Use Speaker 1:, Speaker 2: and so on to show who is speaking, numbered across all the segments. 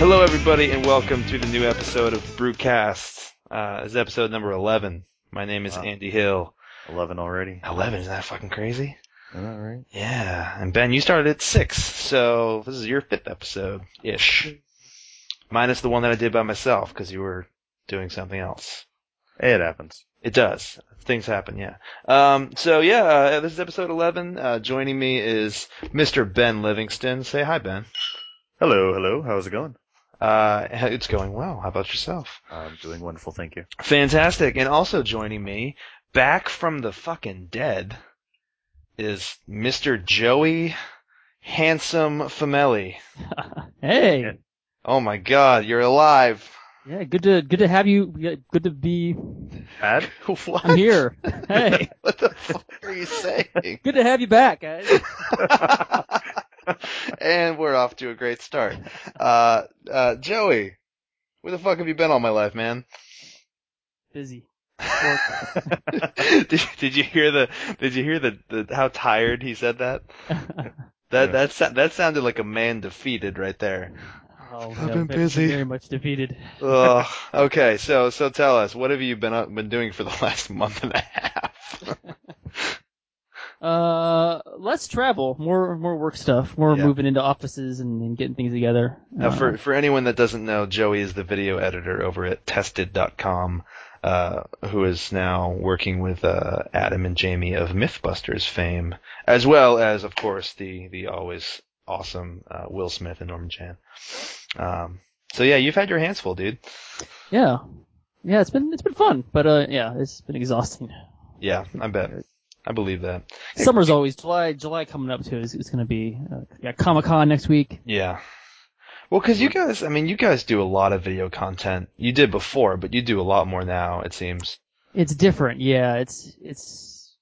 Speaker 1: Hello, everybody, and welcome to the new episode of Brewcast. Uh, this is episode number 11. My name is
Speaker 2: Wow.
Speaker 1: Andy Hill.
Speaker 2: 11 already.
Speaker 1: 11, isn't that fucking crazy?
Speaker 2: Isn't that right?
Speaker 1: Yeah, and Ben, you started at 6, so this is your fifth episode ish. Minus the one that I did by myself because you were doing something else.
Speaker 2: Hey, it happens.
Speaker 1: It does. Things happen, yeah. Um, so, yeah, uh, this is episode 11. Uh, joining me is Mr. Ben Livingston. Say hi, Ben.
Speaker 2: Hello, hello. How's it going?
Speaker 1: Uh, it's going well. How about yourself?
Speaker 2: I'm doing wonderful, thank you.
Speaker 1: Fantastic. And also joining me, back from the fucking dead, is Mr. Joey Handsome Famelli.
Speaker 2: Yeah.
Speaker 3: hey,
Speaker 1: Oh my god, you're alive.
Speaker 3: yeah, good to good to have you. yeah, Good to be.
Speaker 2: Pat?
Speaker 1: What?
Speaker 3: I'm here. hey,
Speaker 1: What the fuck are you saying?
Speaker 3: good to have you back, guys.
Speaker 1: and we're off to a great start. Uh, uh, Joey, where the fuck have you been all my life, man?
Speaker 3: Busy.
Speaker 1: did, did you hear the, did you hear the, the, how tired he said that? That,
Speaker 2: Yeah.
Speaker 1: that, sa- that sounded like a man defeated right there.
Speaker 3: Oh,
Speaker 1: I've
Speaker 3: no,
Speaker 1: been
Speaker 3: very-
Speaker 1: busy.
Speaker 3: Very much defeated.
Speaker 1: Ugh. okay, so so tell us, what have you been up, been doing for the last month and a half?
Speaker 3: Uh, less travel, more more work stuff. More
Speaker 1: Yeah.
Speaker 3: moving into offices and, and getting things together.
Speaker 1: now,
Speaker 3: Uh,
Speaker 1: for for anyone that doesn't know, Joey is the video editor over at Tested.com, uh, who is now working with uh, Adam and Jamie of MythBusters fame, as well as, of course, the the always awesome uh, Will Smith and Norman Chan. Um, so yeah, you've had your hands full, dude.
Speaker 3: yeah, yeah, it's been it's been fun, but uh, yeah, it's been exhausting.
Speaker 1: Yeah, I bet. I believe that.
Speaker 3: Summer's always July. July coming up too is, is going to be uh, yeah Comic Con next week.
Speaker 1: Yeah. Well, because you guys, I mean, you guys do a lot of video content. You did before, but you do a lot more now, it seems.
Speaker 3: It's different, yeah. It's it's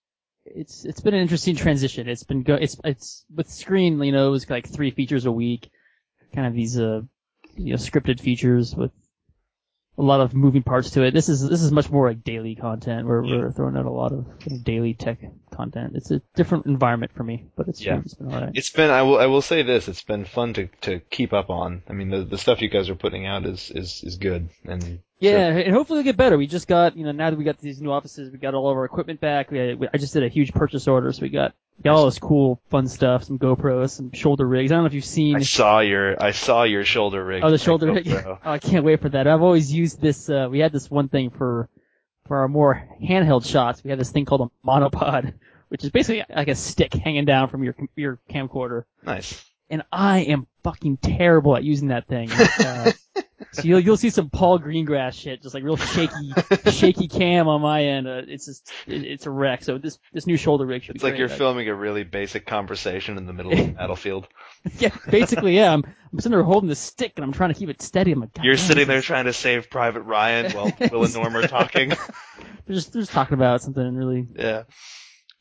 Speaker 3: it's it's been an interesting transition. It's been go it's it's with screen, you know, it was like three features a week, kind of these uh you know scripted features with a lot of moving parts to it. This is this is much more like daily content. We're
Speaker 1: Yeah.
Speaker 3: we're throwing out a lot of kind of daily tech content. It's a different environment for me, but it's,
Speaker 1: Yeah.
Speaker 3: it's been all right.
Speaker 1: It's been, I will, I will say this, it's been fun to, to keep up on. I mean, the, the stuff you guys are putting out is, is, is good. And
Speaker 3: Yeah, and hopefully it'll get better. We just got, you know, now that we got these new offices, we got all of our equipment back. We, we, I just did a huge purchase order, so we got, got all this cool, fun stuff, some GoPros, some shoulder rigs. I don't know if you've seen,
Speaker 1: I saw your, I saw your shoulder rig.
Speaker 3: oh, the shoulder rig.
Speaker 1: GoPro.
Speaker 3: oh, I can't wait for that. I've always used this, uh, we had this one thing for, for our more handheld shots. We had this thing called a monopod, which is basically like a stick hanging down from your, your camcorder
Speaker 1: Nice.
Speaker 3: and I am fucking terrible at using that thing. Uh, so you'll you'll see some Paul Greengrass shit, just like real shaky, shaky cam on my end. Uh, it's just it, it's a wreck. So this this new shoulder rig should
Speaker 1: It's
Speaker 3: be
Speaker 1: like
Speaker 3: great.
Speaker 1: you're filming a really basic conversation in the middle of the battlefield.
Speaker 3: yeah, basically yeah. I'm I'm sitting there holding the stick and I'm trying to keep it steady. I'm like, God
Speaker 1: You're
Speaker 3: damn,
Speaker 1: sitting there
Speaker 3: this is-
Speaker 1: trying to save Private Ryan while Will and Norm are talking.
Speaker 3: They're just they're just talking about something really.
Speaker 1: Yeah.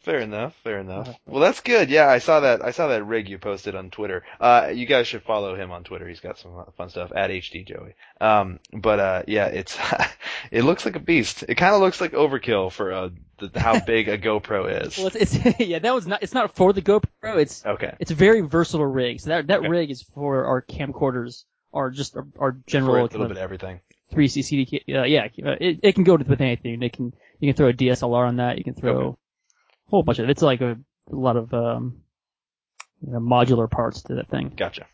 Speaker 1: Fair enough. Fair enough. Well, that's good. Yeah, I saw that. I saw that rig you posted on Twitter. Uh, you guys should follow him on Twitter. He's got some fun stuff at HD Joey. Um, but uh, yeah, it's it looks like a beast. It kind of looks like overkill for uh, the, how big a GoPro is.
Speaker 3: Well, it's, it's yeah. That was not. It's not for the GoPro. It's
Speaker 1: Okay.
Speaker 3: it's a very versatile rig. So that that
Speaker 1: Okay.
Speaker 3: rig is for our camcorders, our just our, our general
Speaker 1: For a
Speaker 3: kind
Speaker 1: little
Speaker 3: of-
Speaker 1: bit of everything.
Speaker 3: three CCD. Uh, yeah, uh, it, it can go with anything. It can you can throw a DSLR on that. You can throw
Speaker 1: Okay.
Speaker 3: a whole bunch of. It's like a, a lot of um, you know, modular parts to that thing.
Speaker 1: Gotcha.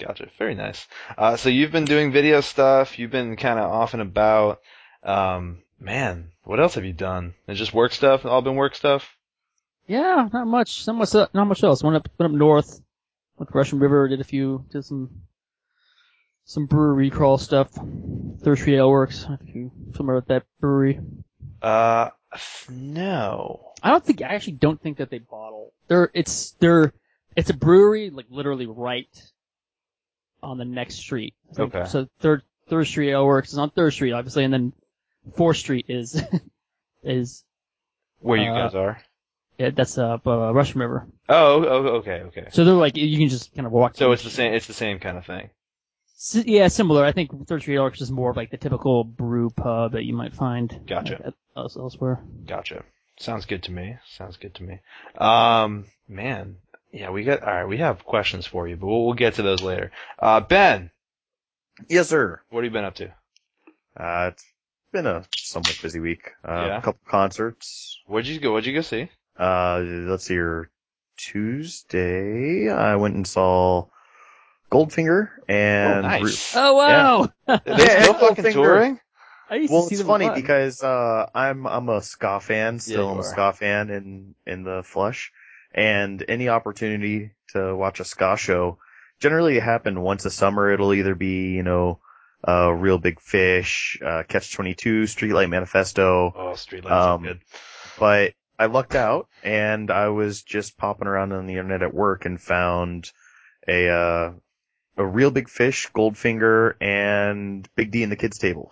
Speaker 1: Gotcha. Very nice. Uh, so you've been doing video stuff. You've been kind of off and about. Um, man, what else have you done? It's just work stuff. All been work stuff.
Speaker 3: Yeah, not much. Not much. Not much else. Went up went up north. Went to Russian River. Did a few. Did some some brewery crawl stuff. Thirstry Ale Works. If you familiar with that brewery,
Speaker 1: Uh, f- no.
Speaker 3: I don't think I actually don't think that they bottle. They're it's they're it's a brewery like literally right on the next street. So-
Speaker 1: Okay.
Speaker 3: So third third street Ale Works is on third street obviously, and then fourth street is is
Speaker 1: Where you
Speaker 3: Uh,
Speaker 1: guys are?
Speaker 3: yeah, that's uh, uh Russian River.
Speaker 1: Oh, oh, okay, okay.
Speaker 3: So they're like you can just kind of walk.
Speaker 1: So
Speaker 3: to-
Speaker 1: it's the same. It's the same kind of thing.
Speaker 3: S- yeah similar. I think third street Ale Works is more of like the typical brew pub that you might find
Speaker 1: Gotcha.
Speaker 3: like, at- else- elsewhere.
Speaker 1: Gotcha. Sounds good to me. Sounds good to me. Um, man, yeah, we got. All right, we have questions for you, but we'll, we'll get to those later. Uh, Ben,
Speaker 4: Yes, sir.
Speaker 1: What have you been up to?
Speaker 4: Uh, it's been a somewhat busy week. Uh,
Speaker 1: Yeah.
Speaker 4: A couple concerts.
Speaker 1: Where'd you go? What'd you go see?
Speaker 4: Uh, let's see here. Tuesday, I went and saw Goldfinger and.
Speaker 1: oh, nice.
Speaker 3: Oh wow!
Speaker 1: They're
Speaker 4: Yeah,
Speaker 1: still
Speaker 4: Echo
Speaker 1: fucking
Speaker 4: Finger.
Speaker 1: touring.
Speaker 3: I used
Speaker 4: Well,
Speaker 3: to see
Speaker 4: it's
Speaker 3: them a
Speaker 4: funny
Speaker 3: lot.
Speaker 4: because uh, I'm I'm a ska fan, still
Speaker 1: you
Speaker 4: I'm
Speaker 1: are.
Speaker 4: a ska fan in in the flesh, and any opportunity to watch a ska show, generally it happen once a summer. It'll either be you know, uh, Real Big Fish, uh, Catch Twenty Two, Streetlight Manifesto,
Speaker 1: Oh, streetlights
Speaker 4: Um,
Speaker 1: are good.
Speaker 4: but I lucked out and I was just popping around on the internet at work and found a uh, a real big fish, Goldfinger, and Big D and the Kids Table,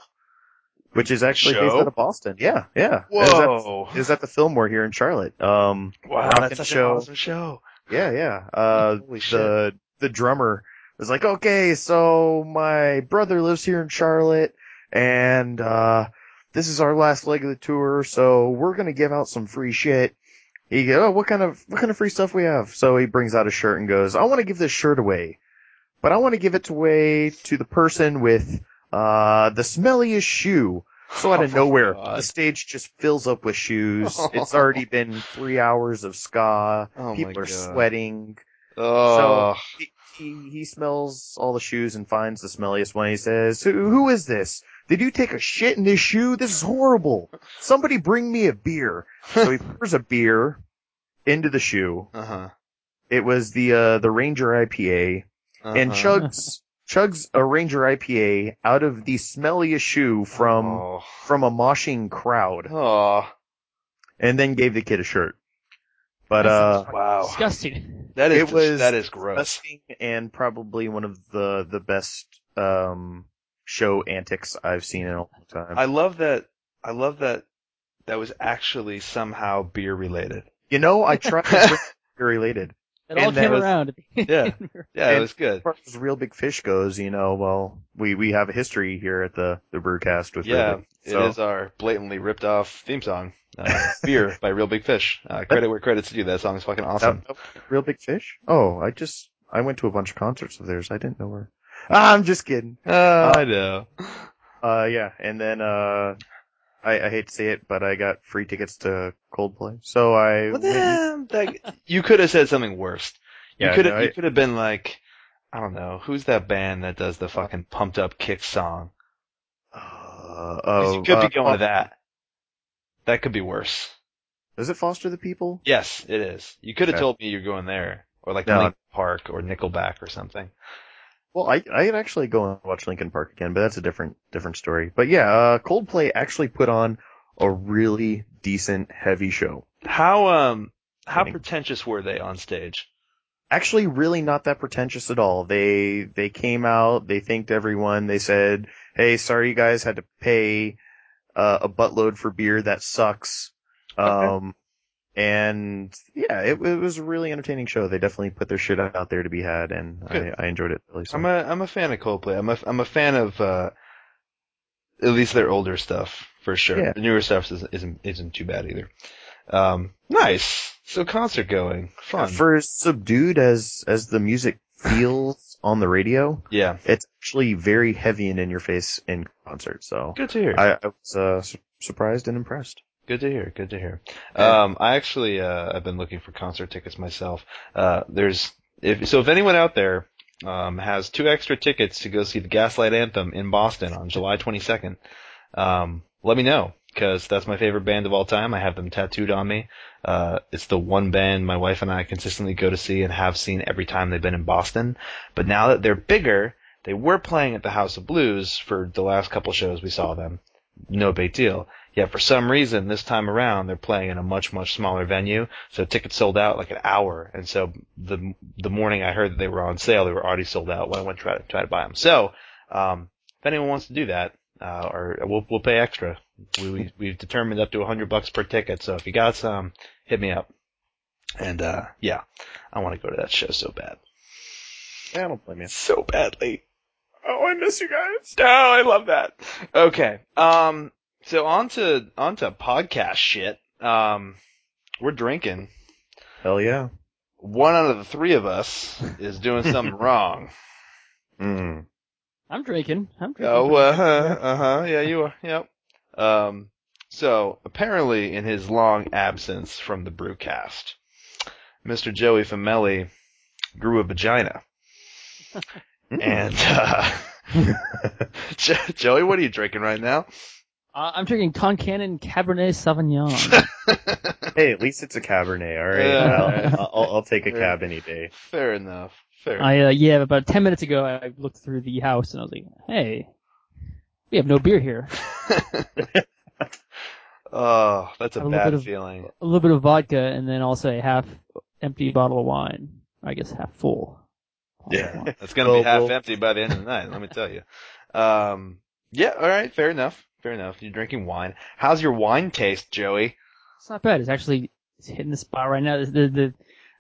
Speaker 4: which is actually based
Speaker 1: Show?
Speaker 4: out of Boston. Yeah, yeah.
Speaker 1: Whoa!
Speaker 4: Is that the Fillmore here in Charlotte? Um,
Speaker 1: wow,
Speaker 4: Rock
Speaker 1: that's
Speaker 4: and
Speaker 1: such
Speaker 4: show.
Speaker 1: an awesome show.
Speaker 4: yeah, yeah. Uh,
Speaker 1: Holy shit!
Speaker 4: the the drummer was like, "Okay, so my brother lives here in Charlotte, and uh, this is our last leg of the tour, so we're gonna give out some free shit." He goes, "Oh, what kind of what kind of free stuff we have?" So he brings out a shirt and goes, "I want to give this shirt away, but I want to give it away to the person with uh, the smelliest shoe." So out of
Speaker 1: Oh my
Speaker 4: nowhere,
Speaker 1: God.
Speaker 4: the stage just fills up with shoes. It's already been three hours of ska.
Speaker 1: Oh
Speaker 4: People
Speaker 1: my
Speaker 4: are
Speaker 1: god.
Speaker 4: sweating.
Speaker 1: Oh,
Speaker 4: He, he he smells all the shoes and finds the smelliest one. He says, "Who who is this? Did you take a shit in this shoe? This is horrible. Somebody bring me a beer." So he pours a beer into the shoe.
Speaker 1: uh huh.
Speaker 4: It was the uh, the Ranger IPA, and
Speaker 1: uh-huh.
Speaker 4: chugs chugs a Ranger IPA out of the smelliest shoe from
Speaker 1: Oh.
Speaker 4: from a moshing crowd,
Speaker 1: Oh,
Speaker 4: and then gave the kid a shirt. But
Speaker 3: That's
Speaker 4: uh,
Speaker 1: wow.
Speaker 3: Disgusting.
Speaker 1: That is
Speaker 4: It
Speaker 1: just-
Speaker 4: was-
Speaker 1: that is gross.
Speaker 4: disgusting and probably one of the the best um show antics I've seen in a long time.
Speaker 1: I love that. I love that. That was actually somehow beer related.
Speaker 4: you know, I tried to bring beer related.
Speaker 3: It all
Speaker 4: And that
Speaker 3: came
Speaker 4: was-
Speaker 3: around.
Speaker 1: Yeah, yeah, it
Speaker 4: And-
Speaker 1: was good.
Speaker 4: As far as real big fish goes, you know, well, we we have a history here at the the brewcast with
Speaker 1: Yeah,
Speaker 4: Real Big Fish, so.
Speaker 1: It is our blatantly ripped off theme song, uh, "Beer" by Real Big Fish. Uh, credit where credit's due. That song is fucking awesome.
Speaker 4: That- real big fish. Oh, I just I went to a bunch of concerts of theirs. I didn't know where. Ah, I'm just kidding.
Speaker 1: Oh, I know.
Speaker 4: Uh, yeah, and then uh, I, I hate to say it, but I got free tickets to Coldplay, so I
Speaker 1: Well,
Speaker 4: went and
Speaker 1: then, that- you could have said something worse.
Speaker 4: Yeah,
Speaker 1: you could
Speaker 4: no,
Speaker 1: have
Speaker 4: I-
Speaker 1: you could have been like, I don't know, who's that band that does the fucking pumped up kick song?
Speaker 4: Uh, oh,
Speaker 1: 'Cause you could
Speaker 4: uh,
Speaker 1: be going
Speaker 4: oh,
Speaker 1: to that. That could be worse.
Speaker 4: Is it Foster the People?
Speaker 1: Yes, it is. You could have
Speaker 4: Okay.
Speaker 1: told me you're going there, or like
Speaker 4: No.
Speaker 1: Linkin Park or Nickelback or something.
Speaker 4: Well, I I could actually go and watch Lincoln Park again, but that's a different different story. But yeah, uh, Coldplay actually put on a really decent heavy show.
Speaker 1: How um how
Speaker 4: Kidding.
Speaker 1: pretentious were they on stage?
Speaker 4: Actually, really not that pretentious at all. They they came out, they thanked everyone, they said, "Hey, sorry you guys had to pay uh, a buttload for beer. That sucks." Um, and yeah, it, it was a really entertaining show. They definitely put their shit out there to be had, and I,
Speaker 1: Good.
Speaker 4: I enjoyed it really. So.
Speaker 1: I'm a I'm a fan of Coldplay. I'm a I'm a fan of uh, at least their older stuff for sure.
Speaker 4: Yeah.
Speaker 1: The newer stuff isn't isn't, isn't too bad either. Um, nice. So concert going, fun. Yeah,
Speaker 4: For as subdued as as the music feels on the radio, it's actually very heavy and in your face in concert. So
Speaker 1: good to hear.
Speaker 4: I, I was uh, su- surprised and impressed.
Speaker 1: good to hear. Good to hear.
Speaker 4: Yeah.
Speaker 1: Um, I actually uh, I've been looking for concert tickets myself. Uh, there's if so if anyone out there um, has two extra tickets to go see the Gaslight Anthem in Boston on July 22nd, um, let me know because that's my favorite band of all time. I have them tattooed on me. Uh, it's the one band my wife and I consistently go to see and have seen every time they've been in Boston. But now that they're bigger, they were playing at the House of Blues for the last couple shows we saw them. No big deal. Yet for some reason, this time around, they're playing in a much, much smaller venue. So tickets sold out like an hour. And so the, the morning I heard that they were on sale, they were already sold out when I went to try to, try to buy them. So, um, if anyone wants to do that, uh, or we'll, we'll pay extra. We, we, we've determined up to a hundred bucks per ticket. So if you got some, hit me up. And, uh, yeah, I want to go to that show so bad.
Speaker 4: Yeah, I don't blame you.
Speaker 1: So badly. Oh, I miss you guys. Oh, I love that. Okay. Um so on to on to podcast shit. Um we're drinking.
Speaker 4: Hell yeah.
Speaker 1: One out of the three of us is doing something wrong.
Speaker 4: Mm.
Speaker 3: I'm drinking. I'm drinking.
Speaker 1: Oh, uh huh, uh huh. Yeah, you are. Yep. Um, so apparently, in his long absence from the brewcast, Mr. Joey Famelli grew a vagina. and uh, Jo- Joey, what are you drinking right now?
Speaker 3: Uh, I'm drinking Concannon Cabernet Sauvignon.
Speaker 2: Hey, at least it's a Cabernet, all right?
Speaker 1: Yeah.
Speaker 2: I'll, I'll, I'll take a
Speaker 1: Yeah.
Speaker 2: cab any day.
Speaker 1: Fair enough. Fair.
Speaker 3: I uh, yeah, about ten minutes ago, I I looked through the house and I was like, hey, we have no beer here.
Speaker 1: oh, that's
Speaker 3: A
Speaker 1: a
Speaker 3: little
Speaker 1: bad
Speaker 3: bit of-
Speaker 1: feeling.
Speaker 3: A little bit of vodka and then also a half empty bottle of wine. I guess half full.
Speaker 2: Yeah.
Speaker 1: It's gonna
Speaker 2: Well,
Speaker 1: be half
Speaker 2: well-
Speaker 1: empty by the end of the night. Let me tell you. Um, yeah. All right. Fair enough. Fair enough. You're drinking wine. How's your wine taste, Joey?
Speaker 3: It's not bad. It's actually it's hitting the spot right now. The, the, the-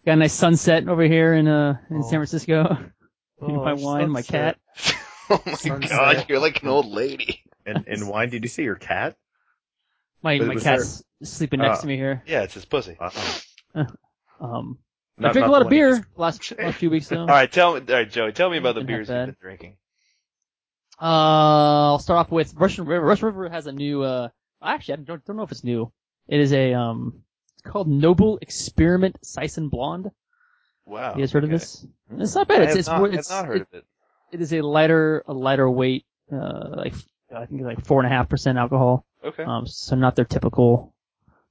Speaker 3: got a nice sunset over here in uh in
Speaker 1: Oh.
Speaker 3: San Francisco. my wine, my cat.
Speaker 1: oh my
Speaker 2: Sunset.
Speaker 1: god, you're like an old lady.
Speaker 2: And, and why did you see your cat?
Speaker 3: My
Speaker 2: But
Speaker 3: my
Speaker 2: was
Speaker 3: cat's sleeping
Speaker 2: Oh.
Speaker 3: next to me here.
Speaker 1: Yeah, it's his pussy.
Speaker 2: Uh-oh.
Speaker 3: Um, I
Speaker 2: Uh-uh. Not-
Speaker 3: drank
Speaker 2: not the
Speaker 3: a lot of
Speaker 2: one you
Speaker 3: beer
Speaker 2: just-
Speaker 3: last last few weeks though.
Speaker 1: All right, tell me, all right, Joey, tell me about the
Speaker 3: Not
Speaker 1: beers
Speaker 3: bad.
Speaker 1: you've been drinking.
Speaker 3: Uh, I'll start off with Russian River. Russian River has a new. Uh, actually, I don't, don't know if it's new. It is a um, it's called Noble Experiment Saison Blonde.
Speaker 1: Wow.
Speaker 3: you guys heard
Speaker 1: Oh, okay.
Speaker 3: of this? It's not bad.
Speaker 1: I
Speaker 3: It's
Speaker 1: have
Speaker 3: it's,
Speaker 1: not,
Speaker 3: more-
Speaker 1: have
Speaker 3: it's
Speaker 1: not heard of it.
Speaker 3: it- it is a lighter a lighter weight. Uh, like I think it's like four and a half percent alcohol.
Speaker 1: Okay.
Speaker 3: Um, so not their typical,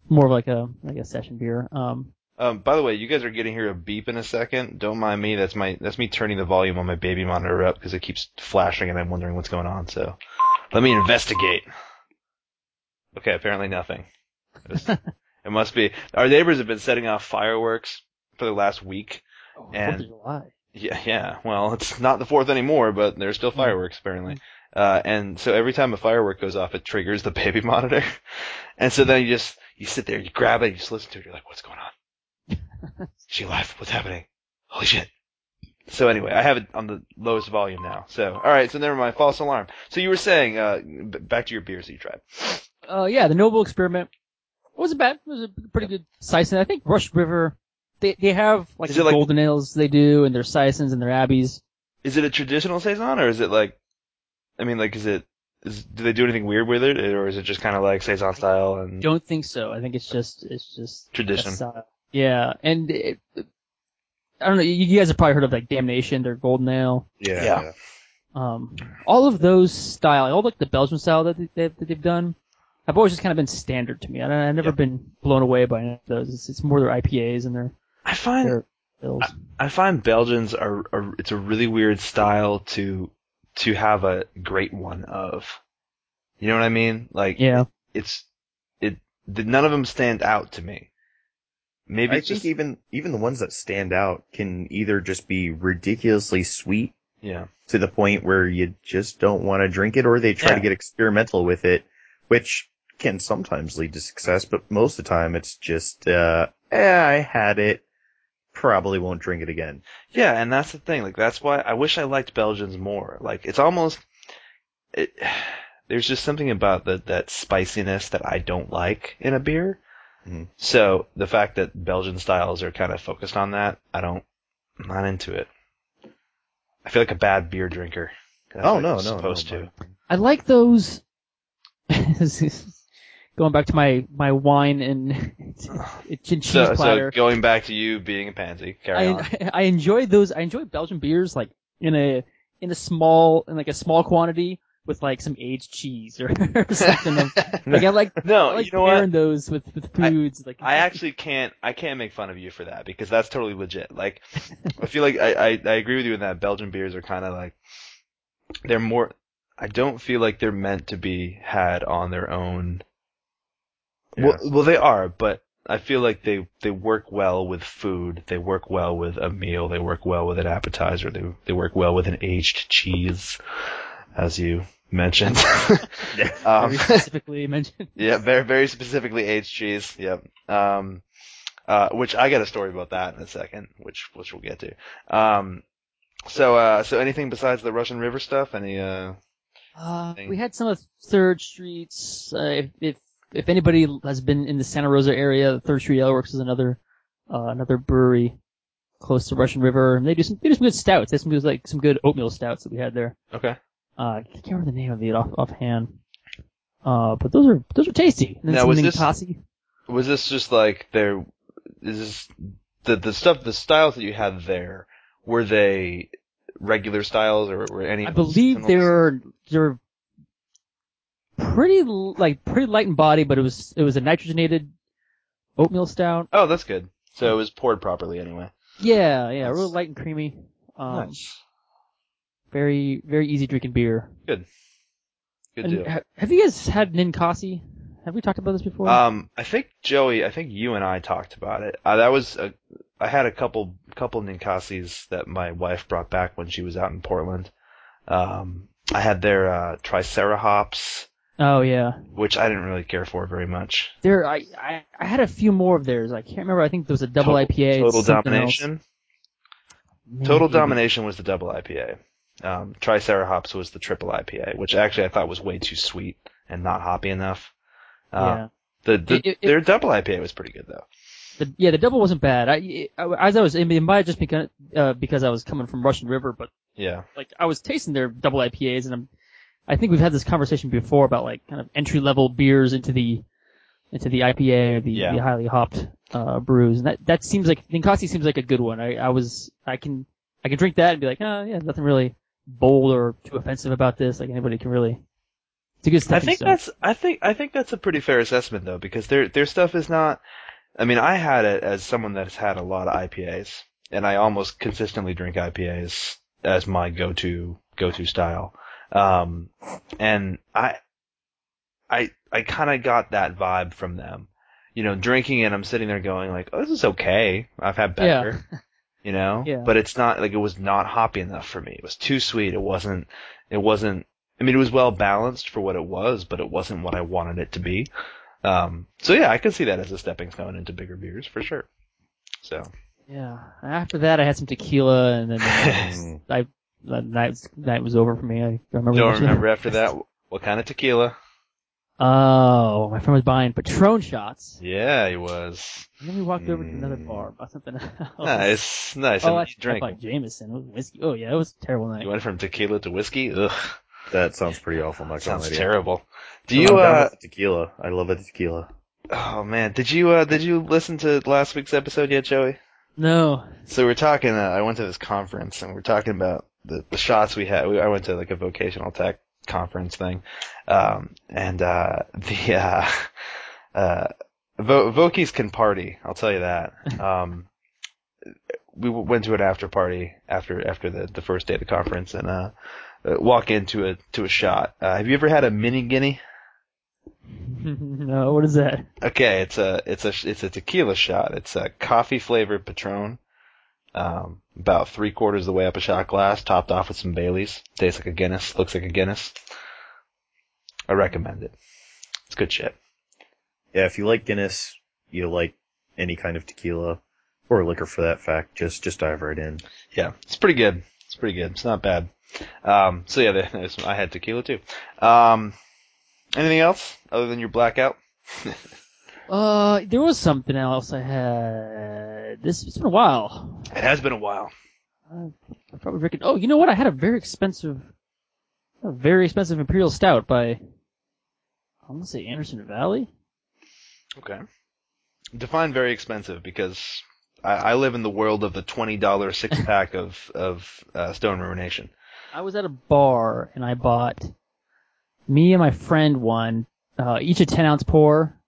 Speaker 3: more of like a like a session beer. Um,
Speaker 1: Um, by the way, you guys are getting here a beep in a second. Don't mind me. That's my that's me turning the volume on my baby monitor up because it keeps flashing and I'm wondering what's going on. So let me investigate. Okay, apparently nothing. It, was- it must be our neighbors have been setting off fireworks for the last week.
Speaker 3: oh, Fourth
Speaker 1: And-
Speaker 3: of July.
Speaker 1: Yeah, yeah. Well, it's not the fourth anymore, but there's still fireworks apparently. Uh, and so every time a firework goes off, it triggers the baby monitor. And so then you just you sit there, you grab it, you just listen to it. You're like, what's going on? Is she live? What's happening? Holy shit! So anyway, I have it on the lowest volume now. So all right, so never mind. False alarm. So you were saying, uh, b- back to your beers that you tried.
Speaker 3: uh, yeah, the Noble Experiment wasn't bad. It was a pretty good Sison. I think Rush River, they they have like
Speaker 1: Is
Speaker 3: the
Speaker 1: it like- Mm-hmm.
Speaker 3: golden ales they do, and their Sisons and their Abbeys.
Speaker 1: Is it a traditional saison, or is it like, I mean, like, is it? Is, do they do anything weird with it, or is it just kind of like saison style and
Speaker 3: Don't think so. I think it's just it's just
Speaker 1: tradition?
Speaker 3: that's, uh, yeah, and it, I don't know. You you guys have probably heard of like Damnation, their golden ale.
Speaker 2: Yeah.
Speaker 1: Yeah.
Speaker 3: Um, all of those style, all like the Belgian style that, they, that they've done, have always just kind of been standard to me. I, I've never
Speaker 1: Yep.
Speaker 3: been blown away by any of those. It's, it's more their IPAs and their
Speaker 1: I find
Speaker 3: their ales.
Speaker 1: I find Belgians are, are it's a really weird style to to have a great one of. You know what I mean? Like
Speaker 3: yeah.
Speaker 1: it's it the, none of them stand out to me. Maybe
Speaker 2: I
Speaker 1: it's
Speaker 2: think
Speaker 1: just
Speaker 2: even even the ones that stand out can either just be ridiculously sweet
Speaker 1: yeah.
Speaker 2: to the point where you just don't want to drink it, or they try to
Speaker 1: Yeah.
Speaker 2: get experimental with it, which can sometimes lead to success, but most of the time it's just, uh, eh, I had it, probably won't drink it again.
Speaker 1: Yeah, and that's the thing. Like that's why I wish I liked Belgians more. Like it's almost it, there's just something about that that spiciness that I don't like in a beer.
Speaker 2: Mhm.
Speaker 1: So the fact that Belgian styles are kind of focused on that, I don't I'm not into it. I feel like a bad beer drinker. That's
Speaker 2: oh
Speaker 1: what
Speaker 2: no,
Speaker 1: I'm
Speaker 2: no,
Speaker 1: supposed
Speaker 2: no,
Speaker 1: to.
Speaker 3: I like those. This is- going back to my my wine and cheese
Speaker 1: So, so
Speaker 3: platter.
Speaker 1: going back to you being a pansy, carry on.
Speaker 3: I, I enjoy those. I enjoy Belgian beers like in a in a small in like a small quantity with like some aged cheese or, something. of- like I like
Speaker 1: No,
Speaker 3: I like
Speaker 1: you know what?
Speaker 3: pairing those with with
Speaker 1: I-
Speaker 3: foods. like
Speaker 1: I actually can't. I can't make fun of you for that because that's totally legit. Like, I feel like I, I, I agree with you in that Belgian beers are kind of like they're more. I don't feel like they're meant to be had on their own. Well, well, they are, but I feel like they they work well with food. They work well with a meal. They work well with an appetizer. They they work well with an aged cheese, as you mentioned.
Speaker 2: Yeah.
Speaker 1: um,
Speaker 3: very specifically mentioned.
Speaker 1: yeah, very very specifically aged cheese. Yep. Um, uh, which I got a story about that in a second, which which we'll get to. Um, so uh, so anything besides the Russian River stuff? Any uh,
Speaker 3: Uh,
Speaker 1: thing.
Speaker 3: we had some of Third Street's. Uh, if, if if anybody has been in the Santa Rosa area, Third Street Ale Works is another uh, another brewery close to Russian River, and they do some they do some good stouts. They have some good like some good oatmeal stouts that we had there.
Speaker 1: okay.
Speaker 3: Uh, I can't remember the name of it off offhand. Uh, but those are those are tasty. And then
Speaker 1: Now, was
Speaker 3: something
Speaker 1: this-
Speaker 3: posse.
Speaker 1: Was this just like there? Is this the the stuff the styles that you had there? Were they regular styles or were any?
Speaker 3: I believe they were they're pretty l- like pretty light in body, but it was it was a nitrogenated oatmeal stout.
Speaker 1: Oh, that's good.
Speaker 3: Hmm.
Speaker 1: So it was poured properly anyway.
Speaker 3: Yeah, yeah, real
Speaker 1: Nice.
Speaker 3: light and creamy. Um,
Speaker 1: nice.
Speaker 3: Very very easy drinking beer.
Speaker 1: Good
Speaker 3: And
Speaker 1: deal.
Speaker 3: ha- have you guys had Ninkasi? Have we talked about this before?
Speaker 1: Um, I think Joey, I think you and I talked about it. Uh, that was a, I had a couple couple ninkasis that my wife brought back when she was out in Portland. Um, I had their uh, Tricera hops,
Speaker 3: oh yeah,
Speaker 1: which I didn't really care for very much.
Speaker 3: there. I, I I had a few more of theirs. I can't remember. I think there was a double
Speaker 1: Total-
Speaker 3: IPA. and
Speaker 1: Total
Speaker 3: something else.
Speaker 1: domination. Total
Speaker 3: Maybe.
Speaker 1: domination was the double IPA. Um, Tricera hops was the triple IPA, which actually I thought was way too sweet and not hoppy enough. Uh,
Speaker 3: yeah.
Speaker 1: The, the
Speaker 3: It- it- it-
Speaker 1: their double IPA was pretty good though.
Speaker 3: The, yeah, the double wasn't bad. I, I as I was, it might have just because uh, because I was coming from Russian River, but
Speaker 1: Yeah.
Speaker 3: like I was tasting their double IPAs, and I'm, I think we've had this conversation before about like kind of entry level beers into the into the IPA or the,
Speaker 1: Yeah.
Speaker 3: the highly hopped uh, brews, and that that seems like Ninkasi seems like a good one. I, I was I can I can drink that and be like, oh yeah, nothing really bold or too offensive about this. Like anybody can really. It's a good
Speaker 1: I
Speaker 3: stepping
Speaker 1: think
Speaker 3: stone.
Speaker 1: that's I think I think that's a pretty fair assessment though because their their stuff is not. I mean, I had it as someone that's had a lot of IPAs, and I almost consistently drink IPAs as my go-to go-to style. Um, and I, I, I kind of got that vibe from them. You know, drinking it, I'm sitting there going like, "Oh, this is okay. I've had better." You know,
Speaker 3: Yeah.
Speaker 1: but it's not like it was not hoppy enough for me. It was too sweet. It wasn't. It wasn't. I mean, it was well balanced for what it was, but it wasn't what I wanted it to be. Um, so yeah, I can see that as a stepping stone into bigger beers for sure. So
Speaker 3: Yeah. After that, I had some tequila, and then I, I that night was- night was over for me. I don't remember.
Speaker 1: don't
Speaker 3: much of it.
Speaker 1: remember after that what kind of tequila.
Speaker 3: Oh, my friend was buying Patron shots,
Speaker 1: Yeah, he was
Speaker 3: and then we walked over to another
Speaker 2: Mm.
Speaker 3: bar, bought something else.
Speaker 1: nice, nice.
Speaker 3: Oh,
Speaker 1: and
Speaker 3: I,
Speaker 1: you
Speaker 3: I
Speaker 1: drank.
Speaker 3: bought Jameson. It was whiskey. Oh yeah, it was a terrible night.
Speaker 1: You went from tequila to whiskey. Ugh,
Speaker 2: That sounds pretty awful. I'm not gonna
Speaker 1: sounds
Speaker 2: lie to you.
Speaker 1: terrible. Do
Speaker 2: I'm
Speaker 1: you?
Speaker 2: down
Speaker 1: Uh,
Speaker 2: with the tequila? I love a tequila.
Speaker 1: oh man, did you? Uh, did you listen to last week's episode yet, Joey?
Speaker 3: no.
Speaker 1: So we're talking. Uh, I went to this conference, and we're talking about the, the shots we had. We, I went to like a vocational tech conference thing, um, and uh, the uh, uh, vo- Vokies can party. I'll tell you that. Um, we w- went to an after party after after the, the first day of the conference, and uh, uh, walk into a to a shot. Uh, have you ever had a mini guinea?
Speaker 3: no. What is that?
Speaker 1: Okay, it's a it's a it's a tequila shot. It's a coffee flavored Patron, um, about three quarters of the way up a shot glass, topped off with some Baileys. Tastes like a Guinness, looks like a Guinness. I recommend it. It's good shit.
Speaker 2: Yeah, if you like Guinness, you like any kind of tequila or liquor for that fact. Just just dive right in.
Speaker 1: Yeah, it's pretty good. It's pretty good. It's not bad. Um, so yeah, there's, I had tequila too. Um, anything else other than your blackout?
Speaker 3: Uh, there was something else I had. This it's been a while.
Speaker 1: It has been a while.
Speaker 3: I probably drinking. Oh, you know what? I had a very expensive, a very expensive imperial stout by, I want to say Anderson Valley.
Speaker 1: Okay. Define very expensive because I, I live in the world of the twenty dollar six pack of of uh, Stone Ruination.
Speaker 3: I was at a bar and I bought me and my friend one, uh, each a ten ounce pour,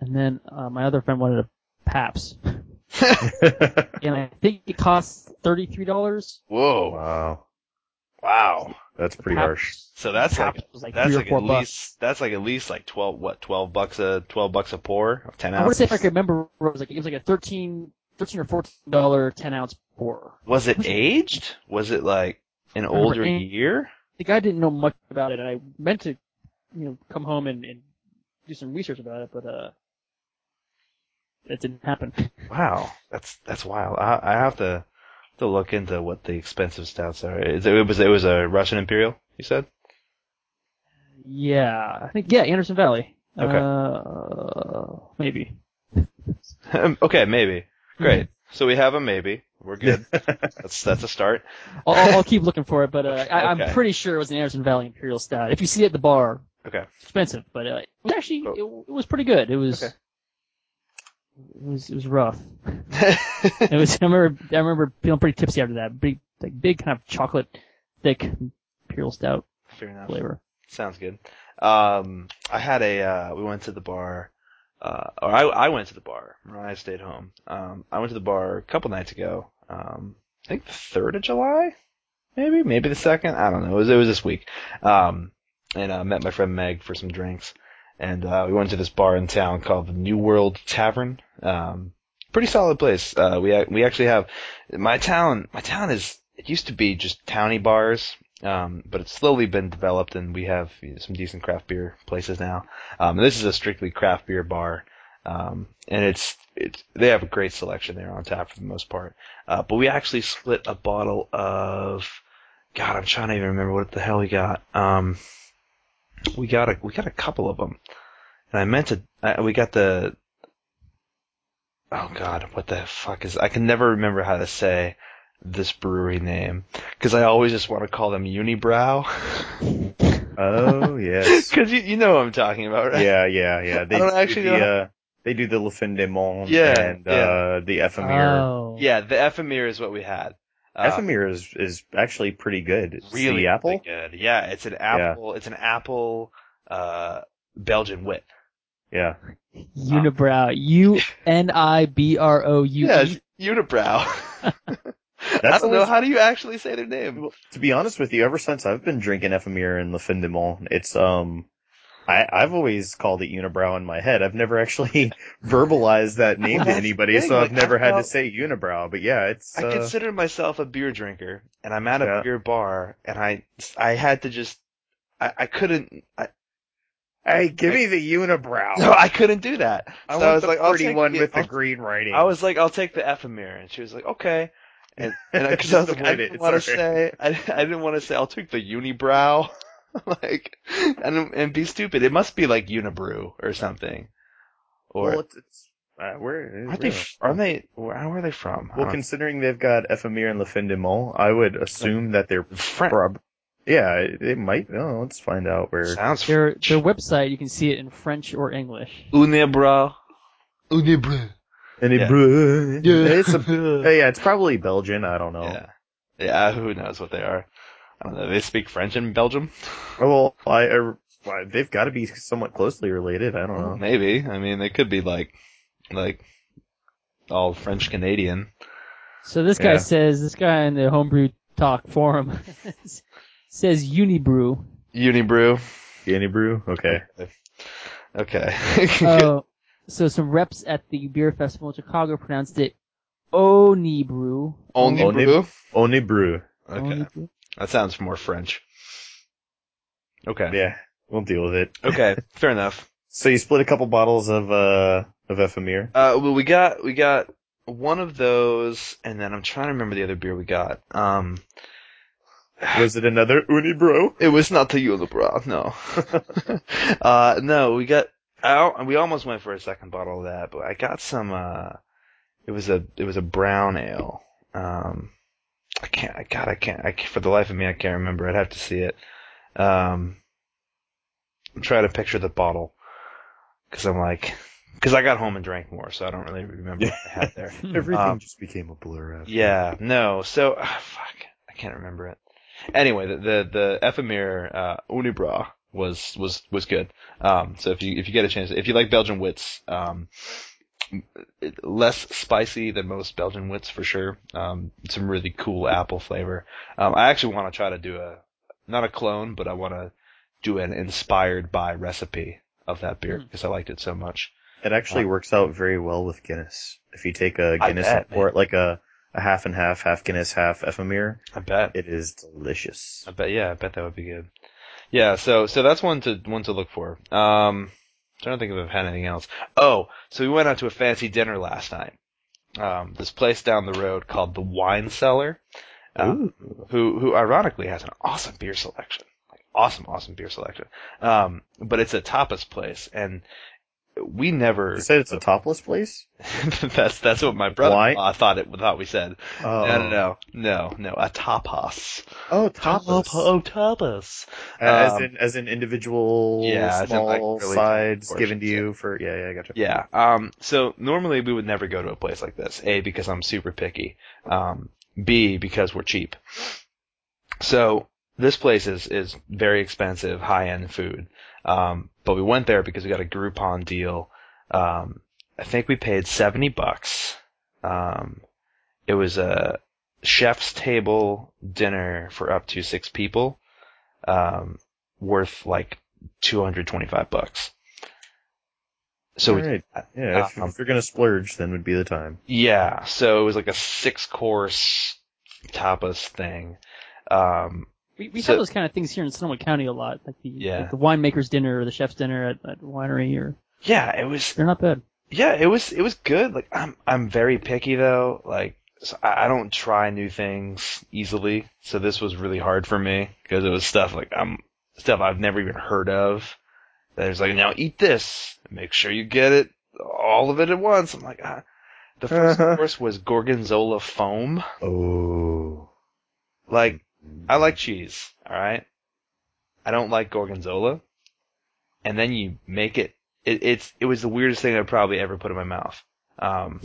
Speaker 3: and then uh, my other friend wanted a Paps, and I think it cost thirty three dollars.
Speaker 1: Whoa!
Speaker 2: wow,
Speaker 1: Wow!
Speaker 2: that's pretty harsh.
Speaker 1: So that's like
Speaker 3: was like
Speaker 1: that's
Speaker 3: three or
Speaker 1: like
Speaker 3: four
Speaker 1: at
Speaker 3: bucks.
Speaker 1: least that's like at least like twelve what twelve bucks a twelve bucks a pour of ten
Speaker 3: I want to
Speaker 1: ounces.
Speaker 3: say if I can remember, it was like it was like a 13, 13 or fourteen dollar ten ounce pour.
Speaker 1: Was it aged? Was it like an
Speaker 3: Remember
Speaker 1: older
Speaker 3: aged.
Speaker 1: year?
Speaker 3: The guy didn't know much about it, and I meant to, you know, come home and, and do some research about it, but uh, it didn't happen.
Speaker 1: Wow, that's that's wild. I, I have to to look into what the expensive stouts are. Is it, it was it was a Russian Imperial? You said.
Speaker 3: Yeah, I think yeah, Anderson Valley.
Speaker 1: Okay.
Speaker 3: Uh, maybe.
Speaker 1: Um, okay, maybe. Great. So we have a maybe. We're good. that's that's a start.
Speaker 3: I'll, I'll keep looking for it, but uh, I,
Speaker 1: Okay.
Speaker 3: I'm pretty sure it was an Anderson Valley Imperial Stout. If you see it at the bar,
Speaker 1: Okay. Oh.
Speaker 3: expensive, but uh, it was actually it, it was pretty good. It was
Speaker 1: Okay.
Speaker 3: it was it was rough. It was I remember I remember feeling pretty tipsy after that. Big like big kind of chocolate thick Imperial Stout
Speaker 1: Fair enough.
Speaker 3: flavor.
Speaker 1: Sounds good. Um, I had a, uh, we went to the bar, uh, or I, I went to the bar. Mariah stayed home. Um, I went to the bar a couple nights ago. Um, I think the third of July, maybe, maybe the second. I don't know. It was, it was this week. Um, and uh, met my friend Meg for some drinks, and uh, we went to this bar in town called the New World Tavern. Um, pretty solid place. Uh, we ac- we actually have my town. My town is it used to be just towny bars, um, but it's slowly been developed, and we have you know, some decent craft beer places now. Um, this is a strictly craft beer bar, um, and it's it's they have a great selection there on tap for the most part. Uh, but we actually split a bottle of God, I'm trying to even remember what the hell we got. Um, we got a we got a couple of them, and I meant to. I, we got the oh God, what the fuck is? I can never remember how to say this brewery name because I always just want to call them Unibrow.
Speaker 4: Oh yes.
Speaker 1: Because you, you know what I'm talking about, right?
Speaker 4: Yeah, yeah, yeah. They
Speaker 1: I don't
Speaker 4: do
Speaker 1: actually
Speaker 4: the,
Speaker 1: know how-
Speaker 4: Uh, they do the Le Fin des Mondes
Speaker 1: Yeah,
Speaker 4: and
Speaker 1: yeah.
Speaker 4: uh, the Ephemere.
Speaker 3: Oh.
Speaker 1: Yeah, the Ephemere is what we had. Uh,
Speaker 4: Ephemere is is actually pretty good. It's
Speaker 1: really,
Speaker 4: the apple.
Speaker 1: really good. Yeah, it's an apple. It's an apple uh, Belgian wit.
Speaker 4: Yeah.
Speaker 3: Unibrow. U N I B R O U
Speaker 1: yeah,
Speaker 3: E.
Speaker 1: it's Unibrow. I
Speaker 4: That's
Speaker 1: don't know
Speaker 4: always-
Speaker 1: how do you actually say their name.
Speaker 4: To be honest with you, ever since I've been drinking Ephemere and Le Fin des Mondes, it's um, I I've always called it unibrow in my head. I've never actually verbalized that name to
Speaker 1: that's the
Speaker 4: anybody,
Speaker 1: thing,
Speaker 4: so I've
Speaker 1: like, I
Speaker 4: never had to
Speaker 1: felt-
Speaker 4: say unibrow. But yeah, it's.
Speaker 1: I
Speaker 4: uh,
Speaker 1: consider myself a beer drinker, and I'm at a
Speaker 4: Yeah.
Speaker 1: beer bar, and I I had to just I, I couldn't I,
Speaker 4: Hey, give me the unibrow.
Speaker 1: no I couldn't do that.
Speaker 4: Oh. I
Speaker 1: so
Speaker 4: want
Speaker 1: I was
Speaker 4: the
Speaker 1: like, I'll
Speaker 4: pretty
Speaker 1: take
Speaker 4: one
Speaker 1: the-
Speaker 4: with the
Speaker 1: I'll-
Speaker 4: green writing.
Speaker 1: I was like, I'll take the ephemera, and she was like, okay. And and because I,
Speaker 4: Just
Speaker 1: was like, I
Speaker 4: avoid it,
Speaker 1: didn't
Speaker 4: it's
Speaker 1: want to
Speaker 4: alright.
Speaker 1: say, I, I didn't want to say, I'll take the unibrow, like, and and be stupid. It must be like unibrew or something, or
Speaker 4: Well, it's, it's, uh, where,
Speaker 1: aren't they? f- Aren't they? Where, where are they from? I
Speaker 4: Well,
Speaker 1: don't-
Speaker 4: considering they've got Ephemere and Le Fin des Mondes, I would assume that they're
Speaker 1: Fran-
Speaker 4: prob. Yeah, it, it might. No, let's find out where.
Speaker 1: sounds French.
Speaker 3: Their their website you can see it in French or English.
Speaker 1: Unibrow. Unibrew.
Speaker 4: And it,
Speaker 1: Yeah.
Speaker 4: it's a, yeah, it's probably Belgian. I don't know.
Speaker 1: Yeah, yeah. Who knows what they are? I don't know. They speak French in Belgium.
Speaker 4: Well, I, I- why- they've got to be somewhat closely related. I
Speaker 1: Oh,
Speaker 4: don't know.
Speaker 1: Maybe. I mean, they could be like, like, all French Canadian.
Speaker 3: So this guy
Speaker 4: Yeah.
Speaker 3: says, this guy in the homebrew talk forum says Unibrew.
Speaker 1: Unibrew.
Speaker 4: Danny Brew. Okay.
Speaker 1: Okay.
Speaker 3: Oh, so some reps at the beer festival in Chicago pronounced it Onibrew.
Speaker 1: Only
Speaker 4: Only-
Speaker 1: brew.
Speaker 4: Oni Brew.
Speaker 1: Okay.
Speaker 3: Onibrew.
Speaker 1: That sounds more French. Okay.
Speaker 4: Yeah, we'll deal with it.
Speaker 1: Okay. Fair enough.
Speaker 4: So you split a couple bottles of uh of Ephemere.
Speaker 1: Uh, well, we got we got one of those, and then I'm trying to remember the other beer we got. Um,
Speaker 4: Was it another Uni Brew?
Speaker 1: it was not the Unibrow. No. uh, no, we got. I, al- we almost went for a second bottle of that, but I got some. Uh, it was a it was a brown ale. Um, I can't. I God, I can't. I can't- for the life of me, I can't remember. I'd have to see it. Um, I'm trying to picture the bottle because I'm like, because I got home and drank more, so I don't really remember what I had there.
Speaker 4: Everything
Speaker 1: Um,
Speaker 4: just became a blur. After.
Speaker 1: Yeah, no. So ah, fuck, I can't remember it. Anyway, the the, the Ephemere uh, Unibra was was was good. Um, so if you if you get a chance, if you like Belgian wits, um, it- less spicy than most Belgian wits for sure. Um, some really cool apple flavor. Um, I actually want to try to do a not a clone, but I want to do an inspired by recipe of that beer
Speaker 3: Hmm.
Speaker 1: because I liked it so much.
Speaker 4: It actually works out very well with Guinness. If you take a
Speaker 1: I
Speaker 4: Guinness
Speaker 1: bet,
Speaker 4: and pour it like a, a half and half, half Guinness, half Ephemere,
Speaker 1: I bet.
Speaker 4: it is delicious.
Speaker 1: I bet yeah, I bet that would be good. Yeah, so so that's one to one to look for. Um trying to think if I've had anything else. Oh, so we went out to a fancy dinner last night. Um this place down the road called the Wine Cellar. Uh,
Speaker 2: Um,
Speaker 1: who who ironically has an awesome beer selection. Like awesome, awesome beer selection. Um but it's a tapas place and we never.
Speaker 2: You said it's a topless place?
Speaker 1: that's that's what my brother
Speaker 2: Why?
Speaker 1: thought it thought we said.
Speaker 2: Oh.
Speaker 1: No, no, no, no, no. A tapas.
Speaker 2: Oh, topless.
Speaker 1: Oh, tapas.
Speaker 2: as
Speaker 1: Um,
Speaker 2: in as in individual
Speaker 1: Yeah, as in,
Speaker 2: small
Speaker 1: like, really small
Speaker 2: sides given
Speaker 1: portions,
Speaker 2: to you for yeah, yeah, I gotcha.
Speaker 1: Yeah. Um. So normally we would never go to a place like this. A because I'm super picky. Um. B because we're cheap. So this place is is very expensive, high end food. Um. But we went there because we got a Groupon deal. Um. I think we paid seventy bucks. Um. It was a chef's table dinner for up to six people. Um. Worth like two hundred twenty five bucks. So we
Speaker 2: Alright. Yeah, if,
Speaker 1: Um,
Speaker 2: if you're gonna splurge, then would be the time.
Speaker 1: yeah, so it was like a six course tapas thing. Um,
Speaker 3: We, we
Speaker 1: So-
Speaker 3: have those kind of things here in Sonoma County a lot, like the
Speaker 1: Yeah.
Speaker 3: like the winemaker's dinner or the chef's dinner at, at the winery. Or
Speaker 1: yeah, it was
Speaker 3: they're not bad.
Speaker 1: yeah, it was it was good. Like I'm I'm very picky though. Like so I I don't try new things easily, so this was really hard for me because it was stuff like I'm stuff I've never even heard of. There's like now eat this, make sure you get it all of it at once. I'm like, ah. the 1st
Speaker 2: Uh-huh.
Speaker 1: course was gorgonzola foam.
Speaker 2: Oh.
Speaker 1: Like I like cheese, all right? I don't like gorgonzola. And then you make it, it it's it was the weirdest thing I probably ever put in my mouth. Um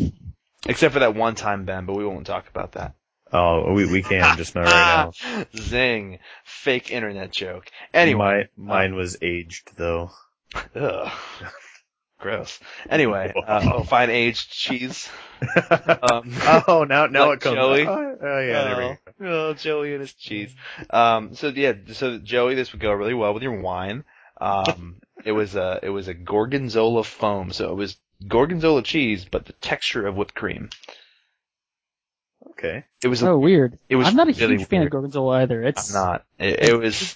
Speaker 1: except for that one time Ben, but we won't talk about that.
Speaker 2: Oh, we we can just not right now.
Speaker 1: Zing. Fake internet joke. Anyway, Oh.
Speaker 2: Mi- mine was aged though.
Speaker 1: ugh. Gross. Anyway, uh, oh, fine aged cheese. Um,
Speaker 2: oh, now now
Speaker 1: Like
Speaker 2: it comes.
Speaker 1: Joey?
Speaker 2: Oh, oh, yeah, there we go.
Speaker 1: oh, oh, Joey and his cheese. Um, so yeah, so Joey, this would go really well with your wine. Um, it was a it was a gorgonzola foam, so it was gorgonzola cheese, but the texture of whipped cream.
Speaker 2: Okay.
Speaker 1: It was
Speaker 3: So weird.
Speaker 1: it was
Speaker 3: I'm not a huge
Speaker 1: really
Speaker 3: fan of
Speaker 1: weird.
Speaker 3: gorgonzola either. It's
Speaker 1: I'm not. It, it was.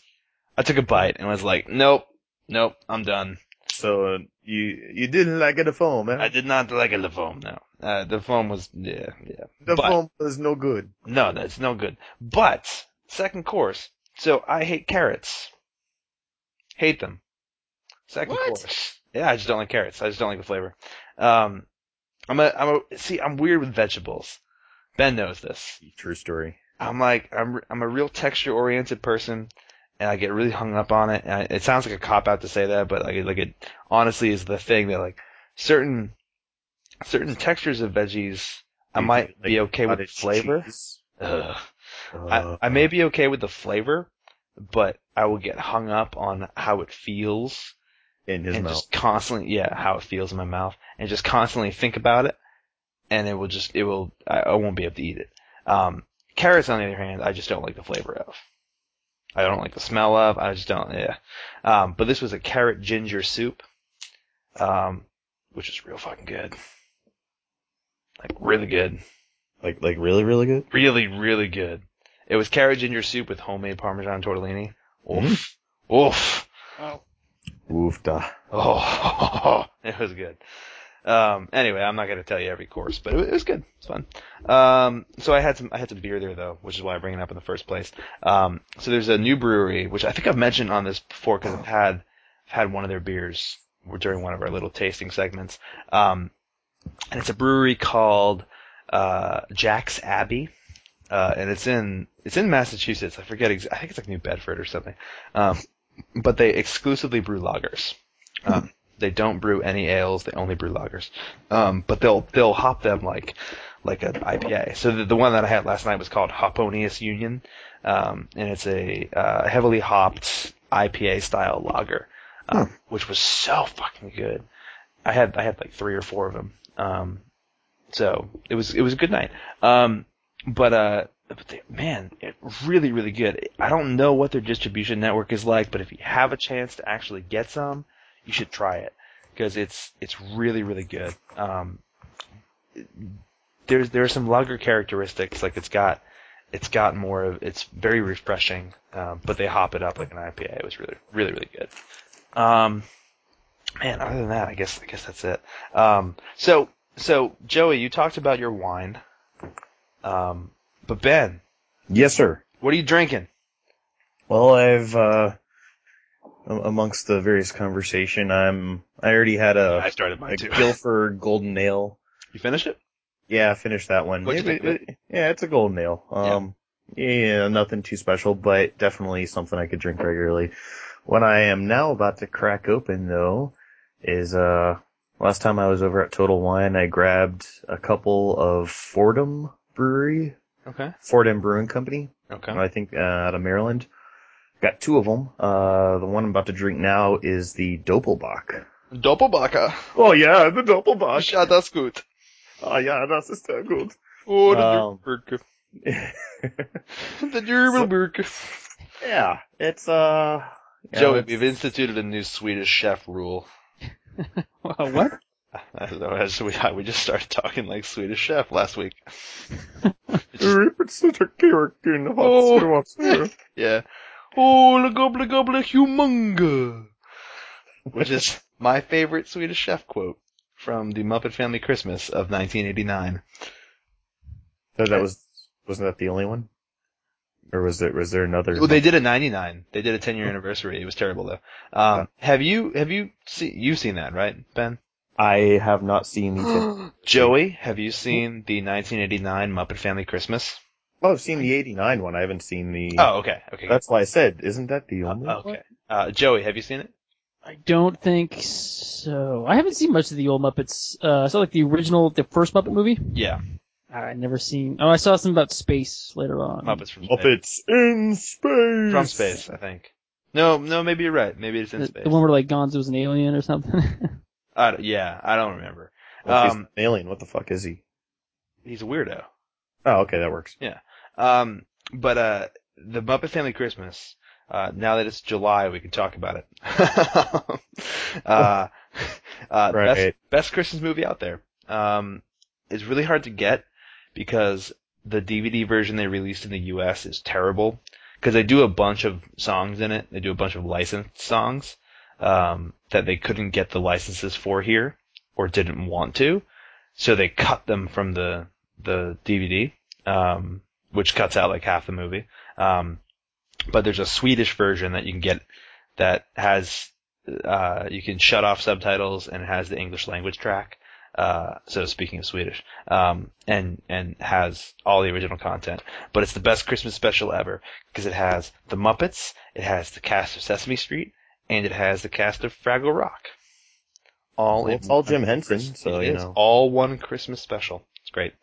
Speaker 1: I took a bite and was like, nope, nope, I'm done.
Speaker 2: So uh, you you didn't like the foam, man.
Speaker 1: I did not like the foam. No, uh, the foam was yeah, yeah.
Speaker 2: the
Speaker 1: but-
Speaker 2: foam was no good.
Speaker 1: No, that's no good. But second course. So I hate carrots. Hate them. Second
Speaker 3: What?
Speaker 1: course. Yeah, I just don't like carrots. I just don't like the flavor. Um, I'm a, I'm a, see, I'm weird with vegetables. Ben knows this.
Speaker 2: True story.
Speaker 1: I'm like, I'm, I'm a real texture oriented person, and I get really hung up on it. And I, it sounds like a cop out to say that, but like, it- like it honestly is the thing that like certain, certain textures of veggies, I
Speaker 2: You
Speaker 1: might
Speaker 2: like
Speaker 1: be okay with
Speaker 2: cottage
Speaker 1: flavor.
Speaker 2: cheese.
Speaker 1: Ugh.
Speaker 2: Oh,
Speaker 1: I,
Speaker 2: uh,
Speaker 1: I may be okay with the flavor, but I will get hung up on how it feels
Speaker 2: in his
Speaker 1: and
Speaker 2: mouth.
Speaker 1: just constantly, yeah, how it feels in my mouth and just constantly think about it. And it will just, it will, I, I won't be able to eat it. Um, carrots, on the other hand, I just don't like the flavor of. I don't like the smell of. I just don't, yeah. Um, but this was a carrot ginger soup, um, which is real fucking good. Like, really good
Speaker 2: like like really really good.
Speaker 1: really, really good. It was carrot ginger soup with homemade Parmesan tortellini. Oof. Oof.
Speaker 2: Oof da.
Speaker 1: Oh, it was good. Um, anyway, I'm not going to tell you every course, but it was, it was good. It's fun. Um, so I had some, I had some beer there though, which is why I bring it up in the first place. Um, so there's a new brewery, which I think I've mentioned on this before because I've had, I've had one of their beers during one of our little tasting segments. Um, and it's a brewery called, uh, Jack's Abbey. Uh, and it's in, it's in Massachusetts. I forget, ex- I think it's like New Bedford or something. Um, but they exclusively brew lagers. Um, they don't brew any ales; they only brew lagers. Um, but they'll they'll hop them like like an IPA. So the, the one that I had last night was called Hoponius Union, um, and it's a uh, heavily hopped IPA style lager, um, which was so fucking good. I had I had like three or four of them. Um, so it was it was a good night. Um, but uh, but they, man, it really really good. I don't know what their distribution network is like, but if you have a chance to actually get some, you should try it because it's it's really really good. Um, there's there are some lager characteristics like it's got it's got more of it's very refreshing, um, but they hop it up like an IPA. It was really really really good. Um, man, other than that, I guess I guess that's it. Um, so so Joey, you talked about your wine, um, but Ben,
Speaker 2: Yes, sir.
Speaker 1: what are you drinking?
Speaker 2: Well, I've uh,
Speaker 4: um, amongst the various conversation. I'm I already had
Speaker 5: I
Speaker 4: a,
Speaker 5: started mine
Speaker 4: a
Speaker 5: too.
Speaker 4: Guilford Golden Nail.
Speaker 1: You finished it?
Speaker 4: Yeah, I finished that one.
Speaker 5: What'd you
Speaker 4: It-
Speaker 5: think?
Speaker 4: it- yeah, it's a Golden Ale. Um, yeah. nothing too special, but definitely something I could drink regularly. What I am now about to crack open though is uh last time I was over at Total Wine, I grabbed a couple of Fordham Brewery,
Speaker 1: Okay.
Speaker 4: Fordham Brewing Company.
Speaker 1: Okay.
Speaker 4: I think uh, out of Maryland. Got two of them. Uh, the one I'm about to drink now is the Doppelbock.
Speaker 1: Doppelbacher.
Speaker 4: Oh yeah, the
Speaker 1: Ach,
Speaker 4: Doppelbock.
Speaker 1: ja, das gut.
Speaker 4: Oh yeah, that's ist sehr gut.
Speaker 1: Oh, the
Speaker 4: Wow.
Speaker 1: Nürburgring. the Nürburgring.
Speaker 4: yeah, it's uh. yeah,
Speaker 1: Joey,
Speaker 4: it's-
Speaker 1: we've instituted a new Swedish chef rule.
Speaker 3: Uh, what?
Speaker 1: I don't know. As we we just started talking like Swedish chef last week.
Speaker 4: It's such a character in the hot
Speaker 1: Oh.
Speaker 4: seat, what's there?
Speaker 1: Yeah. Oh, la gobla gobla humunga. Which is my favorite Swedish chef quote from the Muppet Family Christmas of 1989.
Speaker 4: No, that was wasn't that the only one, or was there was there another?
Speaker 1: Well, they did a 99. They did a 10 year anniversary. It was terrible though. Um, have you, have you seen, you've seen that, right, Ben?
Speaker 4: I have not seen these. oh,
Speaker 1: Joey, have you seen the 1989 Muppet Family Christmas?
Speaker 4: Oh, I've seen the '89 one. I haven't seen the.
Speaker 1: Oh, okay. Okay.
Speaker 4: that's why I said, isn't that the
Speaker 1: Uh,
Speaker 4: only?
Speaker 1: okay. Uh, Joey, have you seen it?
Speaker 3: I don't think so. I haven't seen much of the old Muppets. Uh, I saw like the original, the first Muppet movie.
Speaker 1: Yeah.
Speaker 3: I never seen. Oh, I saw something about space later on.
Speaker 1: Muppets from space.
Speaker 4: Muppets in space.
Speaker 1: From space, I think. No, no, maybe you're right. Maybe it's in
Speaker 3: The,
Speaker 1: space.
Speaker 3: the one where like Gonzo's an alien or something.
Speaker 1: I don't- yeah, I don't remember.
Speaker 4: Well, if he's
Speaker 1: Um,
Speaker 4: an alien. What the fuck is he?
Speaker 1: He's a weirdo.
Speaker 4: Oh, okay, that works.
Speaker 1: Um, but uh, the Muppet Family Christmas. Uh, now that it's July, we can talk about it. uh, uh, best,
Speaker 4: Right.
Speaker 1: best Christmas movie out there. Um, it's really hard to get because the DVD version they released in the U.S. is terrible because they do a bunch of songs in it. They do a bunch of licensed songs um, that they couldn't get the licenses for here or didn't want to, so they cut them from the the DVD, um, which cuts out like half the movie. Um, but there's a Swedish version that you can get that has uh, you can shut off subtitles and it has the English language track. Uh, so speaking of Swedish, um, and and has all the original content, but it's the best Christmas special ever because it has the Muppets, it has the cast of Sesame Street, and it has the cast of Fraggle Rock. All
Speaker 4: Well,
Speaker 1: in
Speaker 4: it's all Jim
Speaker 1: one
Speaker 4: Henson,
Speaker 1: Christ-
Speaker 4: so,
Speaker 1: it
Speaker 4: you
Speaker 1: is
Speaker 4: know.
Speaker 1: all one Christmas special. It's great.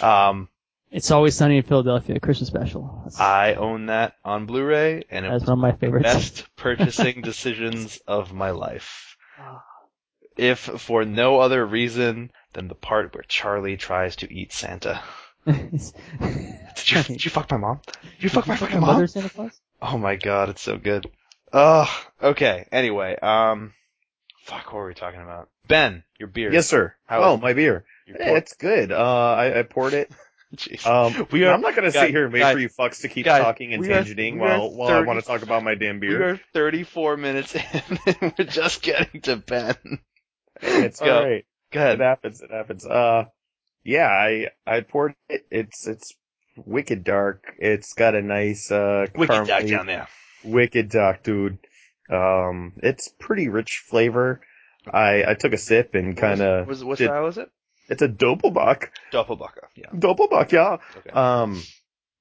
Speaker 1: Um,
Speaker 3: it's always sunny in Philadelphia. Christmas special. That's,
Speaker 1: I own that on Blu-ray, and it
Speaker 3: that's
Speaker 1: was
Speaker 3: one of my favorites.
Speaker 1: best purchasing decisions of my life.
Speaker 3: Ah.
Speaker 1: If for no other reason than the part where Charlie tries to eat Santa. Did you, did you fuck my mom? Did you fuck my fucking mom?
Speaker 3: mother, Santa Claus.
Speaker 1: Oh my god, it's so good. Ugh. Okay. Anyway, um, fuck, what were we talking about? Ben, your beer.
Speaker 4: Yes, sir.
Speaker 1: How
Speaker 4: oh,
Speaker 1: is-
Speaker 4: my beer.
Speaker 1: Your
Speaker 4: Hey,
Speaker 1: pork.
Speaker 4: it's good. Uh, I, I poured it.
Speaker 1: Jeez.
Speaker 4: Um,
Speaker 1: We are-
Speaker 4: I'm not gonna
Speaker 1: guys,
Speaker 4: sit here and wait
Speaker 1: guys,
Speaker 4: for you fucks to keep
Speaker 1: guys,
Speaker 4: talking and
Speaker 1: we are-
Speaker 4: tangenting
Speaker 1: we
Speaker 4: while
Speaker 1: are
Speaker 4: while I
Speaker 1: 30
Speaker 4: want to talk about my damn
Speaker 1: we
Speaker 4: beer.
Speaker 1: are 34 minutes in, and we're just getting to Ben.
Speaker 4: it's
Speaker 1: go.
Speaker 4: all right.
Speaker 1: Go
Speaker 4: It
Speaker 1: ahead.
Speaker 4: happens. It happens. Uh, yeah, I I poured it. It's it's wicked dark. It's got a nice uh
Speaker 1: Wicked Jack
Speaker 4: caramely-
Speaker 1: down there.
Speaker 4: Wicked Doc, dude. Um, it's pretty rich flavor. I, I took a sip and kind of,
Speaker 1: Was, what
Speaker 4: did-
Speaker 1: style is it?
Speaker 4: it's a Doppelbock.
Speaker 1: Doppelbacher. Yeah.
Speaker 4: Doppelbock, yeah.
Speaker 1: Okay.
Speaker 4: Um,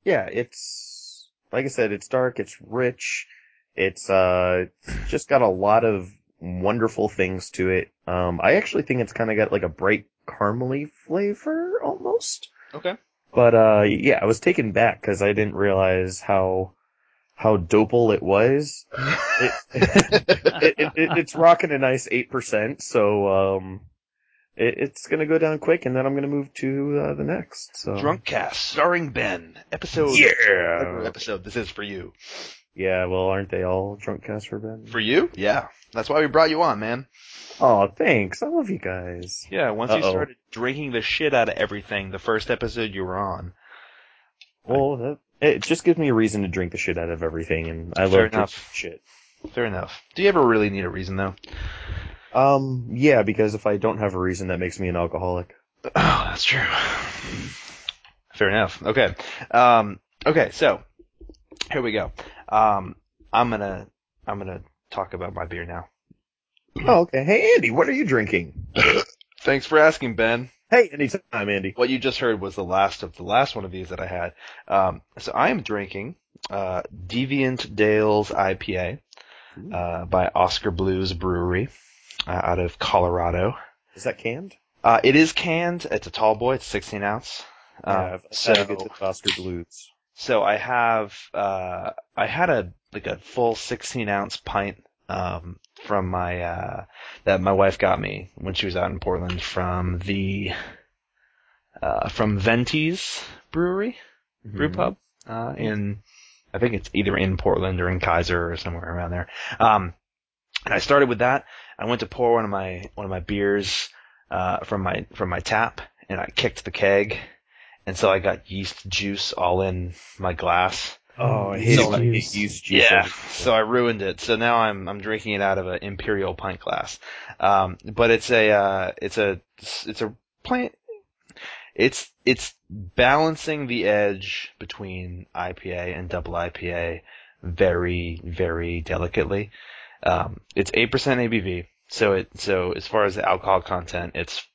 Speaker 4: yeah, it's, like I said, it's dark, it's rich, it's, uh, it's just got a lot of wonderful things to it. Um, I actually think it's kind of got like a bright caramely flavor almost.
Speaker 1: Okay.
Speaker 4: But, uh, yeah, I was taken back because I didn't realize how, how dopal it was. It, it, it, it, it's rocking a nice eight percent, so um, it, it's gonna go down quick, and then I'm gonna move to uh, the next. So
Speaker 1: Drunk Cast, starring Ben. Episode. Whatever
Speaker 4: yeah,
Speaker 1: Episode. This is for you.
Speaker 4: yeah. Well, aren't they all drunk cast for Ben?
Speaker 1: For you? Yeah. That's why we brought you on, man.
Speaker 4: Oh, thanks. I love you guys.
Speaker 1: Yeah. Once you
Speaker 4: Uh-oh.
Speaker 1: started drinking the shit out of everything, the first episode you were on.
Speaker 4: Well, that, it just gives me a reason to drink the shit out of everything, and I
Speaker 1: Fair
Speaker 4: love drinking
Speaker 1: enough.
Speaker 4: shit.
Speaker 1: Fair enough. Do you ever really need a reason though?
Speaker 4: Um, yeah, because if I don't have a reason, that makes me an alcoholic.
Speaker 1: Oh, that's true. Fair enough. Okay. Um, okay. So here we go. Um, I'm gonna I'm gonna talk about my beer now. Hmm.
Speaker 2: Oh, okay. Hey, Andy, what are you drinking?
Speaker 1: Thanks for asking, Ben.
Speaker 2: Hey, anytime, Andy.
Speaker 1: What you just heard was the last of the last one of these that I had. Um, so I am drinking uh, Deviant Dales IPA uh, by Oscar Blues Brewery uh, out of Colorado.
Speaker 2: Is that canned?
Speaker 1: Uh, it is canned. It's a tall boy. It's 16 ounce. Um,
Speaker 2: I've- I've
Speaker 1: so,
Speaker 2: gotta get to the Oscar Blues.
Speaker 1: so I have, uh, I had a, like a full 16 ounce pint, um, from my, uh, that my wife got me when she was out in Portland from the, uh, from Venti's Brewery, brew
Speaker 2: Mm-hmm.
Speaker 1: pub, uh, in, I think it's either in Portland or in Kaiser or somewhere around there. Um, and I started with that. I went to pour one of my, one of my beers, uh, from my, from my tap and I kicked the keg. And so I got yeast juice all in my glass.
Speaker 2: Oh, I hate
Speaker 1: Mm-hmm. So
Speaker 2: it when I
Speaker 3: juice.
Speaker 2: get yeast juice.
Speaker 1: Yeah, so I ruined it. So now I'm I'm drinking it out of an imperial pint glass. Um, but it's a uh, it's a it's a plant. It's it's balancing the edge between IPA and double IPA very very delicately. Um, it's eight percent ABV, so it so as far as the alcohol content, it's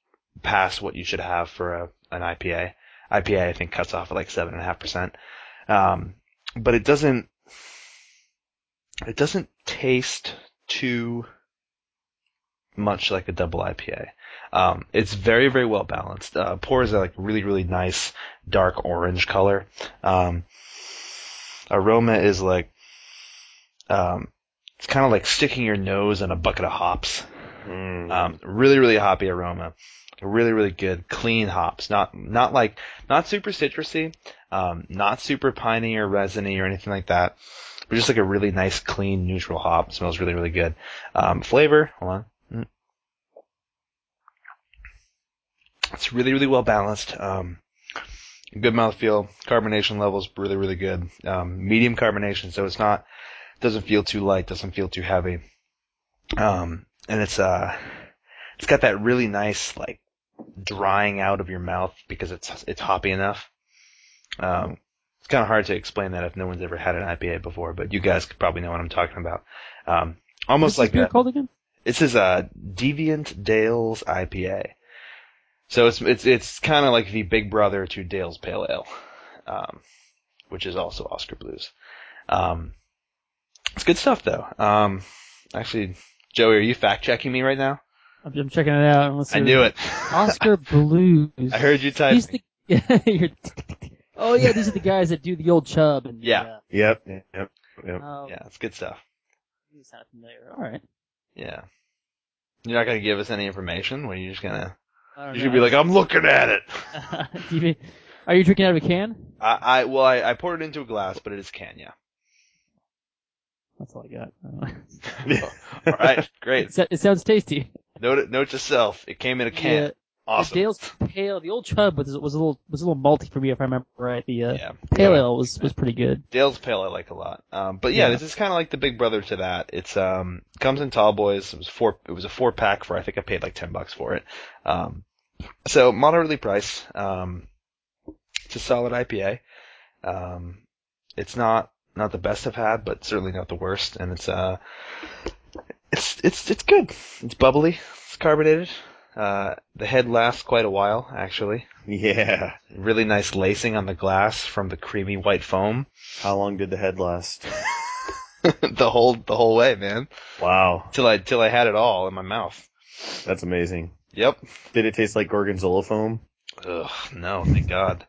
Speaker 1: past what you should have for a an IPA. IPA I think cuts off at like seven and a half percent. Um, but it doesn't it doesn't taste too much like a double IPA. Um, it's very, very well balanced. Uh, pours a like really, really nice dark orange color. Um, aroma is like, um, it's kind of like sticking your nose in a bucket of hops.
Speaker 2: Mm.
Speaker 1: Um, really, really hoppy aroma. Really, really good, clean hops. Not, not like, not super citrusy, um, not super piney or resiny or anything like that. But just like a really nice, clean, neutral hop. Smells really, really good. Um, flavor, hold on. Mm. It's really, really well balanced. Um, good mouthfeel. Carbonation levels really, really good. Um, medium carbonation, so it's not, doesn't feel too light, doesn't feel too heavy. Um, and it's uh, it's got that really nice like drying out of your mouth because it's it's hoppy enough. Um, it's kind of hard to explain that if no one's ever had an IPA before, but you guys could probably know what I'm talking about. Um, almost
Speaker 3: What's
Speaker 1: like
Speaker 3: this beer
Speaker 1: a-
Speaker 3: called again?
Speaker 1: this is a Deviant Dales IPA. So it's it's it's kind of like the big brother to Dale's Pale Ale, um, which is also Oscar Blues. Um, it's good stuff though. Um, actually, Joey, are you fact checking me right now?
Speaker 3: I'm, I'm checking it out. Let's
Speaker 1: I
Speaker 3: see what-
Speaker 1: knew it.
Speaker 3: Oscar Blues.
Speaker 1: I heard you type.
Speaker 3: These the, you're, oh yeah, these are the guys that do the old chub and
Speaker 1: Yeah.
Speaker 2: Yep. Yep.
Speaker 3: yeah.
Speaker 2: Yep.
Speaker 3: Oh,
Speaker 1: Yeah, it's good stuff.
Speaker 3: you sound familiar. All right.
Speaker 1: Yeah. You're not gonna give us any information. What are you just gonna?
Speaker 3: I don't
Speaker 1: You
Speaker 3: know.
Speaker 1: should be "Oh." like, I'm looking at it.
Speaker 3: Do you- are you drinking out of a can?
Speaker 1: I, I well, I, I poured it into a glass, but it is can, yeah.
Speaker 3: That's all I got. I don't know.
Speaker 1: uh, All right, great.
Speaker 3: It, sa- it sounds tasty.
Speaker 1: Note note to self, it came in a can.
Speaker 3: Yeah, the
Speaker 1: awesome.
Speaker 3: Dale's pale. The old chub was, was a little was a little malty for me if I remember right. The uh,
Speaker 1: yeah.
Speaker 3: pale ale was was pretty good.
Speaker 1: Dale's Pale I like a lot. Um, but yeah,
Speaker 3: Yeah.
Speaker 1: this is kind of like the big brother to that. It's um comes in tall boys. It was four. It was a four pack for I think I paid like ten bucks for it. Um, so moderately priced. Um, it's a solid IPA. Um, it's not not the best I've had, but certainly not the worst. And it's uh, it's it's it's good. It's bubbly. It's carbonated. Uh, the head lasts quite a while actually.
Speaker 2: Yeah.
Speaker 1: Really nice lacing on the glass from the creamy white foam.
Speaker 2: How long did the head last?
Speaker 1: the whole the whole way, man.
Speaker 2: Wow.
Speaker 1: Till I till I had it all in my mouth.
Speaker 2: That's amazing.
Speaker 1: Yep.
Speaker 2: Did it taste like gorgonzola foam?
Speaker 1: Ugh. No, thank God.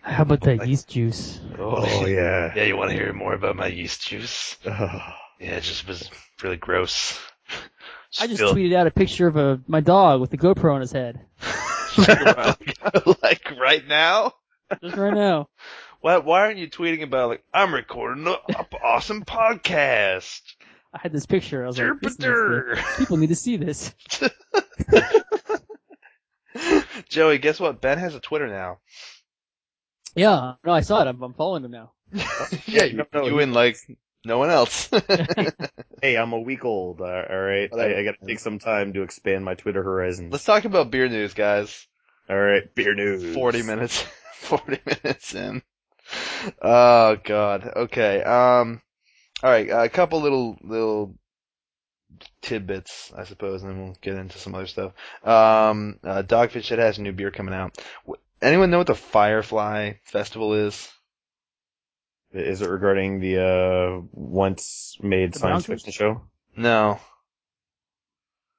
Speaker 3: How about that yeast juice?
Speaker 1: Oh yeah.
Speaker 2: yeah.
Speaker 1: Yeah, you want to hear more about my yeast juice?
Speaker 2: Ugh.
Speaker 1: Yeah, it just was really gross.
Speaker 3: I just
Speaker 1: Still-
Speaker 3: tweeted out a picture of a my dog with a GoPro on his head.
Speaker 1: like right now.
Speaker 3: Just right now.
Speaker 1: Why why aren't you tweeting about like I'm recording an awesome podcast?
Speaker 3: I had this picture. I was like, this needs to,
Speaker 1: Derpader.
Speaker 3: people need to see this.
Speaker 1: Joey, guess what? Ben has a Twitter now.
Speaker 3: Yeah, no, I saw it. I'm, I'm following him now.
Speaker 1: yeah,
Speaker 2: you- no,
Speaker 1: you
Speaker 2: he-
Speaker 1: and like no one else.
Speaker 2: Hey, I'm a week old. Uh, all right. I, I got to take some time to expand my Twitter horizons.
Speaker 1: Let's talk about beer news, guys.
Speaker 2: All right. Beer news.
Speaker 1: 40 minutes 40 minutes in oh god okay um all right a couple little little tidbits, I suppose, and then we'll get into some other stuff. Um, uh, Dogfish Head has a new beer coming out. Wh- Anyone know what the Firefly Festival is?
Speaker 4: Is it regarding the uh, once made
Speaker 3: The
Speaker 4: science
Speaker 3: Bouncers?
Speaker 4: fiction show?
Speaker 1: No.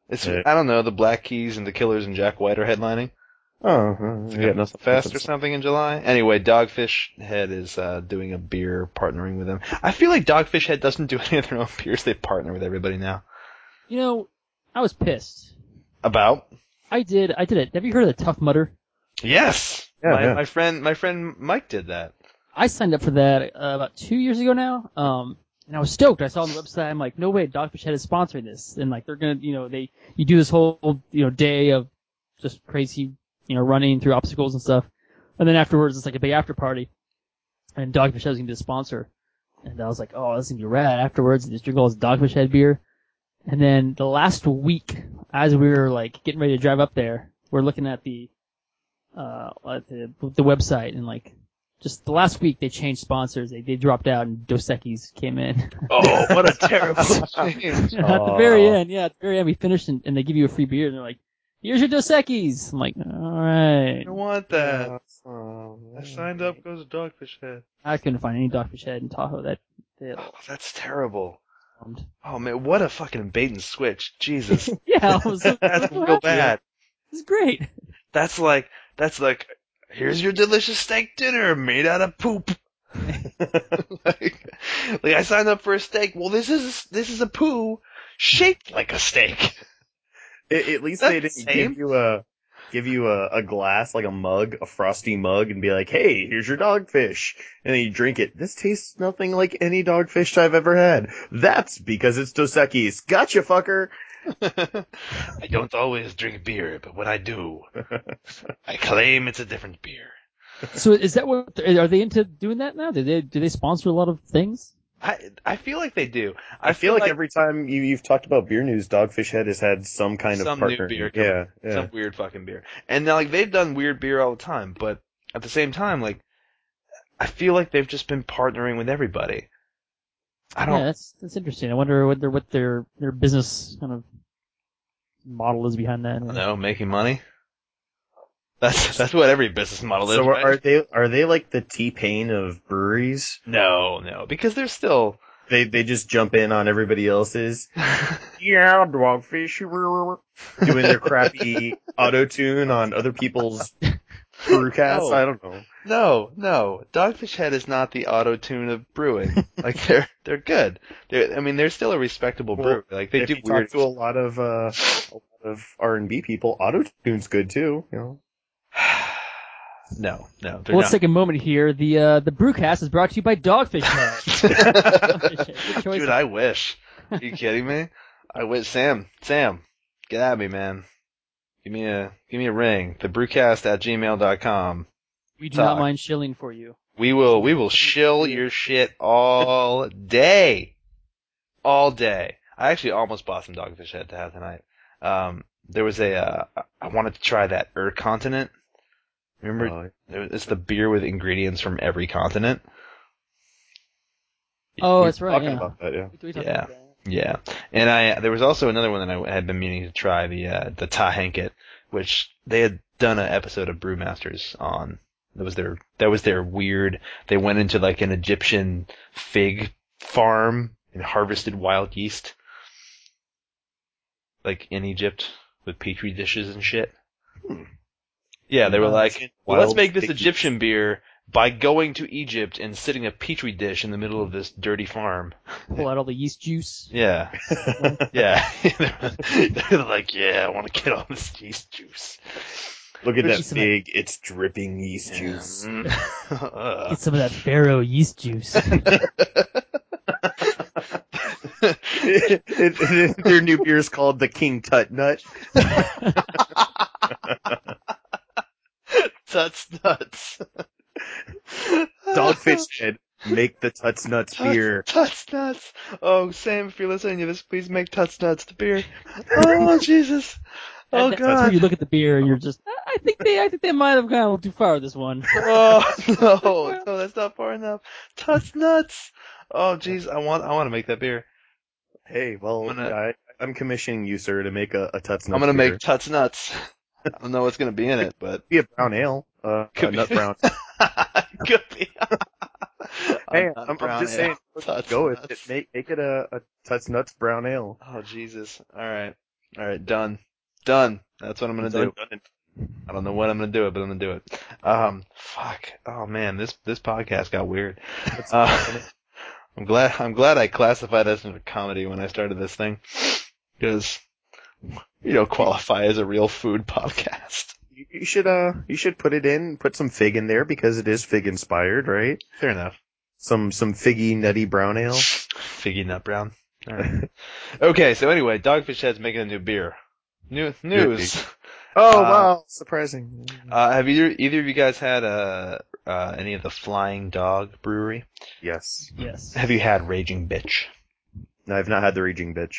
Speaker 1: It's
Speaker 4: Uh,
Speaker 1: I don't know. The Black Keys and the Killers and Jack White are headlining.
Speaker 4: Oh, uh, I got nothing.
Speaker 1: Fest or something in July. Anyway, Dogfish Head is uh, doing a beer partnering with them. I feel like Dogfish Head doesn't do any of their own beers. They partner with everybody now.
Speaker 3: You know, I was pissed.
Speaker 1: About
Speaker 3: I did. I did it. Have you heard of the Tough Mudder?
Speaker 1: yes,
Speaker 4: Yeah,
Speaker 1: my,
Speaker 4: yeah.
Speaker 1: my friend, my friend Mike did that.
Speaker 3: I signed up for that uh, about two years ago now, um, and I was stoked. I saw on the website, I'm like, no way, Dogfish Head is sponsoring this, and like they're gonna, you know, they you do this whole you know day of just crazy, you know, running through obstacles and stuff, and then afterwards it's like a big after party, and Dogfish Head's gonna be the sponsor, and I was like, oh, this is gonna be rad. Afterwards, just drink all this Dogfish Head beer, and then the last week, as we were like getting ready to drive up there, we're looking at the uh at the, the website and like just the last week they changed sponsors. They they dropped out and Dos Equis came in.
Speaker 1: Oh, what a terrible change!
Speaker 3: at the very end, yeah, at the very end we finished and, and they give you a free beer and they're like, "Here's your Dos Equis." I'm like, "All
Speaker 1: I
Speaker 3: right."
Speaker 1: don't want that.
Speaker 4: Awesome.
Speaker 1: I signed up. Goes to Dogfish Head.
Speaker 3: I couldn't find any Dogfish Head in Tahoe that they
Speaker 1: Oh, that's terrible.
Speaker 3: bombed.
Speaker 1: Oh man, what a fucking bait and switch. Jesus,
Speaker 3: Yeah, I was,
Speaker 1: that's
Speaker 3: so
Speaker 1: real
Speaker 3: happy.
Speaker 1: bad.
Speaker 3: It's great.
Speaker 1: That's like that's like here's your delicious steak dinner made out of poop. like, like I signed up for a steak. Well, this is this is a poo shaped like a steak.
Speaker 4: A- at least
Speaker 1: That's
Speaker 4: they
Speaker 1: the
Speaker 4: didn't
Speaker 1: same.
Speaker 4: give you a give you a, a glass like a mug, a frosty mug, and be like, "Hey, here's your dogfish," and then you drink it. This tastes nothing like any dogfish I've ever had. That's because it's Dos Equis. Gotcha, fucker.
Speaker 1: I don't always drink beer, but when I do, I claim it's a different beer.
Speaker 3: So is that what are they into doing that now? Do they do they sponsor a lot of things?
Speaker 1: I I feel like they do.
Speaker 4: I, feel, like, every time you, you've talked about beer news, Dogfish Head has had some kind
Speaker 1: Some
Speaker 4: of
Speaker 1: new
Speaker 4: partner.
Speaker 1: beer coming-
Speaker 4: yeah, yeah.
Speaker 1: some weird fucking beer. And now, like they've done weird beer all the time, but at the same time, like I feel like they've just been partnering with everybody. I
Speaker 3: Yeah,
Speaker 1: don't.
Speaker 3: that's that's interesting. I wonder what their what their their business kind of model is behind that.
Speaker 1: No, making money. That's that's what every business model is.
Speaker 4: so are,
Speaker 1: right?
Speaker 4: are they are they like the T Pain of breweries?
Speaker 1: no, no, because they're still.
Speaker 4: They they just jump in on everybody else's
Speaker 1: yeah,
Speaker 4: yeah dogfish doing their crappy auto tune on other people's brewcasts.
Speaker 1: No.
Speaker 4: I don't know.
Speaker 1: No, no, Dogfish Head is not the auto tune of brewing. like they're they're good. They're, I mean, they're still a respectable
Speaker 4: Well,
Speaker 1: brewery. Like they
Speaker 4: if
Speaker 1: do
Speaker 4: you
Speaker 1: weird.
Speaker 4: talk to a lot of uh, a lot of R and B people, auto tune's good too. You know.
Speaker 1: no, no, they're
Speaker 3: Well,
Speaker 1: not.
Speaker 3: let's take a moment here. The uh, the brewcast is brought to you by Dogfish Head. Good choice.
Speaker 1: Dude, I wish. Are you kidding me? I wish. Sam, Sam, get at me, man. Give me a give me a ring. The brewcast at gmail.com.
Speaker 3: we do
Speaker 1: Talk.
Speaker 3: not mind shilling for you.
Speaker 1: We will we will shill your shit all day. All day. I actually almost bought some dogfish head to have tonight. Um there was a uh, I wanted to try that Ur continent. Remember
Speaker 4: Uh,
Speaker 1: it's the beer with ingredients from every continent.
Speaker 3: Oh,
Speaker 4: we
Speaker 3: that's
Speaker 4: were
Speaker 3: right.
Speaker 4: Talking
Speaker 3: Yeah.
Speaker 4: about that, yeah.
Speaker 3: We talked
Speaker 1: Yeah.
Speaker 3: about that.
Speaker 1: Yeah, and I there was also another one that I had been meaning to try the uh, the Ta Hanket, which they had done an episode of Brewmasters on. That was their that was their weird. They went into like an Egyptian fig farm and harvested wild yeast, like in Egypt with petri dishes and shit. Yeah, they were like, well, let's
Speaker 4: Hmm. Uh, Wild
Speaker 1: make this
Speaker 4: fig yeast.
Speaker 1: Egyptian beer by going to Egypt and sitting a petri dish in the middle of this dirty farm.
Speaker 3: Pull out all the yeast juice.
Speaker 1: Yeah. yeah. They're like, yeah, I want to get all this yeast juice.
Speaker 4: Look at
Speaker 3: There's
Speaker 4: that
Speaker 3: just an-
Speaker 4: fig. It's dripping yeast juice.
Speaker 1: Mm. Ugh.
Speaker 3: Get some of that Faro yeast juice.
Speaker 4: It- it- their new beer is called the King Tut Nut.
Speaker 1: Tuts nuts.
Speaker 4: Dogfish Head make the Tuts Nuts
Speaker 1: Tuts-
Speaker 4: beer.
Speaker 1: Tuts nuts. Oh, Sam, if you're listening to this, please make Tuts nuts the beer. Oh, Jesus. Oh,
Speaker 3: That- That's where
Speaker 1: God.
Speaker 3: you look at the beer and you're just, "I- I think they, I think they might have gone a little too far with this one.
Speaker 1: Oh, no. No, that's not far enough. Tuts nuts. Oh, jeez. I want, I want to make that beer.
Speaker 4: Hey, well,
Speaker 1: I'm gonna-
Speaker 4: I, I'm commissioning you, sir, to make a, a Tuts
Speaker 1: I'm gonna make Tut's nuts. I don't know what's gonna be in it, but
Speaker 4: be a brown ale. Uh,
Speaker 1: Could
Speaker 4: a
Speaker 1: be.
Speaker 4: nut brown.
Speaker 1: could be.
Speaker 4: Hey,
Speaker 1: not
Speaker 4: I'm, I'm
Speaker 1: brown
Speaker 4: just
Speaker 1: ale.
Speaker 4: saying,
Speaker 1: Tut's
Speaker 4: go with it.
Speaker 1: nuts.
Speaker 4: Make, make it a, a Tuts Nuts brown ale.
Speaker 1: Oh Jesus! All right, all right, done, done. That's what I'm gonna do.
Speaker 4: Done.
Speaker 1: I don't know when I'm gonna do it, but I'm gonna do it. Um, fuck. Oh man, this this podcast got weird. Uh, I'm glad I'm glad I classified us into comedy when I started this thing, because you don't qualify as a real food podcast.
Speaker 4: You, you should uh, you should put it in, put some fig in there because it is fig inspired, right?
Speaker 1: Fair enough.
Speaker 4: Some some figgy nutty brown ale.
Speaker 1: Figgy nut brown. All right. okay, so anyway, Dogfish Head's making a new beer. New news.
Speaker 4: Oh
Speaker 1: Uh,
Speaker 4: wow, surprising.
Speaker 1: Uh, have either either of you guys had uh, uh any of the Flying Dog Brewery?
Speaker 4: yes,
Speaker 3: Yes.
Speaker 1: Have you had Raging Bitch,
Speaker 4: no, I've not had the raging bitch.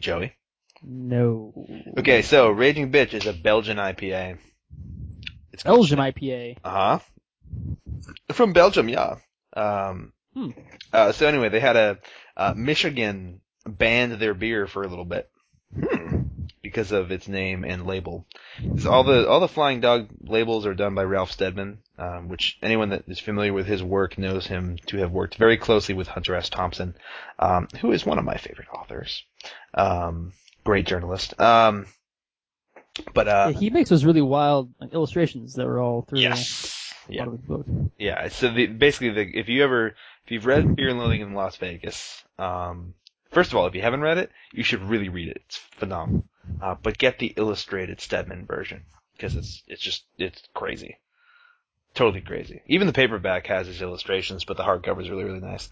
Speaker 1: Joey?
Speaker 3: No.
Speaker 1: Okay, so Raging Bitch is a Belgian IPA. It's
Speaker 3: Belgium IPA.
Speaker 1: Uh huh. From Belgium, yeah. Um.
Speaker 3: Hmm.
Speaker 1: Uh, so anyway, they had a uh, Michigan banned their beer for a little bit because of its name and label. 'Cause All the all the Flying Dog labels are done by Ralph Steadman, um, which anyone that is familiar with his work knows him to have worked very closely with Hunter S. Thompson, um, who is one of my favorite authors. Um, great journalist. Um, but uh,
Speaker 3: yeah, he makes those really wild like, illustrations that were all through
Speaker 1: yes,
Speaker 3: a
Speaker 1: yeah.
Speaker 3: lot of the book.
Speaker 1: Yeah. So the, basically, the, if you ever if you've read Fear and Loathing in Las Vegas, um, first of all, if you haven't read it, you should really read it. It's phenomenal. Uh, but get the illustrated Stedman version because it's it's just it's crazy, totally crazy. Even the paperback has his illustrations, but the hardcover is really really nice.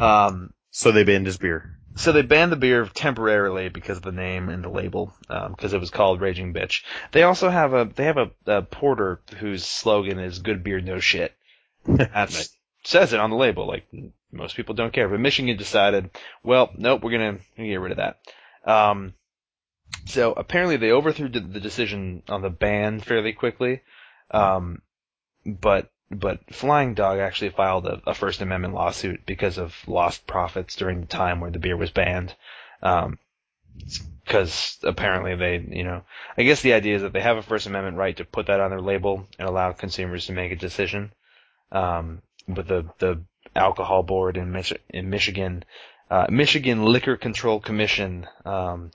Speaker 1: Um,
Speaker 4: So they banned his beer.
Speaker 1: so they banned the beer temporarily because of the name and the label, because it was called Raging Bitch. They also have a they have a, a porter whose slogan is "Good beer, no shit." That says it on the label. Like most people don't care, but Michigan decided, well, nope, we're gonna, we're gonna get rid of that. Um, so apparently they overthrew the the decision on the ban fairly quickly, um, but but Flying Dog actually filed a, a First Amendment lawsuit because of lost profits during the time where the beer was banned. Um 'cause because apparently they, you know, I guess the idea is that they have a First Amendment right to put that on their label and allow consumers to make a decision. Um, but the the alcohol board in Mich- in Michigan, uh, Michigan Liquor Control Commission, um,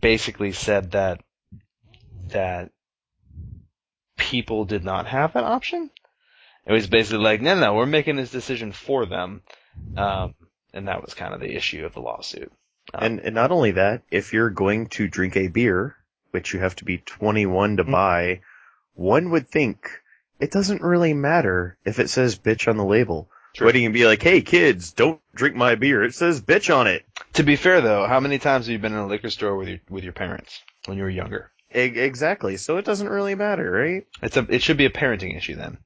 Speaker 1: basically said that that people did not have that option. It was basically like, no, no, we're making this decision for them, um, and that was kind of the issue of the lawsuit. Um,
Speaker 4: And and not only that, if you're going to drink a beer, which you have to be 21 to
Speaker 1: Mm.
Speaker 4: buy, one would think it doesn't really matter if it says bitch on the label.
Speaker 1: True.
Speaker 4: What are you gonna be like? Hey kids, don't drink my beer. It says bitch on it.
Speaker 1: to be fair though, how many times have you been in a liquor store with your with your parents when you were younger?
Speaker 4: E- exactly. So it doesn't really matter, right?
Speaker 1: It's a it should be a parenting issue then.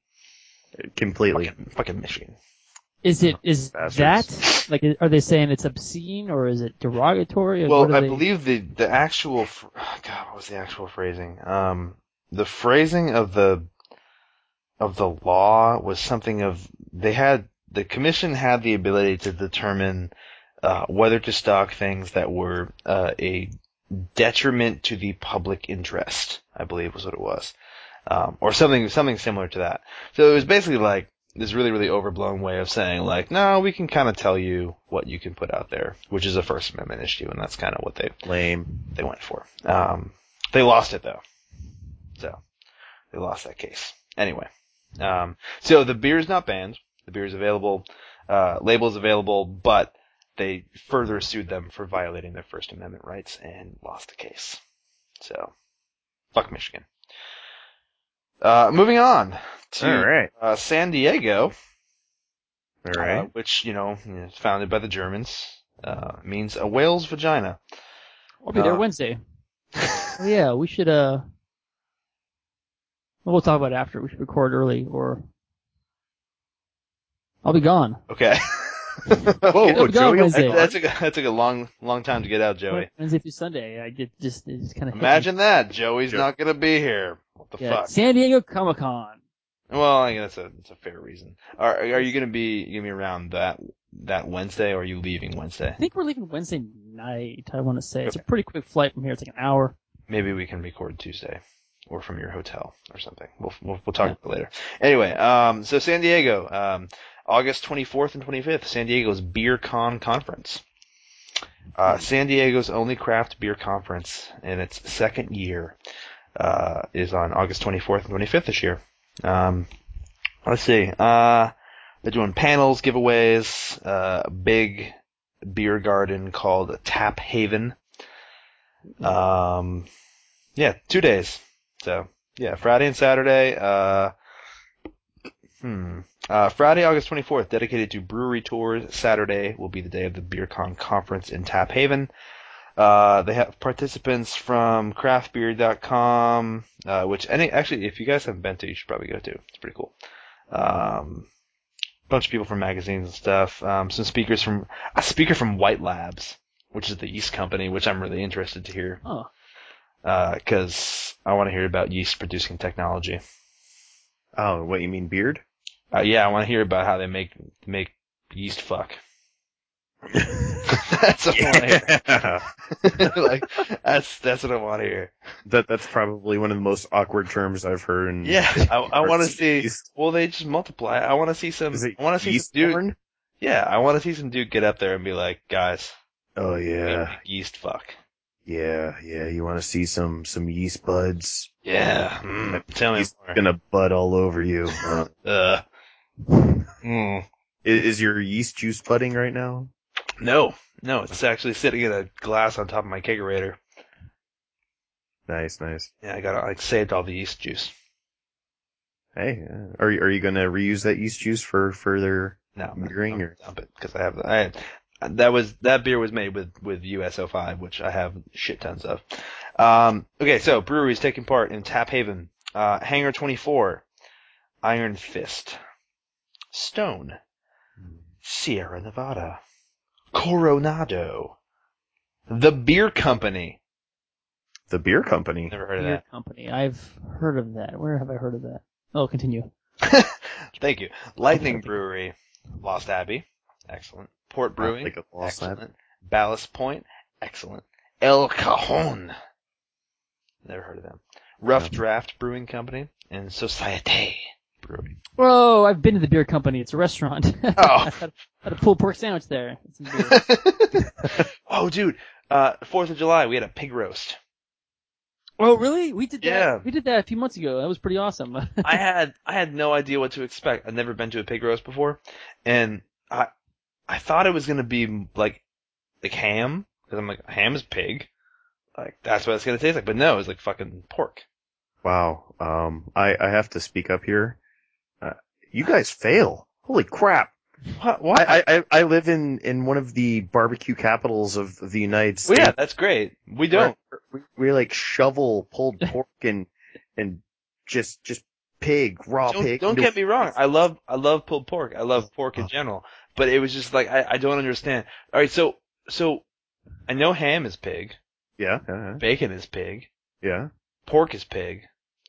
Speaker 4: Completely.
Speaker 1: Fucking, fucking Michigan.
Speaker 3: Is it is
Speaker 4: Bastards.
Speaker 3: that like are they saying it's obscene or is it derogatory? Like, what
Speaker 1: Well,
Speaker 3: do
Speaker 1: I
Speaker 3: they-
Speaker 1: believe the the actual fr- God, what was the actual phrasing? Um, the phrasing of the of the law was something of they had the commission had the ability to determine uh, whether to stock things that were uh, a detriment to the public interest. I believe was what it was, um, or something something similar to that. So it was basically like this really really overblown way of saying like, no, we can kind of tell you what you can put out there, which is a First Amendment issue, and that's kind of what they
Speaker 4: Lame.
Speaker 1: they went for. Um, they lost it though, so they lost that case. Anyway, um, so the beer is not banned. The beer is available. Uh, label is available, but they further sued them for violating their First Amendment rights and lost the case. So, fuck Michigan. Uh, moving on to
Speaker 4: All right.
Speaker 1: uh, San Diego.
Speaker 4: All
Speaker 1: Uh,
Speaker 4: right.
Speaker 1: which, you know, is founded by the Germans, uh, means a whale's vagina.
Speaker 3: I'll be there
Speaker 1: uh,
Speaker 3: Wednesday. Oh, yeah, we should. Uh, well, we'll talk about it after. We should record early, or I'll be gone.
Speaker 1: Okay.
Speaker 4: Whoa,
Speaker 3: It'll
Speaker 4: whoa
Speaker 3: be gone
Speaker 4: Joey.
Speaker 3: Wednesday.
Speaker 1: that, that took a, that took a long, long time to get out, Joey.
Speaker 3: Wednesday through Sunday. I get just it just kind of
Speaker 1: Imagine that. Joey's
Speaker 4: Joe-
Speaker 1: not gonna be here. What the
Speaker 3: yeah,
Speaker 1: fuck?
Speaker 3: San Diego Comic Con.
Speaker 1: Well, I guess that's a, that's a fair reason. Are, are you gonna be, you gonna be around that, that Wednesday or are you leaving Wednesday?
Speaker 3: I think we're leaving Wednesday night. I want to say it's a pretty quick flight from here. It's like an hour.
Speaker 1: Maybe we can record Tuesday or from your hotel or something. We'll we'll, we'll talk about it later. Anyway, um, so San Diego, um, August 24th and 25th, San Diego's Beer Con conference. Uh, San Diego's only craft beer conference in its second year uh, is on August 24th and 25th this year. Um, let's see. Uh, they're doing panels, giveaways, uh, a big beer garden called Tap Haven. Um, yeah, two days. So yeah, Friday and Saturday. Uh, hmm. Uh, Friday, August 24th, dedicated to brewery tours. Saturday will be the day of the BeerCon conference in Tap Haven. Uh, they have participants from craftbeer.com, uh, which any actually, if you guys haven't been to, you should probably go to. It's pretty cool. Um, bunch of people from magazines and stuff. Um, some speakers from a speaker from White Labs, which is the yeast company, which I'm really interested to hear
Speaker 3: Oh,
Speaker 1: because Uh, I want to hear about yeast producing technology.
Speaker 4: Oh, what you mean beard?
Speaker 1: Uh, yeah, I want to hear about how they make make yeast fuck. that's what I want to hear. like that's that's what I want to hear.
Speaker 4: That that's probably one of the most awkward terms I've heard. In
Speaker 1: Yeah, I, I want to see.
Speaker 4: Hmm. Is
Speaker 1: Well, they just multiply. I want to see some.
Speaker 4: it
Speaker 1: I want to see
Speaker 4: yeast
Speaker 1: some dude.
Speaker 4: porn?
Speaker 1: Yeah, I want to see some dude get up there and be like, guys,
Speaker 4: Oh
Speaker 1: we
Speaker 4: yeah,
Speaker 1: make yeast fuck.
Speaker 4: yeah, yeah. You want to see some some yeast buds?
Speaker 1: Yeah, mm, tell me
Speaker 4: Yeast
Speaker 1: more.
Speaker 4: gonna bud all over you. Uh,
Speaker 1: Uh, mm.
Speaker 4: i- is your yeast juice budding right now?
Speaker 1: No, no, it's actually sitting in a glass on top of my kegerator.
Speaker 4: Nice, nice.
Speaker 1: Yeah, I got I saved all the yeast juice.
Speaker 4: Hey, uh, are you- are you gonna reuse that yeast juice for further?
Speaker 1: No, I'm not
Speaker 4: Green
Speaker 1: gonna
Speaker 4: or-
Speaker 1: dump it because I have the, I that was that beer was made with with USO5, which I have shit tons of. Um, okay, so breweries taking part in Tap Haven, uh, Hangar 24, Iron Fist, Stone, Sierra Nevada, Coronado, The Beer Company.
Speaker 4: The beer company.
Speaker 1: Never heard of that.
Speaker 3: beer company. I've heard of that. Where have I heard of that? Oh, continue.
Speaker 1: Thank you. Lightning Brewery, Lost Abbey, excellent. Port Brewing,
Speaker 4: Like a lost lab.
Speaker 1: excellent. Ballast Point, excellent. El Cajon, never heard of them. Rough Draft Brewing Company and Societe Brewing.
Speaker 3: Whoa, I've been to the beer company. It's a restaurant.
Speaker 1: Oh.
Speaker 3: had, had a pulled pork sandwich there. It's in beer.
Speaker 1: oh, dude, uh, Fourth of July, we had a pig roast.
Speaker 3: oh, really? We did that.
Speaker 1: Yeah.
Speaker 3: We did that a few months ago. That was pretty awesome.
Speaker 1: I had I had no idea what to expect. I'd never been to a pig roast before, and I I thought it was gonna be like like ham because I'm like ham is pig, like that's what it's gonna taste like. But no, it was like fucking pork.
Speaker 4: Wow. Um, I I have to speak up here. Uh, you guys fail. Holy crap.
Speaker 1: What?
Speaker 4: Well, I, I I live in in one of the barbecue capitals of the United
Speaker 1: Well,
Speaker 4: States.
Speaker 1: Oh, yeah, that's great. We don't.
Speaker 4: We, we like shovel pulled pork and and just just pig raw
Speaker 1: Don't,
Speaker 4: pig. Oh.
Speaker 1: don't
Speaker 4: into-
Speaker 1: get me wrong. I love I love pulled pork. I love pork in general. But it was just like I, I don't understand. All right, so so I know ham is pig,
Speaker 4: Yeah, uh-huh,
Speaker 1: bacon is pig,
Speaker 4: yeah,
Speaker 1: pork is pig.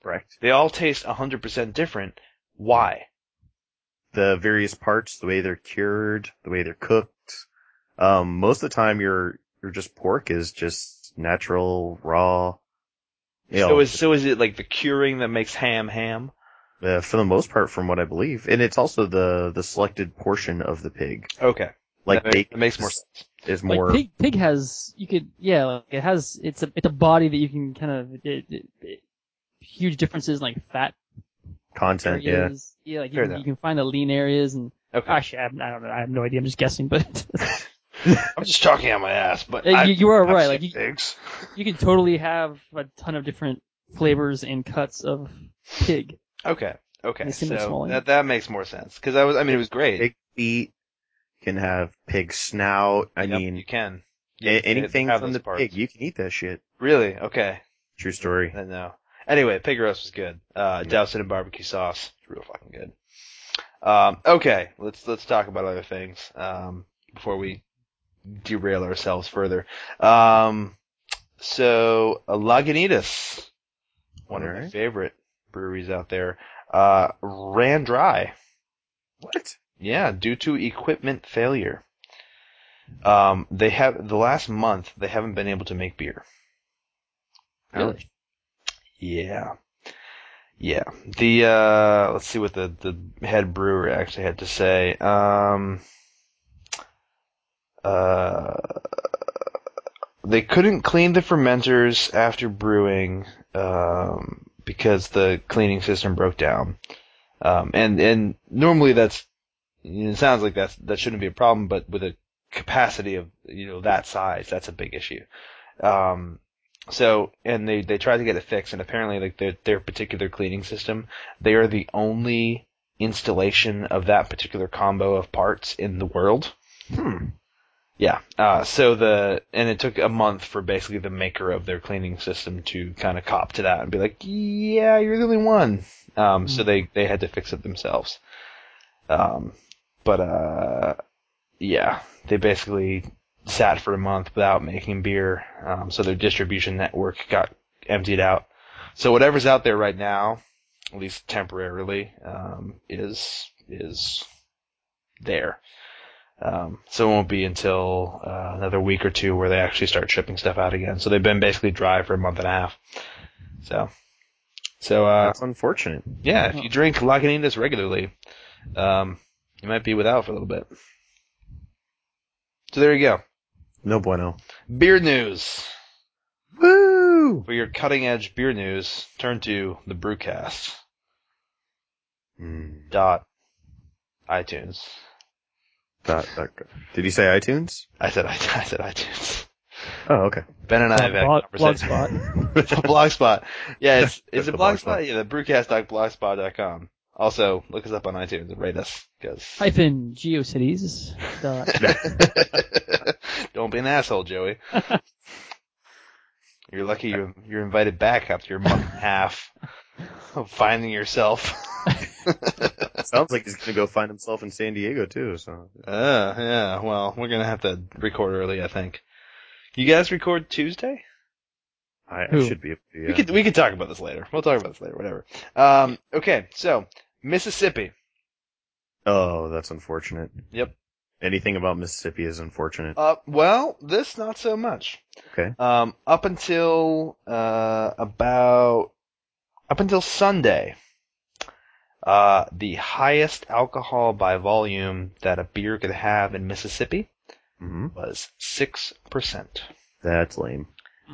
Speaker 4: correct.
Speaker 1: They all taste 100% different. Why?
Speaker 4: The various parts, the way they're cured, the way they're cooked. Um, most of the time, your your just pork is just natural raw. You know,
Speaker 1: So is so is it like the curing that makes ham ham?
Speaker 4: uh, for the most part, from what I believe, and it's also the the selected portion of the pig,
Speaker 1: Okay,
Speaker 4: like
Speaker 1: that makes,
Speaker 4: bacon
Speaker 1: that makes more sense.
Speaker 4: is
Speaker 3: like
Speaker 4: more.
Speaker 3: pig, pig has you could yeah like it has it's a it's a body that you can kind of it, it, it, huge differences in, like fat
Speaker 4: content. Yeah.
Speaker 3: areas yeah, like
Speaker 1: Fair
Speaker 3: you, can-
Speaker 1: enough.
Speaker 3: you can find the lean areas and
Speaker 1: Okay,
Speaker 3: actually I, have- I don't know I have no idea I'm just guessing but
Speaker 1: I'm just talking on my ass, but
Speaker 3: you,
Speaker 1: I,
Speaker 3: you are
Speaker 1: I've
Speaker 3: right
Speaker 1: seen
Speaker 3: like you,
Speaker 1: pigs.
Speaker 3: you can totally have a ton of different flavors and cuts of pig
Speaker 1: Okay, okay,
Speaker 3: They seem to be
Speaker 1: so
Speaker 3: swallowing.
Speaker 1: that that makes more sense because I was I mean it was great.
Speaker 4: pig feet, can have pig snout. I
Speaker 1: Yep,
Speaker 4: mean,
Speaker 1: you can
Speaker 4: a-
Speaker 1: You can
Speaker 4: anything
Speaker 1: have
Speaker 4: from
Speaker 1: those
Speaker 4: the
Speaker 1: parts.
Speaker 4: pig, you can eat that shit.
Speaker 1: Really? Okay,
Speaker 4: True story.
Speaker 1: I know. Anyway, pig roast was good. Uh,
Speaker 4: Yeah.
Speaker 1: Doused it in barbecue sauce. It's real fucking good. Um, okay, let's let's talk about other things um, before we derail ourselves further. Um, so uh, Lagunitas, one of my
Speaker 4: Alright.
Speaker 1: favorite breweries out there, uh, ran dry.
Speaker 4: What?
Speaker 1: Yeah, due to equipment failure. Um, they have the last month they haven't been able to make beer. Oh.
Speaker 3: Really?
Speaker 1: Yeah. Yeah. The uh let's see what the the head brewer actually had to say. Um uh they couldn't clean the fermenters after brewing um because the cleaning system broke down. Um and and normally that's it sounds like that's that shouldn't be a problem but with a capacity of you know that size that's a big issue. Um so and they they tried to get it fixed and apparently like their their particular cleaning system they are the only installation of that particular combo of parts in the world
Speaker 4: Hmm.
Speaker 1: yeah uh so the and it took a month for basically the maker of their cleaning system to kind of cop to that and be like yeah you're the only one um so they they had to fix it themselves um but uh yeah they basically sat for a month without making beer, um, so their distribution network got emptied out. So whatever's out there right now, at least temporarily, um, is is there. Um, so it won't be until uh, another week or two where they actually start shipping stuff out again. So they've been basically dry for a month and a half. So, so uh,
Speaker 4: That's unfortunate.
Speaker 1: yeah, if you drink Lagunitas regularly, um, you might be without for a little bit. So there you go.
Speaker 4: No bueno.
Speaker 1: Beer news.
Speaker 4: Woo!
Speaker 1: For your cutting edge beer news, turn to the Brewcast
Speaker 4: Mm,
Speaker 1: dot iTunes.
Speaker 4: that, that, did you say iTunes?
Speaker 1: I said I, I said iTunes.
Speaker 4: Oh, okay.
Speaker 1: Ben and I have had
Speaker 3: Blog,
Speaker 1: conversations.
Speaker 3: Blogspot.
Speaker 1: it's a blogspot. Yeah, it's it's a
Speaker 4: The Blogspot.
Speaker 1: blogspot. Yeah, the brewcast.blogspot.com. Also, look us up on iTunes and rate us because
Speaker 3: Hyphen GeoCities. Dot.
Speaker 1: don't be an asshole, Joey. You're lucky you you're invited back after your month and a half of finding yourself.
Speaker 4: Sounds like he's gonna go find himself in San Diego too. So
Speaker 1: Uh, yeah. Well, we're gonna have to record early, I think. You guys record Tuesday?
Speaker 4: I, I
Speaker 3: Who?
Speaker 4: should be. able to,
Speaker 1: We
Speaker 4: Yeah.
Speaker 1: could we could talk about this later. We'll talk about this later. Whatever. Um. Okay. So Mississippi.
Speaker 4: Oh, that's unfortunate.
Speaker 1: Yep.
Speaker 4: Anything about Mississippi is unfortunate.
Speaker 1: Uh. Well, this not so much.
Speaker 4: Okay.
Speaker 1: Um. Up until uh about up until Sunday. Uh, the highest alcohol by volume that a beer could have in Mississippi
Speaker 4: hmm
Speaker 1: was six percent.
Speaker 4: That's lame.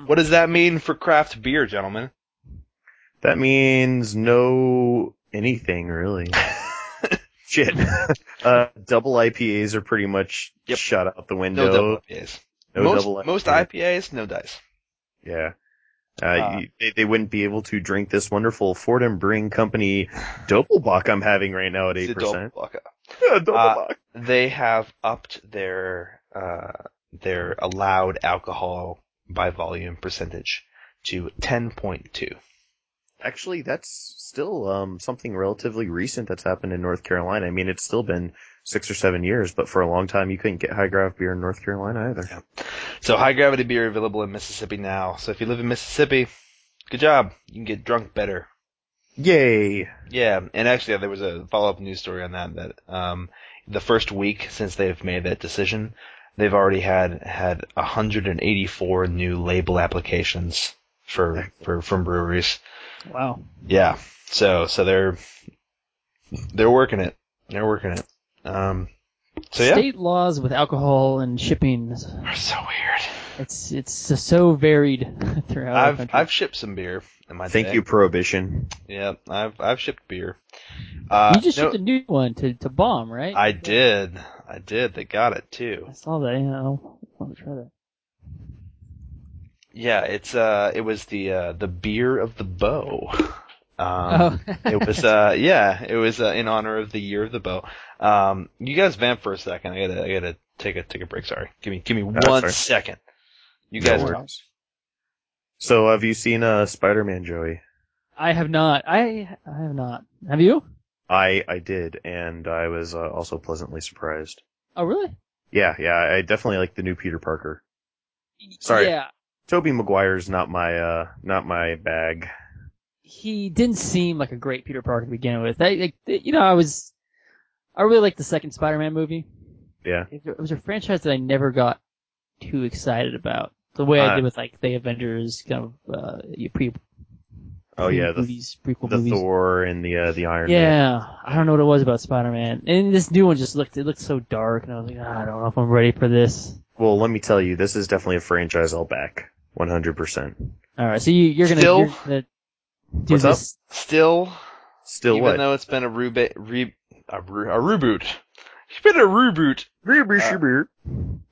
Speaker 1: What does that mean for craft beer, gentlemen?
Speaker 4: That means no anything really. Shit. uh, double IPAs are pretty much
Speaker 1: Yep.
Speaker 4: shot out the window.
Speaker 1: No double IPAs.
Speaker 4: no
Speaker 1: most,
Speaker 4: double
Speaker 1: most
Speaker 4: IPAs.
Speaker 1: IPAs, no dice.
Speaker 4: Yeah. Uh,
Speaker 1: Uh,
Speaker 4: you- they, they wouldn't be able to drink this wonderful Fordham Brewing Company Doppelbock I'm having right now at
Speaker 1: It's a
Speaker 4: eight percent.
Speaker 1: double Uh, vodka.
Speaker 4: Doppelbock.
Speaker 1: They have upped their uh, their allowed alcohol by volume percentage to 10.2.
Speaker 4: Actually, that's still um, something relatively recent that's happened in North Carolina. I mean, it's still been six or seven years, but for a long time you couldn't get high draft beer in North Carolina either.
Speaker 1: So high gravity beer available in Mississippi now. So if you live in Mississippi, good job. You can get drunk better.
Speaker 4: Yay!
Speaker 1: Yeah, and actually there was a follow-up news story on that that um, the first week since they've made that decision, they've already had had 184 new label applications for for from breweries.
Speaker 3: Wow.
Speaker 1: Yeah, so so they're they're working it. They're working it. Um, so yeah,
Speaker 3: State laws with alcohol and shipping.
Speaker 1: are so weird.
Speaker 3: It's it's so varied throughout our
Speaker 1: I've
Speaker 3: country.
Speaker 1: I've shipped some beer in my
Speaker 4: Thank
Speaker 1: day.
Speaker 4: you, Prohibition.
Speaker 1: Yeah, I've I've shipped beer. Uh,
Speaker 3: you just
Speaker 1: no,
Speaker 3: shipped a new one to, to bomb, right?
Speaker 1: I did. I did. They got it too.
Speaker 3: I saw that. Yeah, I'll, I'll try that.
Speaker 1: Yeah, it's uh, it was the uh, the beer of the bow. Um,
Speaker 3: oh.
Speaker 1: it was uh, yeah, it was uh, in honor of the year of the bow. Um, you guys vamp for a second. I gotta, I gotta take a take a break. Sorry, give me give me one
Speaker 4: that's all
Speaker 1: second.
Speaker 4: right.
Speaker 1: You
Speaker 4: No
Speaker 1: guys,
Speaker 4: worries. So, have you seen uh, Spider-Man, Joey?
Speaker 3: I have not. I I have not. Have you?
Speaker 4: I I did, and I was uh, also pleasantly surprised.
Speaker 3: Oh, really?
Speaker 4: Yeah, yeah, I definitely like the new Peter Parker. Sorry.
Speaker 3: Yeah,
Speaker 4: Toby Maguire's not my uh not my bag.
Speaker 3: he didn't seem like a great Peter Parker to begin with. I, like, you know, I was. I really liked the second Spider-Man movie.
Speaker 4: Yeah.
Speaker 3: It was a franchise that I never got too excited about. The way I
Speaker 4: Uh,
Speaker 3: did with like the Avengers kind of uh, your pre
Speaker 4: Oh yeah, the,
Speaker 3: movies prequel
Speaker 4: the
Speaker 3: movies.
Speaker 4: Thor and the uh, the Iron Man.
Speaker 3: yeah, I don't know what it was about Spider Man, and this new one just looked it looked so dark, and I was like, "Ah, I don't know if I'm ready for this.
Speaker 4: Well, let me tell you, this is definitely a franchise I'll back. 100%.
Speaker 3: All right, so you, you're gonna,
Speaker 1: Still?
Speaker 3: you're gonna do
Speaker 4: What's up?
Speaker 3: this.
Speaker 1: Still,
Speaker 4: Still
Speaker 1: even
Speaker 4: what?
Speaker 1: though it's been a reba- re- a, re- a reboot, it's been a reboot.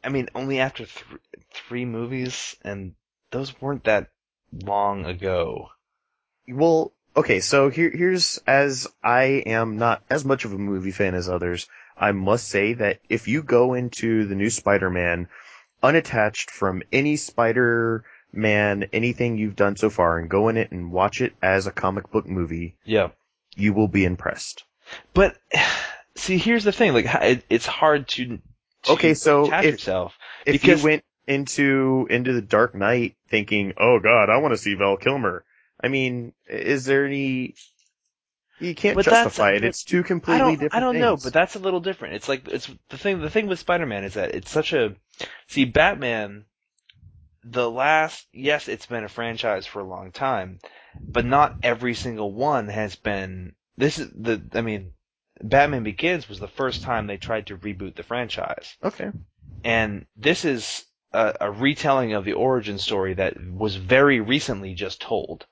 Speaker 1: I mean, only after th- three movies, and those weren't that long ago.
Speaker 4: Well, okay, so here, here's as I am not as much of a movie fan as others, I must say that if you go into the new Spider-Man unattached from any Spider-Man, anything you've done so far, and go in it and watch it as a comic book movie,
Speaker 1: Yeah.
Speaker 4: you will be impressed.
Speaker 1: But see, here's the thing: like, it, it's hard to, to
Speaker 4: Okay, so
Speaker 1: attach
Speaker 4: if-
Speaker 1: yourself.
Speaker 4: If
Speaker 1: Because-
Speaker 4: you went into into the Dark Knight thinking, "Oh God, I want to see Val Kilmer," I mean, is there any? You can't
Speaker 1: But that's-
Speaker 4: justify it.
Speaker 1: but
Speaker 4: It's two completely
Speaker 1: I don't,
Speaker 4: different.
Speaker 1: I don't know,
Speaker 4: things.
Speaker 1: but that's a little different. It's like it's the thing. The thing with Spider-Man is that it's such a see Batman. The last, yes, it's been a franchise for a long time, but not every single one has been. This is the. I mean, Batman Begins was the first time they tried to reboot the franchise.
Speaker 4: okay.
Speaker 1: and this is a, a retelling of the origin story that was very recently just told.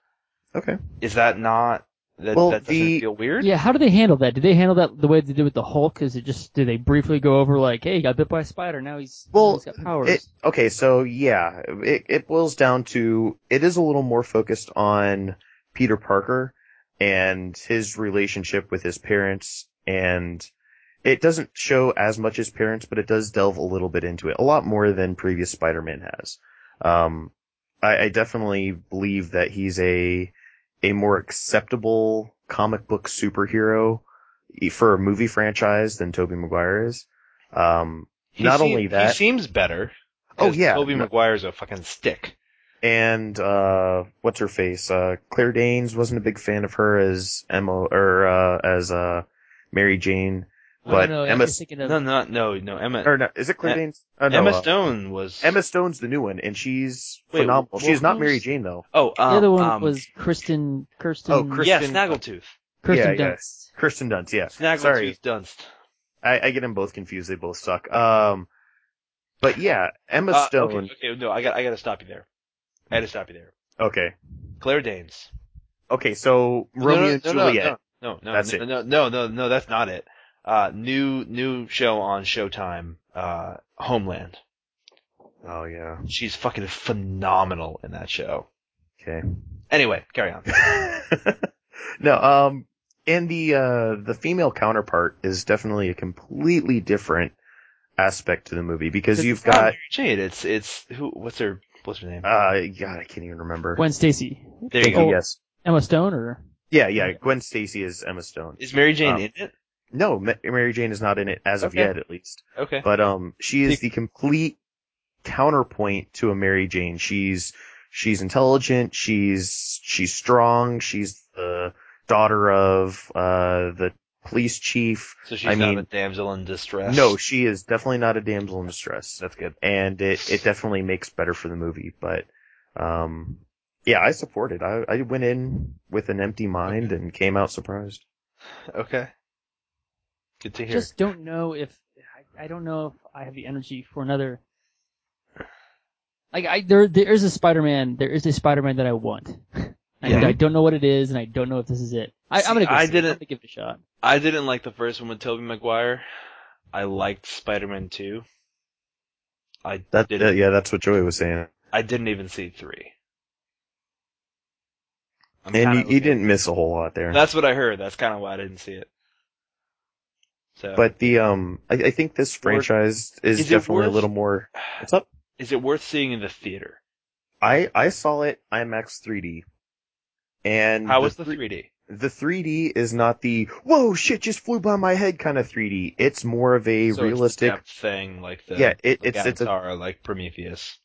Speaker 4: Okay.
Speaker 1: Is that not that,
Speaker 4: Well,
Speaker 1: that doesn't
Speaker 4: the-
Speaker 1: feel weird?
Speaker 3: Yeah, how do they handle that? Do they handle that the way they did with the Hulk? Is it just do they briefly go over like, hey, he got bit by a spider, now he's
Speaker 4: Well,
Speaker 3: he's got powers?
Speaker 4: It, okay, so yeah, it, it boils down to it is a little more focused on Peter Parker and his relationship with his parents, and it doesn't show as much as parents, but it does delve a little bit into it, a lot more than previous Spider-Man has. Um, I, I definitely believe that he's a a more acceptable comic book superhero for a movie franchise than Tobey Maguire is. Um,
Speaker 1: He
Speaker 4: not
Speaker 1: seem-
Speaker 4: only that-
Speaker 1: he seems better.
Speaker 4: Oh,
Speaker 1: 'cause
Speaker 4: yeah.
Speaker 1: Tobey
Speaker 4: No.
Speaker 1: Maguire's a fucking stick.
Speaker 4: and uh what's her face uh claire danes wasn't a big fan of her as emma or uh as uh mary jane
Speaker 3: I don't
Speaker 4: but
Speaker 3: know,
Speaker 4: Emma-
Speaker 3: I'm just thinking of
Speaker 1: No, no, no, no. Emma
Speaker 4: or no is it claire
Speaker 1: E-
Speaker 4: danes Uh, no,
Speaker 1: Emma
Speaker 4: uh,
Speaker 1: Stone was
Speaker 4: emma stone's the new one and she's
Speaker 1: Wait,
Speaker 4: phenomenal
Speaker 1: well,
Speaker 4: she's not
Speaker 1: who's-
Speaker 4: mary jane though
Speaker 1: Oh, um,
Speaker 3: the other one
Speaker 1: um,
Speaker 3: was Kristen Kirsten
Speaker 4: Oh, Kristen-
Speaker 1: yeah, Snaggletooth.
Speaker 3: Kirsten
Speaker 4: yeah, yeah.
Speaker 3: Dunst.
Speaker 4: kirsten dunst yeah
Speaker 1: Snaggletooth
Speaker 4: sorry
Speaker 1: Dunst.
Speaker 4: I, I get them both confused they both suck um but yeah emma
Speaker 1: Uh,
Speaker 4: stone
Speaker 1: okay, okay, no, I got, I got to stop you there. I got to stop you there.
Speaker 4: okay okay,
Speaker 1: Claire Danes.
Speaker 4: so
Speaker 1: No,
Speaker 4: romeo
Speaker 1: no,
Speaker 4: and
Speaker 1: no, no,
Speaker 4: juliet
Speaker 1: No, no,
Speaker 4: That's
Speaker 1: no,
Speaker 4: it.
Speaker 1: no, no, no, no, that's not it. Uh, new, new show on Showtime, uh, Homeland.
Speaker 4: oh yeah
Speaker 1: She's fucking phenomenal in that show.
Speaker 4: okay
Speaker 1: Anyway, carry on.
Speaker 4: no, um, and the uh, the female counterpart is definitely a completely different aspect to the movie because you've
Speaker 1: It's not
Speaker 4: got
Speaker 1: Mary Jade. It's, it's, who, what's her, what's her name?
Speaker 4: uh, God, I can't even remember.
Speaker 3: Gwen Stacy.
Speaker 1: there you
Speaker 4: Oh,
Speaker 1: go.
Speaker 4: yes,
Speaker 3: Emma Stone or
Speaker 4: yeah, yeah. Gwen Stacy is Emma Stone.
Speaker 1: Is Mary Jane
Speaker 4: Um,
Speaker 1: in it?
Speaker 4: No, Ma- Mary Jane is not in it as of
Speaker 1: Okay.
Speaker 4: yet, at least.
Speaker 1: Okay.
Speaker 4: But um, she is the complete counterpoint to a Mary Jane. She's she's intelligent. She's she's strong. She's the daughter of uh the police chief.
Speaker 1: So she's
Speaker 4: I
Speaker 1: not
Speaker 4: mean-
Speaker 1: a damsel in distress.
Speaker 4: No, she is definitely not a damsel in distress,
Speaker 1: That's good.
Speaker 4: and it, it definitely makes better for the movie. But, um, yeah, I support it. I, I went in with an empty mind and came out surprised.
Speaker 1: Okay. Good to hear.
Speaker 3: just don't know if I, I don't know if I have the energy for another. Like I there there is a Spider-Man there is a Spider-Man that I want. I,
Speaker 1: Yeah.
Speaker 3: I don't know what it is and I don't know if this is it. I,
Speaker 1: See,
Speaker 3: I'm gonna go
Speaker 1: I
Speaker 3: see it. I'm
Speaker 1: didn't-
Speaker 3: gonna give it a shot.
Speaker 1: I didn't like the first one with Tobey Maguire. I liked Spider-Man 2. I
Speaker 4: That,
Speaker 1: didn't
Speaker 4: uh, yeah, that's what Joey was saying.
Speaker 1: I didn't even see three.
Speaker 4: And
Speaker 1: I'm kinda
Speaker 4: you, you
Speaker 1: looking-
Speaker 4: didn't miss a whole lot there.
Speaker 1: That's what I heard. That's kind of why I didn't see it. So,
Speaker 4: But the, um, I, I think this franchise is,
Speaker 1: Is it
Speaker 4: definitely a
Speaker 1: worth-
Speaker 4: little more. What's up?
Speaker 1: is it worth seeing in the theater?
Speaker 4: I, I saw it IMAX 3D. And
Speaker 1: How
Speaker 4: the
Speaker 1: was the
Speaker 4: three-
Speaker 1: 3D?
Speaker 4: the 3D is not the whoa shit just flew by my head kind of 3D. It's more of a
Speaker 1: So it's the
Speaker 4: realistic.
Speaker 1: depth thing, like the
Speaker 4: yeah, it,
Speaker 1: like
Speaker 4: it's it's a
Speaker 1: Avatar, like Prometheus.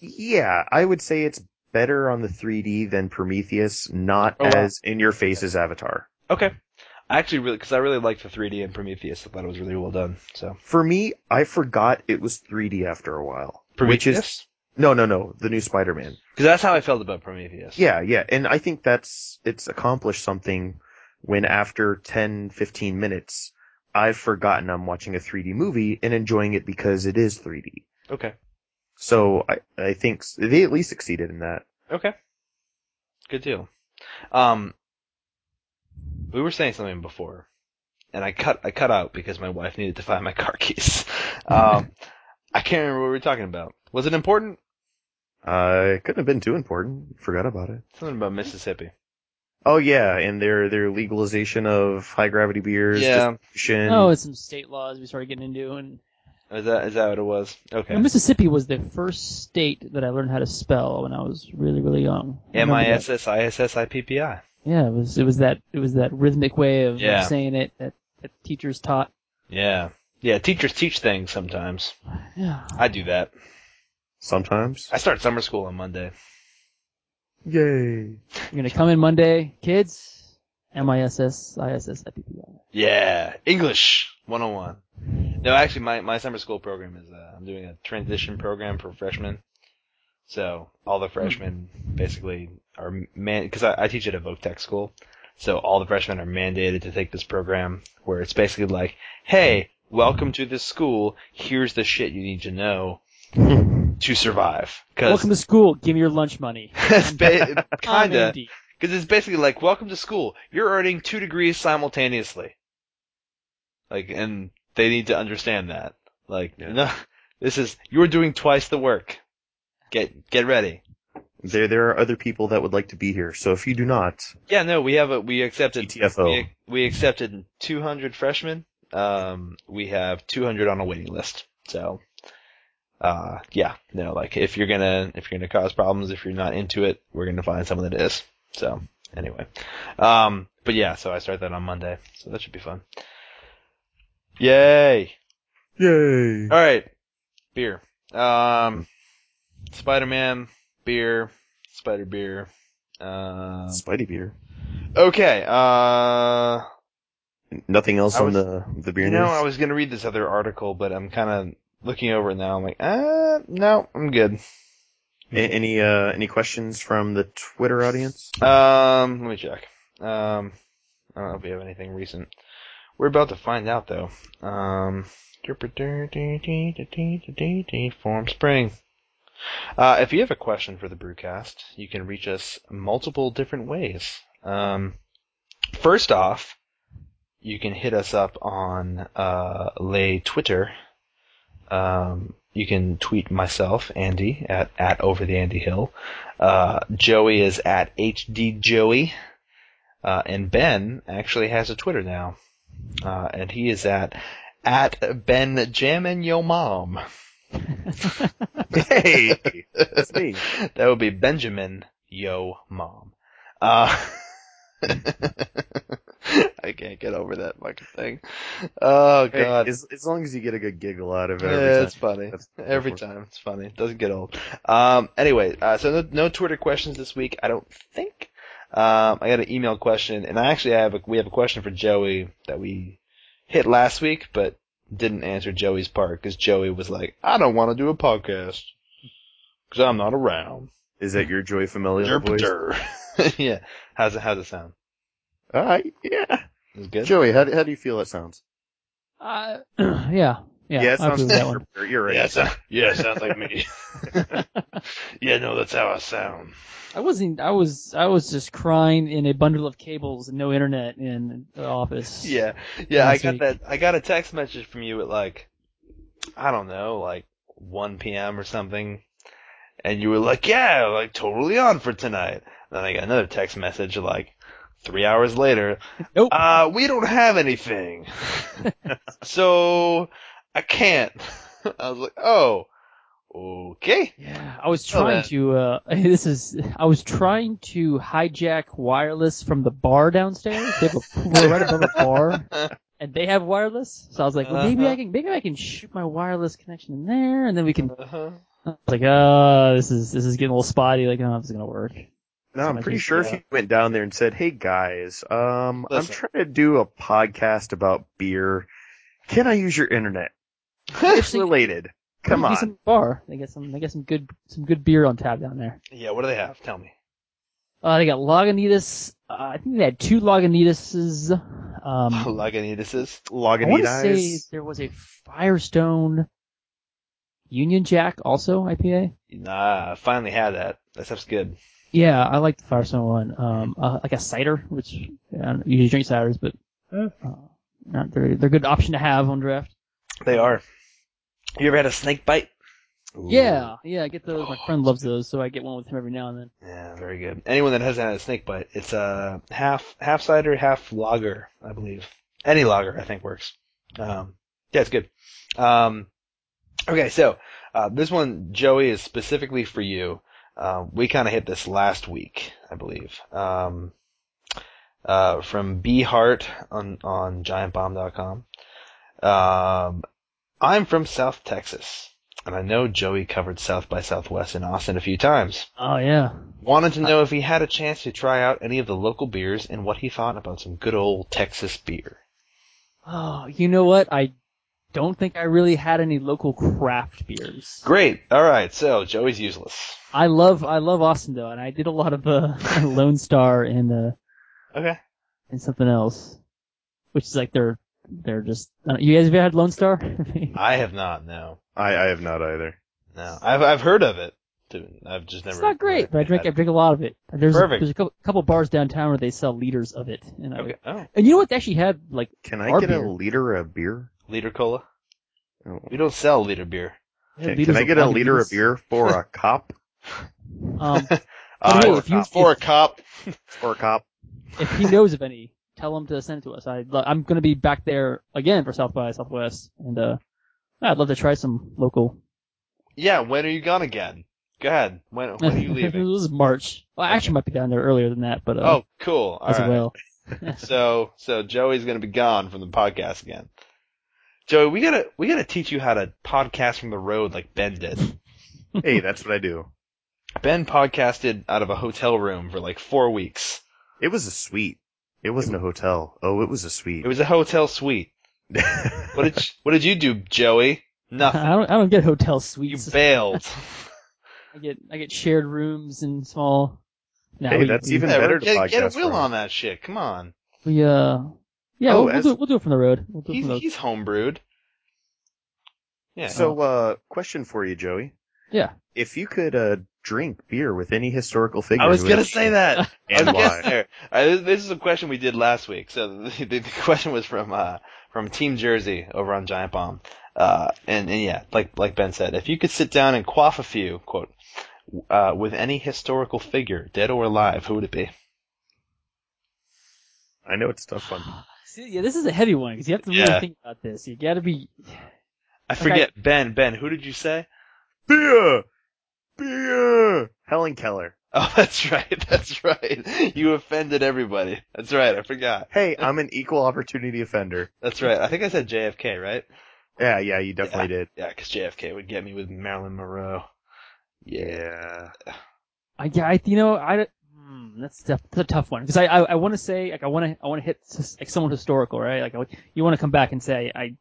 Speaker 4: yeah. I would say it's better on the 3D than Prometheus, not
Speaker 1: Oh, wow.
Speaker 4: as in your face as Avatar.
Speaker 1: Okay, I actually really because I really liked the 3D in Prometheus. I thought it was really well done. So
Speaker 4: For me, I forgot it was 3D after a while. Which is-
Speaker 1: Prometheus,
Speaker 4: No, no, no. The new Spider-Man.
Speaker 1: because that's how I felt about Prometheus.
Speaker 4: Yeah, yeah. And I think that's, it's accomplished something when after 10, 15 minutes, I've forgotten I'm watching a 3D movie and enjoying it because it is 3D.
Speaker 1: Okay.
Speaker 4: So I, I think s- they at least succeeded in that.
Speaker 1: Okay. Good deal. Um, we were saying something before, and I cut I cut out because my wife needed to find my car keys. Um, I can't remember what we were talking about. Was it important?
Speaker 4: Uh, it couldn't have been too important. Forgot about it.
Speaker 1: Something about Mississippi.
Speaker 4: Oh yeah, and their, their legalization of high gravity beers.
Speaker 1: yeah.
Speaker 4: distribution.
Speaker 3: oh, it's some state laws we started getting into, and
Speaker 1: Is that is that what it was? Okay.
Speaker 3: and Mississippi was the first state that I learned how to spell when I was really, really young. I
Speaker 1: M
Speaker 3: remember
Speaker 1: I
Speaker 3: that.
Speaker 1: S S I S S I P P I.
Speaker 3: Yeah, it was it was that it was that rhythmic way of, of
Speaker 1: Yeah.
Speaker 3: saying it that, that teachers taught.
Speaker 1: Yeah. Yeah. Teachers teach things sometimes.
Speaker 3: Yeah.
Speaker 1: I do that.
Speaker 4: Sometimes.
Speaker 1: I start summer school on Monday.
Speaker 4: Yay.
Speaker 3: You're gonna come in Monday, kids. M I S S I S S I P P I.
Speaker 1: Yeah, English 101. No, actually, my, my summer school program is uh, I'm doing a transition program for freshmen. So all
Speaker 3: Hmm.
Speaker 1: the freshmen basically are man because I, I teach at a voc tech school, so all the freshmen are mandated to take this program where it's basically like, hey, welcome to this school. Here's the shit you need to know to survive. Because
Speaker 3: Welcome to school. Give me your lunch money.
Speaker 1: ba-
Speaker 3: I'm
Speaker 1: kinda
Speaker 3: Andy.
Speaker 1: because it's basically like, welcome to school. You're earning two degrees simultaneously. Like, and they need to understand that. Like,
Speaker 4: Yeah.
Speaker 1: no, this is, you're doing twice the work. Get, get ready.
Speaker 4: There, there are other people that would like to be here. So if you do not,
Speaker 1: Yeah, no, we have a, we accepted,
Speaker 4: ETFO.
Speaker 1: we, we accepted 200 freshmen. Um, we have 200 on a waiting list. So, uh, yeah, no, like, if you're gonna, if you're gonna cause problems, if you're not into it, we're gonna find someone that is. So, anyway. Um, but yeah, so I start that on Monday, so that should be fun. Yay!
Speaker 4: Yay.
Speaker 1: All right, beer. Um, Spider-Man beer, Spider beer. Um,
Speaker 4: Spidey beer.
Speaker 1: okay. Uh,
Speaker 4: Nothing else
Speaker 1: I
Speaker 4: on
Speaker 1: was-
Speaker 4: the the beer
Speaker 1: you know,
Speaker 4: news?
Speaker 1: I was gonna read this other article, but I'm kind of looking over it now. I'm like, uh, no, I'm good.
Speaker 4: A- any uh any questions from the Twitter audience?
Speaker 1: Um, let me check. Um, I don't know if we have anything recent. We're about to find out though. Um, form spring. Uh, if you have a question for the Brewcast, you can reach us multiple different ways. Um, first off, you can hit us up on uh, lay Twitter. Um, you can tweet myself, Andy, at, at over the Andy Hill. Uh, Joey is at HDJoey. Uh, and Ben actually has a Twitter now. Uh, and he is at, at Ben Jammin' Yo Mom.
Speaker 4: hey, that's me.
Speaker 1: That would be Benjamin Yo Mom. Uh, I can't get over that fucking thing. Oh
Speaker 4: Hey,
Speaker 1: god.
Speaker 4: as, as long as you get a good giggle out of it. every
Speaker 1: Yeah, it's
Speaker 4: time.
Speaker 1: funny.
Speaker 4: That's- that's
Speaker 1: Every
Speaker 4: worth it.
Speaker 1: time, it's funny. It doesn't get old. Um, anyway, uh, so no, no Twitter questions this week, I don't think. Um, I got an email question, and I actually have a, we have a question for Joey that we hit last week, but didn't answer Joey's part because Joey was like, "I don't want to do a podcast because I'm not around."
Speaker 4: Is that your Joy Familial voice?
Speaker 1: Derpader. yeah, how's it how's it sound?
Speaker 4: Uh, yeah.
Speaker 1: Is it good?
Speaker 4: Joey, how, do- how do you feel that sounds?
Speaker 3: Uh, yeah. Yeah.
Speaker 4: it
Speaker 3: I agree
Speaker 4: sounds
Speaker 3: with that one.
Speaker 4: derpader. You're right.
Speaker 1: Yeah, it sound- yeah, it sounds like me. yeah, no, that's how I sound.
Speaker 3: I wasn't. I was. I was just crying in a bundle of cables and no internet in the office.
Speaker 1: Yeah, yeah. I
Speaker 3: Last
Speaker 1: got
Speaker 3: week.
Speaker 1: that. I got a text message from you at like, I don't know, like 1 p.m. or something, and you were like, "Yeah, like totally on for tonight." Then I got another text message like three hours later.
Speaker 3: Nope.
Speaker 1: Uh, we don't have anything, so I can't. I was like, "Oh, okay."
Speaker 3: Yeah, I was
Speaker 1: Oh,
Speaker 3: trying
Speaker 1: that-
Speaker 3: to. Uh, this is. I was trying to hijack wireless from the bar downstairs. They have a, we're right above a bar, and they have wireless. So I was like, well, maybe I
Speaker 1: Uh-huh.
Speaker 3: can. Maybe I can shoot my wireless connection in there, and then we can.
Speaker 1: Uh-huh.
Speaker 3: "Ah, I was like, oh, this is this is getting a little spotty. Like, oh, this is gonna work.
Speaker 4: No, I'm
Speaker 3: Something
Speaker 4: pretty
Speaker 3: like
Speaker 4: sure if
Speaker 2: that.
Speaker 4: you went down there and said, "Hey guys, um,
Speaker 1: uh, Listen.
Speaker 4: I'm trying to do a podcast about beer. Can I use your internet? It's related. Come
Speaker 3: Maybe
Speaker 4: on."
Speaker 3: Some bar. They get some. They get some good. Some good beer on tap down there.
Speaker 1: yeah, what do they have? Tell me.
Speaker 3: Uh, they got Lagunitas. Uh, I think they had two Lagunitas. Um,
Speaker 1: Lagunitas.
Speaker 3: I want to say
Speaker 4: Lagunitas.
Speaker 3: there was a Firestone Union Jack also IPA.
Speaker 1: Nah, I finally had that. That stuff's good.
Speaker 3: Yeah, I like the Firestone one. Um, uh, like a cider, which I don't usually drink ciders, but uh, not they're they're a good option to have on draft.
Speaker 1: They are. You ever had a snake bite? Ooh.
Speaker 3: Yeah, yeah, I get those. My friend loves those, so I get one with him every now and then.
Speaker 1: Yeah, very good. Anyone that hasn't had a snake bite, it's uh, half half cider, half lager, I believe. Any lager, I think, works. Um, yeah, it's good. Um, okay, so uh, this one, Joey, is specifically for you. Uh, we kind of hit this last week, I believe. Um, uh, from B Hart on on GiantBomb.com. Um, I'm from South Texas, and I know Joey covered South by Southwest in Austin a few times.
Speaker 3: Oh yeah,
Speaker 1: Wanted to know if he had a chance to try out any of the local beers and what he thought about some good old Texas beer.
Speaker 3: Oh, you know what? I don't think I really had any local craft beers.
Speaker 1: Great. All right. So Joey's useless.
Speaker 3: I love I love Austin though, and I did a lot of uh, Lone Star and uh,
Speaker 1: Okay.
Speaker 3: and something else, which is like they're they're just I don't- you guys ever had Lone Star? it's
Speaker 1: I have not. No.
Speaker 4: I, I have not either.
Speaker 1: No. I've I've heard of it. dude. I've just never.
Speaker 3: not great, but I
Speaker 1: never
Speaker 3: drink I
Speaker 1: had
Speaker 3: drink a lot of it. There's a,
Speaker 1: Perfect.
Speaker 3: there's a couple, couple bars downtown where they sell liters of it, and I,
Speaker 1: Okay. Oh,
Speaker 3: and you know what? They actually had like
Speaker 4: Can I
Speaker 3: Our
Speaker 4: get
Speaker 3: beer.
Speaker 4: a liter of beer?
Speaker 1: liter cola.
Speaker 4: Oh.
Speaker 1: We don't sell liter beer.
Speaker 3: they had
Speaker 4: Can,
Speaker 3: liters
Speaker 4: can I
Speaker 3: of
Speaker 4: get a
Speaker 3: Lagunitas.
Speaker 4: liter of beer for a cop?
Speaker 3: Um,
Speaker 4: Uh,
Speaker 3: hey,
Speaker 4: for,
Speaker 3: if you-
Speaker 4: a cop
Speaker 1: For a cop.
Speaker 4: for a cop.
Speaker 3: if he knows of any, tell him to send it to us. I I'm gonna be back there again for South by Southwest, and uh, I'd love to try some local.
Speaker 1: Yeah. When are you gone again? Go ahead. When when are you
Speaker 3: it
Speaker 1: leaving?
Speaker 3: was March. Well, I actually might be down there earlier than that, but uh,
Speaker 1: oh, cool. All
Speaker 3: as
Speaker 1: right.
Speaker 3: well.
Speaker 1: so so Joey's gonna be gone from the podcast again. Joey, we gotta we gotta teach you how to podcast from the road like Ben did.
Speaker 4: Hey, that's what I do.
Speaker 1: Ben podcasted out of a hotel room for like four weeks.
Speaker 4: It was a suite. It wasn't a hotel. Oh, it was a suite.
Speaker 1: It was a hotel suite. What did you, what did you do, Joey? Nothing.
Speaker 3: I don't I don't get hotel
Speaker 1: You
Speaker 3: suites.
Speaker 1: bailed.
Speaker 3: I get I get shared rooms and small. Nah,
Speaker 4: Hey,
Speaker 3: we-
Speaker 4: that's
Speaker 3: we-
Speaker 4: even
Speaker 1: Yeah,
Speaker 4: better to
Speaker 1: get, get
Speaker 4: podcast
Speaker 1: a will
Speaker 4: from.
Speaker 1: on that shit. Come on.
Speaker 3: We uh, yeah,
Speaker 4: Oh,
Speaker 3: we'll, we'll,
Speaker 4: as-
Speaker 3: do, we'll do it from the road. We'll do it
Speaker 1: He's
Speaker 3: from the
Speaker 1: he's homebrewed. Yeah.
Speaker 4: so, uh, question for you, Joey.
Speaker 3: yeah.
Speaker 4: If you could uh, drink beer with any historical figure,
Speaker 1: I was
Speaker 4: who
Speaker 1: gonna
Speaker 4: is she?
Speaker 1: say that. I
Speaker 4: and
Speaker 1: was
Speaker 4: why?
Speaker 1: getting there. Uh, this- this is a question we did last week. So the, the, the question was from uh, from Team Jersey over on Giant Bomb. Uh, and, and yeah, like like Ben said, if you could sit down and quaff a few, quote, uh, with any historical figure, dead or alive, who would it be?
Speaker 4: I know it's a tough one.
Speaker 3: See, yeah, this is a heavy one because you have to really
Speaker 1: Yeah.
Speaker 3: think about this. You got to be
Speaker 1: I forget. Ben, Ben, who did you say?
Speaker 4: Beer, beer. Helen Keller.
Speaker 1: Oh, that's right. That's right. You offended everybody. That's right. I forgot.
Speaker 4: Hey, I'm an equal opportunity offender.
Speaker 1: That's right. I think I said JFK, right?
Speaker 4: Yeah, yeah, you definitely did.
Speaker 1: Yeah, because JFK would get me with Marilyn Monroe. Yeah.
Speaker 4: Yeah.
Speaker 3: I, yeah, I you know I don't- hmm, that's tough, that's a tough one because I I, I want to say like I want to I want to hit s- like someone historical right like I, would- you want to come back and say I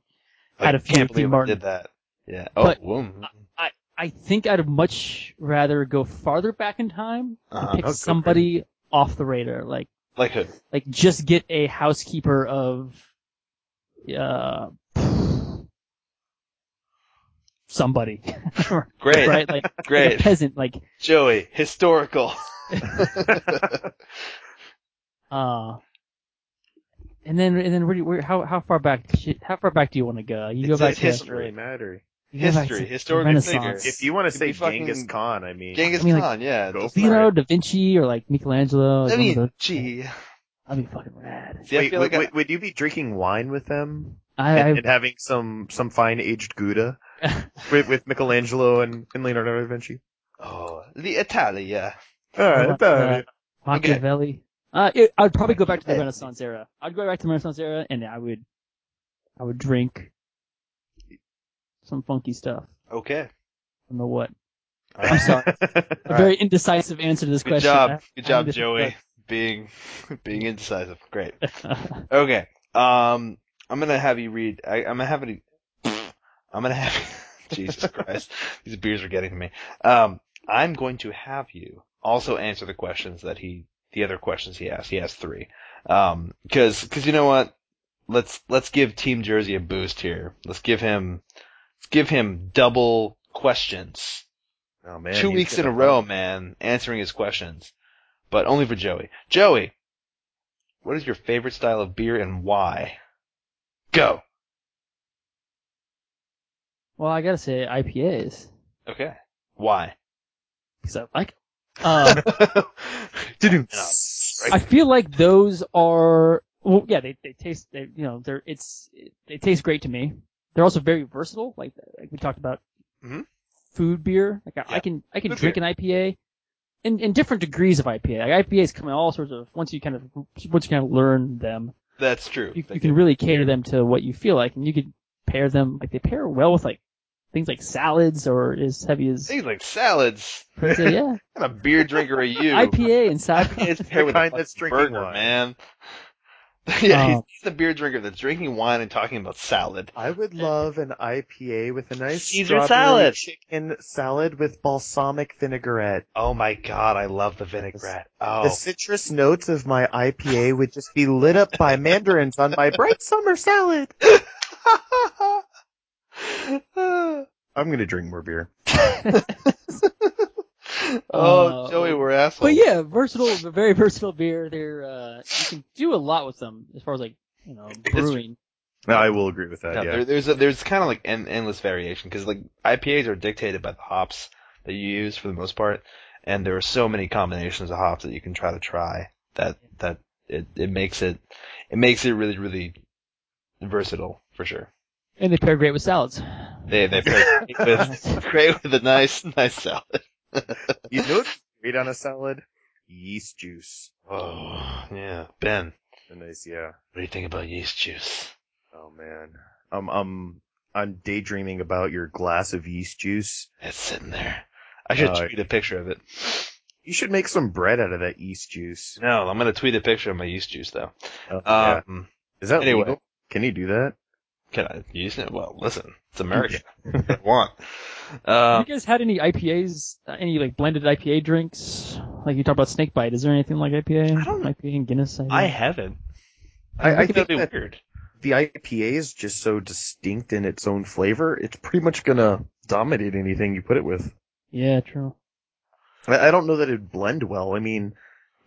Speaker 3: Had a
Speaker 1: I
Speaker 3: few
Speaker 1: can't
Speaker 3: Dean
Speaker 1: believe I
Speaker 3: Martin.
Speaker 1: did that. Yeah. Oh,
Speaker 3: But-
Speaker 1: boom.
Speaker 3: I think I'd much rather go farther back in time and
Speaker 1: Uh-huh.
Speaker 3: pick
Speaker 4: Ah, okay.
Speaker 3: somebody off the radar like
Speaker 1: Like who?
Speaker 3: like just get a housekeeper of uh somebody
Speaker 1: Great,
Speaker 3: right like, like a
Speaker 1: great.
Speaker 3: peasant like
Speaker 1: Joey, historical.
Speaker 3: Uh, and then and then where, do you, where how how far back shit, how far back do you want to go? You go
Speaker 1: It's
Speaker 3: back
Speaker 1: a
Speaker 3: to
Speaker 1: history.
Speaker 4: Really matter.
Speaker 3: you go back
Speaker 1: history,
Speaker 3: to
Speaker 1: historical
Speaker 3: Renaissance.
Speaker 1: figure.
Speaker 4: If you want
Speaker 1: Could
Speaker 4: to say
Speaker 1: be fucking-
Speaker 4: Genghis Khan, I mean,
Speaker 1: Genghis
Speaker 3: I mean, like,
Speaker 1: Khan, yeah.
Speaker 4: go
Speaker 1: Just-
Speaker 4: for
Speaker 3: Leonardo da Vinci or like
Speaker 1: I
Speaker 3: Michelangelo. Like one of
Speaker 1: mean,
Speaker 3: those-
Speaker 1: gee.
Speaker 3: that'd be fucking rad.
Speaker 1: See, I
Speaker 4: Wait,
Speaker 1: feel
Speaker 4: would,
Speaker 1: like I-
Speaker 4: would- would you be drinking wine with them
Speaker 3: I,
Speaker 4: and,
Speaker 3: I
Speaker 4: and having some some fine aged Gouda with, with Michelangelo and, and Leonardo da Vinci?
Speaker 1: oh, the Italia.
Speaker 4: All
Speaker 3: right, uh,
Speaker 1: Okay.
Speaker 3: Machiavelli. Uh, it, I'd probably go back to the
Speaker 1: Yeah.
Speaker 3: Renaissance era. I'd go back to the Renaissance era, and I would, I would drink some funky stuff.
Speaker 1: Okay.
Speaker 3: I don't know what. I'm sorry. A very indecisive answer to this
Speaker 1: Good
Speaker 3: question.
Speaker 1: job.
Speaker 3: I-
Speaker 1: Good
Speaker 3: I
Speaker 1: job,
Speaker 3: need to
Speaker 1: Joey.
Speaker 3: think
Speaker 1: Being being indecisive. Great.
Speaker 3: about it.
Speaker 1: Okay. Um, I'm gonna have you read. I, I'm gonna have it. I'm gonna have. Jesus Christ, these beers are getting to me. Um, I'm going to have you also answer the questions that he, the other questions he asked. He asked three. Um, because because you know what? Let's let's give Team Jersey a boost here. Let's give him let's give him double questions.
Speaker 4: Oh man,
Speaker 1: Two
Speaker 4: he's
Speaker 1: weeks in
Speaker 4: gonna-
Speaker 1: a row, man, answering his questions, but only for Joey. Joey, what is your favorite style of beer and why? Go.
Speaker 3: well, I gotta say IPAs
Speaker 1: Okay. Why?
Speaker 3: because I like. 'em. Um,
Speaker 1: Right.
Speaker 3: I feel like those are well, yeah, they they taste they you know they're it's they taste great to me. They're also very versatile, like like we talked about
Speaker 1: Mhm.
Speaker 3: food beer. Like I, I
Speaker 1: Yeah.
Speaker 3: can I can
Speaker 1: Food
Speaker 3: drink
Speaker 1: beer.
Speaker 3: an IPA, in in different degrees of IPA. Like IPAs come in all sorts of once you kind of once you kind of learn them,
Speaker 1: That's true.
Speaker 3: you,
Speaker 1: They
Speaker 3: you can really cater them to what you feel like, and you can pair them like they pair well with like things like salads or as heavy as
Speaker 1: Things like salads.
Speaker 3: so, yeah
Speaker 1: What kind of beer drinker are you?
Speaker 3: IPA and salad.
Speaker 1: It's
Speaker 4: The
Speaker 1: paired with a
Speaker 4: kind
Speaker 1: fucking
Speaker 4: that's drinking
Speaker 1: burger,
Speaker 4: wine.
Speaker 1: man. yeah, he's-
Speaker 3: Oh.
Speaker 1: he's the beer drinker that's drinking wine and talking about salad.
Speaker 2: I would love an IPA with a nice
Speaker 1: Caesar
Speaker 2: strawberry
Speaker 1: salad.
Speaker 2: chicken salad with balsamic vinaigrette.
Speaker 1: Oh my god, I love the vinaigrette. Oh,
Speaker 2: The citrus notes of my IPA would just be lit up by mandarins on my bright summer salad.
Speaker 1: oh,
Speaker 4: I'm gonna drink more beer.
Speaker 3: Uh,
Speaker 1: Oh, Joey, we're assholes.
Speaker 3: But yeah, versatile, very versatile beer. They're uh, you can do a lot with them as far as like you know brewing.
Speaker 4: No, I will agree with that.
Speaker 1: No,
Speaker 4: yeah.
Speaker 1: there, there's a, there's kind of like en- endless variation because like IPAs are dictated by the hops that you use for the most part, and there are so many combinations of hops that you can try to try that that it, it makes it it makes it really really versatile for sure.
Speaker 3: And they pair great with salads.
Speaker 1: They they pair great with great with a nice nice salad.
Speaker 4: You know what's great on a salad? Yeast juice.
Speaker 1: Oh yeah, Ben,
Speaker 4: A nice, yeah.
Speaker 1: what do you think about yeast juice?
Speaker 4: Oh man. Um, um, I'm daydreaming about your glass of yeast juice.
Speaker 1: It's sitting there. I should
Speaker 4: Uh,
Speaker 1: tweet a picture of it.
Speaker 4: You should make some bread out of that yeast juice.
Speaker 1: No, I'm gonna tweet a picture of my yeast juice though.
Speaker 4: Oh, yeah.
Speaker 1: Um,
Speaker 4: Is that
Speaker 1: anyway.
Speaker 4: legal? Can you do that?
Speaker 1: Can I use it? Well, listen, it's America. I want.
Speaker 3: Have
Speaker 1: Um,
Speaker 3: you guys had any IPAs? uh, Any like blended IPA drinks? Like you talked about Snake Bite. Is there anything like IPA?
Speaker 1: I don't-
Speaker 3: IPA and Guinness. I,
Speaker 1: I
Speaker 3: think?
Speaker 1: haven't.
Speaker 4: I, I
Speaker 1: think
Speaker 4: think
Speaker 1: that'd be
Speaker 4: that
Speaker 1: weird.
Speaker 4: the IPA is just so distinct in its own flavor. It's pretty much gonna dominate anything you put it with.
Speaker 3: yeah, true.
Speaker 4: I, I don't know that it'd blend well. I mean,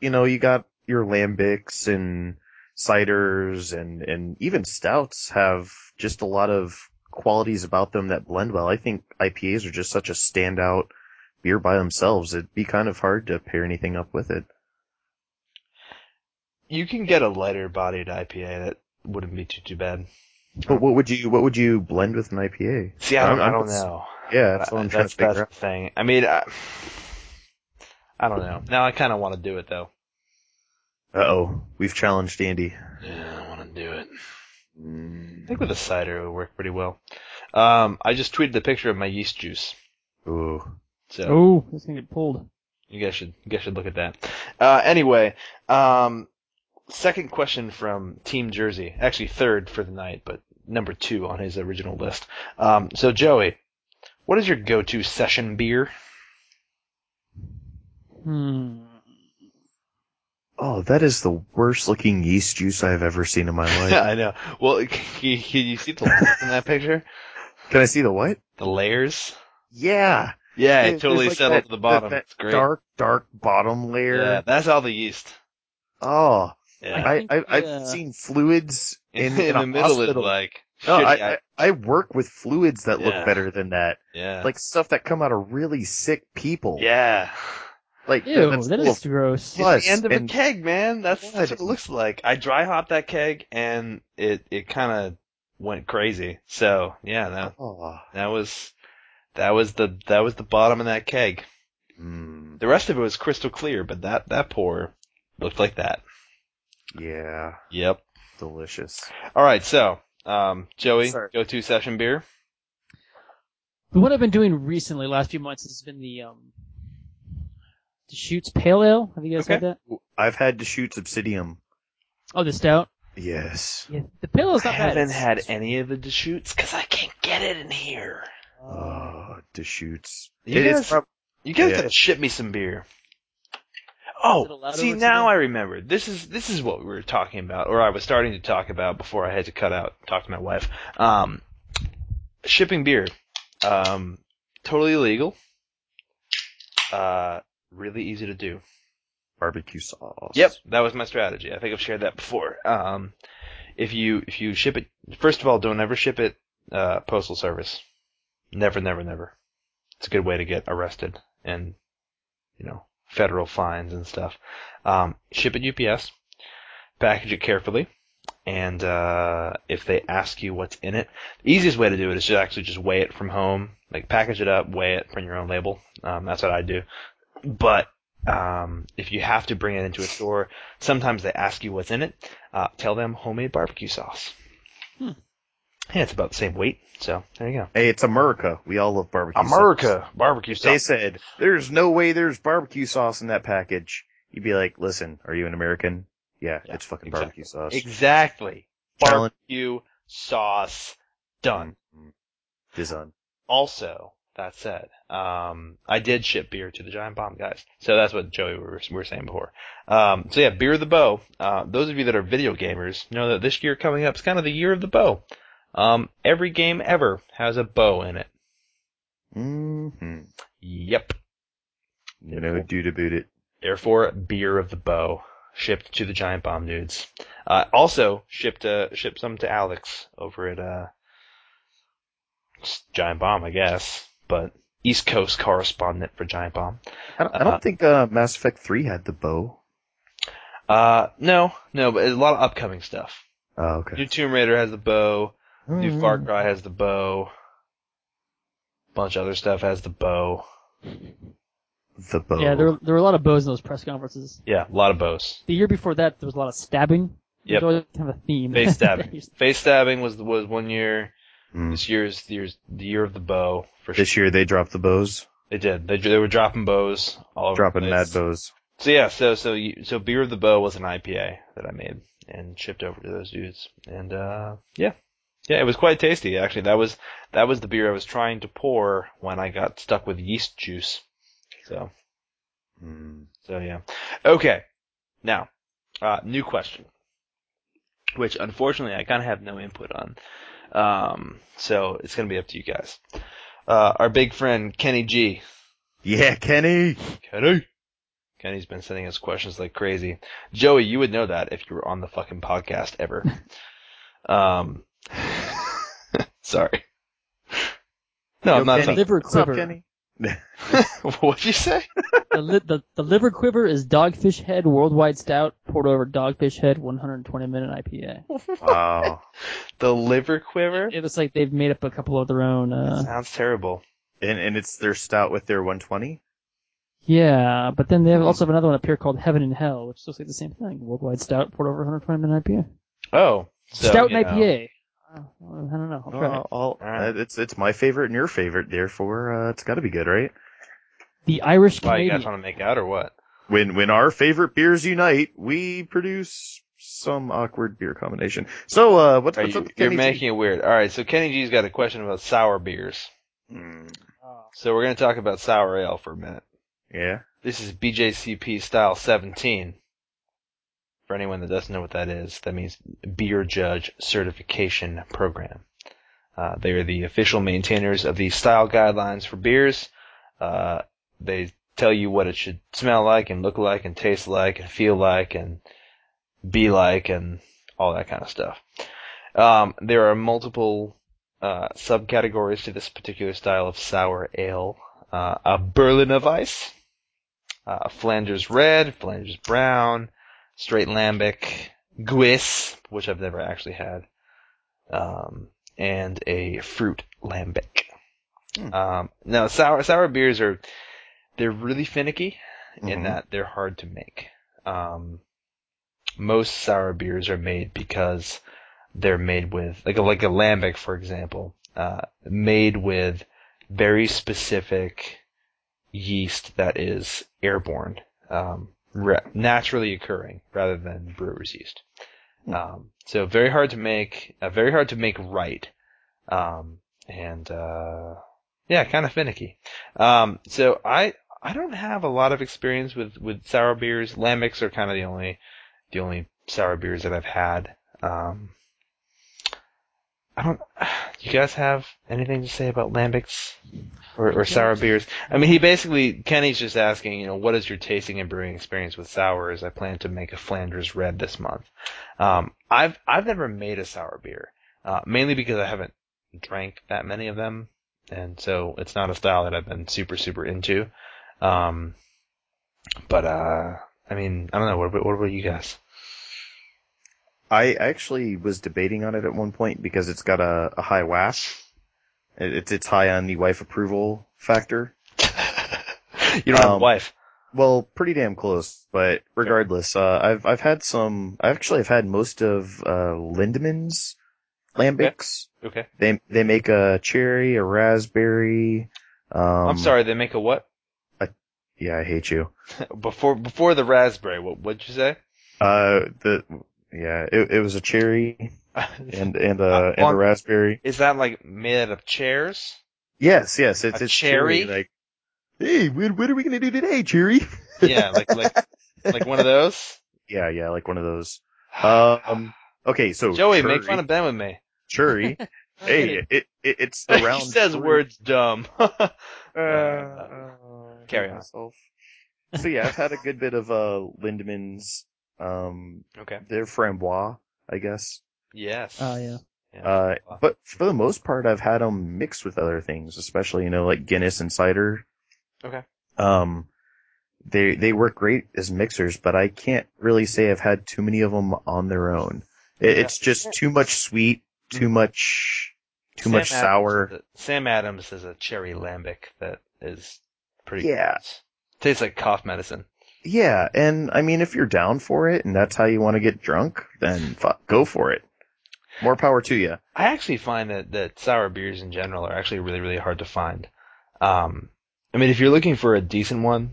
Speaker 4: you know, you got your lambics and ciders and, and even stouts have just a lot of qualities about them that blend well. I think IPAs are just such a standout beer by themselves. It'd be kind of hard to pair anything up with it.
Speaker 1: You can get a lighter bodied IPA that wouldn't be too too bad.
Speaker 4: But what would you, what would you blend with an IPA?
Speaker 1: See, I
Speaker 4: I'm-
Speaker 1: don't, I
Speaker 4: I'm
Speaker 1: don't
Speaker 4: just-
Speaker 1: know.
Speaker 4: Yeah, that's what I'm trying
Speaker 1: Uh, that's,
Speaker 4: to figure
Speaker 1: that's
Speaker 4: out.
Speaker 1: the thing. I mean, I, I don't know. Now I kind of want to do it though.
Speaker 4: Uh oh, we've challenged Andy.
Speaker 1: Yeah, I want to do it. I
Speaker 4: Mm.
Speaker 1: think with a cider it would work pretty well. Um, I just tweeted a picture of my yeast juice,
Speaker 4: Ooh.
Speaker 1: so
Speaker 3: Oh, it's gonna get pulled.
Speaker 1: You guys should you guys should look at that. Uh, anyway, um, second question from Team Jersey. Actually, third for the night, but number two on his original list. Um, so Joey, what is your go-to session beer?
Speaker 3: Hmm.
Speaker 4: Oh, that is the worst looking yeast juice I've ever seen in my life.
Speaker 1: I know. Well, can, can you see the layers in that picture?
Speaker 4: Can I see the what?
Speaker 1: The layers.
Speaker 4: Yeah.
Speaker 1: Yeah, it
Speaker 4: There's-
Speaker 1: totally
Speaker 4: there's, like,
Speaker 1: settled
Speaker 4: that-
Speaker 1: to the bottom.
Speaker 4: that- that
Speaker 1: it's great.
Speaker 4: Dark, dark bottom layer.
Speaker 1: yeah, that's all the yeast.
Speaker 4: Oh,
Speaker 1: Yeah.
Speaker 4: I,
Speaker 3: think,
Speaker 4: I, I've
Speaker 3: yeah.
Speaker 4: seen fluids in,
Speaker 1: in,
Speaker 4: in, a
Speaker 1: the middle is
Speaker 4: hospital.
Speaker 1: like
Speaker 4: no,
Speaker 1: shitty
Speaker 4: I, I, I work with fluids that
Speaker 1: Yeah.
Speaker 4: look better than that.
Speaker 1: yeah,
Speaker 4: Like stuff that come out of really sick people.
Speaker 1: yeah.
Speaker 4: Like
Speaker 3: Ew,
Speaker 4: that's
Speaker 3: that
Speaker 4: full
Speaker 3: is
Speaker 4: of-
Speaker 3: gross.
Speaker 4: Yeah. Plus,
Speaker 1: it's the end of
Speaker 4: and-
Speaker 1: a keg, man. That's, that's what
Speaker 4: Blood.
Speaker 1: it looks like. I dry hopped that keg, and it it kind of went crazy. So yeah, that
Speaker 4: Oh.
Speaker 1: that was that was the that was the bottom of that keg.
Speaker 4: Mm,
Speaker 1: The rest of it was crystal clear, but that that pour looked like that.
Speaker 4: yeah.
Speaker 1: Yep.
Speaker 4: Delicious.
Speaker 1: All right, so um, Joey,
Speaker 2: Sorry.
Speaker 1: go to session beer.
Speaker 3: But what I've been doing recently, last few months, has been the um, Deschutes Pale Ale. Have you guys
Speaker 1: Okay.
Speaker 3: had that?
Speaker 4: I've had to shoot Obsidian.
Speaker 3: Oh, the stout.
Speaker 4: Yes.
Speaker 3: Yeah, the Pale Ale's
Speaker 1: I
Speaker 3: not bad.
Speaker 1: haven't
Speaker 3: It's-
Speaker 1: had
Speaker 3: it's-
Speaker 1: any of the Deschutes because I can't get it in here.
Speaker 3: uh,
Speaker 4: Oh, Deschutes.
Speaker 1: You
Speaker 4: It is
Speaker 1: guys-
Speaker 4: prob-
Speaker 1: You guys
Speaker 4: Yeah.
Speaker 1: gotta ship me some beer.
Speaker 3: Is it
Speaker 1: Oh,
Speaker 3: allowed
Speaker 1: see
Speaker 3: over
Speaker 1: now
Speaker 3: today?
Speaker 1: I remember. This is this is what we were talking about, or I was starting to talk about before I had to cut out. Talk to my wife. Um, shipping beer, um, totally illegal. Uh, really easy to do.
Speaker 4: barbecue sauce.
Speaker 1: Yep, that was my strategy. I think I've shared that before. Um, if you if you ship it, first of all, don't ever ship it uh, postal service. Never, never, never. It's a good way to get arrested and you know federal fines and stuff. Um, ship it UPS, package it carefully, and uh, if they ask you what's in it, the easiest way to do it is to actually just weigh it from home. Like package it up, weigh it, print your own label. Um, that's what I do. But um, if you have to bring it into a store, sometimes they ask you what's in it. Uh, tell them homemade barbecue sauce.
Speaker 3: Hmm.
Speaker 1: Yeah, it's about the same weight, so there you go.
Speaker 4: Hey, it's America. We all love barbecue sauce.
Speaker 1: America barbecue
Speaker 4: They
Speaker 1: sauce.
Speaker 4: said, there's no way there's barbecue sauce in that package. You'd be like, listen, are you an American? Yeah,
Speaker 1: Yeah,
Speaker 4: it's fucking
Speaker 1: exactly.
Speaker 4: barbecue sauce.
Speaker 1: Exactly.
Speaker 4: Challenge-
Speaker 1: Barbecue sauce done.
Speaker 4: Design.
Speaker 1: Also, that said, um, I did ship beer to the Giant Bomb guys, so that's what Joey we were, we were saying before. Um, so yeah, beer of the bow. Uh, those of you that are video gamers know that this year coming up is kind of the year of the bow. Um, every game ever has a bow in it.
Speaker 4: Mm-hmm.
Speaker 1: Yep.
Speaker 4: No dude about it.
Speaker 1: Therefore, beer of the bow shipped to the Giant Bomb dudes. Uh, also shipped uh, shipped some to Alex over at uh, Giant Bomb, I guess, but East Coast correspondent for Giant Bomb.
Speaker 4: I don't, I don't
Speaker 1: Uh,
Speaker 4: think uh, Mass Effect 3 had the bow.
Speaker 1: Uh, no, no, but a lot of upcoming stuff.
Speaker 4: Oh, okay.
Speaker 1: New Tomb Raider has the bow. New
Speaker 4: Mm.
Speaker 3: Mm-hmm.
Speaker 1: Far Cry has the bow. Bunch of other stuff has the bow.
Speaker 4: The bow.
Speaker 3: Yeah, there were, there were a lot of bows in those press conferences.
Speaker 1: Yeah, a lot of bows.
Speaker 3: The year before that, there was a lot of stabbing. There's
Speaker 1: Yep.
Speaker 3: always kind of a theme.
Speaker 1: Face stabbing. Face stabbing was was one year.
Speaker 4: Mm.
Speaker 1: This year's the year's the year of the bow for sure.
Speaker 4: This year they dropped the bows.
Speaker 1: They did. They they were dropping bows all over
Speaker 4: Dropping
Speaker 1: the
Speaker 4: mad
Speaker 1: place.
Speaker 4: bows.
Speaker 1: So yeah, so so you, so beer of the bow was an IPA that I made and shipped over to those dudes, and uh, yeah, yeah, it was quite tasty actually. That was that was the beer I was trying to pour when I got stuck with yeast juice. So
Speaker 4: Mm.
Speaker 1: so yeah, okay. Now, uh, new question, which unfortunately I kind of have no input on. Um, so it's gonna be up to you guys. Uh, our big friend Kenny G
Speaker 4: Yeah, Kenny!
Speaker 1: Kenny. Kenny's been sending us questions like crazy. Joey, you would know that if you were on the fucking podcast ever. um, sorry. No,
Speaker 4: Yo,
Speaker 1: I'm not.
Speaker 4: Kenny.
Speaker 3: Liver
Speaker 4: What's up,
Speaker 3: quiver.
Speaker 4: Kenny?
Speaker 1: talking- What'd you say?
Speaker 3: the, li- the, the liver quiver is Dogfish Head Worldwide Stout poured over Dogfish Head 120 minute IPA.
Speaker 4: Wow.
Speaker 1: The liver quiver.
Speaker 3: It looks like they've made up a couple of their own. Uh,
Speaker 1: Sounds terrible.
Speaker 4: And and it's their stout with their 120.
Speaker 3: yeah, but then they have also have another one up here called Heaven and Hell, which looks like the same thing. Worldwide Stout poured over 120 minute IPA.
Speaker 1: Oh, so,
Speaker 3: Stout
Speaker 1: you Oh.
Speaker 3: and
Speaker 1: know.
Speaker 3: IPA. Uh, I don't know. I'll try it.
Speaker 4: Uh, all-
Speaker 1: Alright.
Speaker 4: uh, it's it's my favorite and your favorite, therefore uh, it's got to be good, right?
Speaker 3: The Irish
Speaker 1: Why you
Speaker 3: Canadian.
Speaker 1: guys want to make out or what?
Speaker 4: When when our favorite beers unite, we produce some awkward beer combination. So uh, what's,
Speaker 1: Are
Speaker 4: what's up
Speaker 1: you,
Speaker 4: with
Speaker 1: you're
Speaker 4: Kenny G?
Speaker 1: making it weird. All right, so Kenny G's got a question about sour beers.
Speaker 4: Hmm,
Speaker 3: Oh.
Speaker 1: So we're gonna talk about sour ale for a minute.
Speaker 4: yeah,
Speaker 1: This is BJCP Style 17. For anyone that doesn't know what that is, that means Beer Judge Certification Program. Uh, they are the official maintainers of the style guidelines for beers. Uh, they tell you what it should smell like and look like and taste like and feel like and be like and all that kind of stuff. Um, there are multiple uh, subcategories to this particular style of sour ale. Uh, a Berliner Weiss, uh, Flanders Red, Flanders Brown, Straight Lambic, Gwiss, which I've never actually had, um, and a Fruit Lambic.
Speaker 4: Hmm.
Speaker 1: Um, now, sour sour beers are they're really finicky in
Speaker 4: Mhm.
Speaker 1: that they're hard to make. Um, most sour beers are made because they're made with like a, like a lambic, for example, uh, made with very specific yeast that is airborne, um, ra- naturally occurring rather than brewer's yeast. Um, so very hard to make, uh, very hard to make right, um, and uh, yeah, kind of finicky. Um, so I I don't have a lot of experience with with sour beers. Lambics are kind of the only the only sour beers that I've had. Um, I don't. You guys have anything to say about lambics or, or sour beers? I mean, he basically Kenny's just asking, you know, what is your tasting and brewing experience with sours? I plan to make a Flanders Red this month. Um, I've I've never made a sour beer, uh, mainly because I haven't drank that many of them, and so it's not a style that I've been super super into. Um, but uh, I mean, I don't know. What about, what about you guys?
Speaker 4: I actually was debating on it at one point because it's got a, a high WAF. It, it's it's high on the wife approval factor.
Speaker 1: you don't have a
Speaker 4: Um,
Speaker 1: wife.
Speaker 4: Well, pretty damn close, but regardless, uh, I've I've had some. I actually have had most of uh, Lindemann's lambics.
Speaker 1: Okay.
Speaker 4: They they make a cherry, a raspberry. Um,
Speaker 1: I'm sorry. They make a what?
Speaker 4: Yeah, I hate you.
Speaker 1: Before before the raspberry, what what'd you say?
Speaker 4: Uh, the yeah, it, it was a cherry and and uh, and a
Speaker 1: Long-
Speaker 4: raspberry.
Speaker 1: Is that like made out of chairs?
Speaker 4: Yes, yes, it's
Speaker 1: A
Speaker 4: it's
Speaker 1: cherry?
Speaker 4: Like, hey, what, what are we gonna do today, cherry?
Speaker 1: Yeah, like like like one of those.
Speaker 4: Yeah, yeah, like one of those. Um, okay, so
Speaker 1: Joey,
Speaker 4: cherry,
Speaker 1: make fun of Ben with me.
Speaker 4: cherry. hey, it, it it's the round.
Speaker 1: he says
Speaker 4: fruit.
Speaker 1: words dumb.
Speaker 4: Uh, uh,
Speaker 1: Carry on.
Speaker 4: myself. So yeah, I've had a good bit of uh Lindemann's. Um,
Speaker 1: okay.
Speaker 4: their frambois, I guess.
Speaker 1: Yes.
Speaker 3: Oh yeah.
Speaker 4: Uh, but for the most part, I've had them mixed with other things, especially you know like Guinness and cider.
Speaker 1: Okay.
Speaker 4: Um, they they work great as mixers, but I can't really say I've had too many of them on their own. It,
Speaker 1: Yeah. Mm.
Speaker 4: It's just too much sweet, too much, too
Speaker 1: Sam
Speaker 4: much
Speaker 1: Adams
Speaker 4: sour.
Speaker 1: is a- Sam Adams is a cherry lambic that is pretty.
Speaker 4: Yeah.
Speaker 1: gross. Tastes like cough medicine.
Speaker 4: Yeah, and I mean if you're down for it and that's how you want to get drunk, then fuck, go for it. More power to you.
Speaker 1: I actually find that, that sour beers in general are actually really, really hard to find. Um, I mean, if you're looking for a decent one,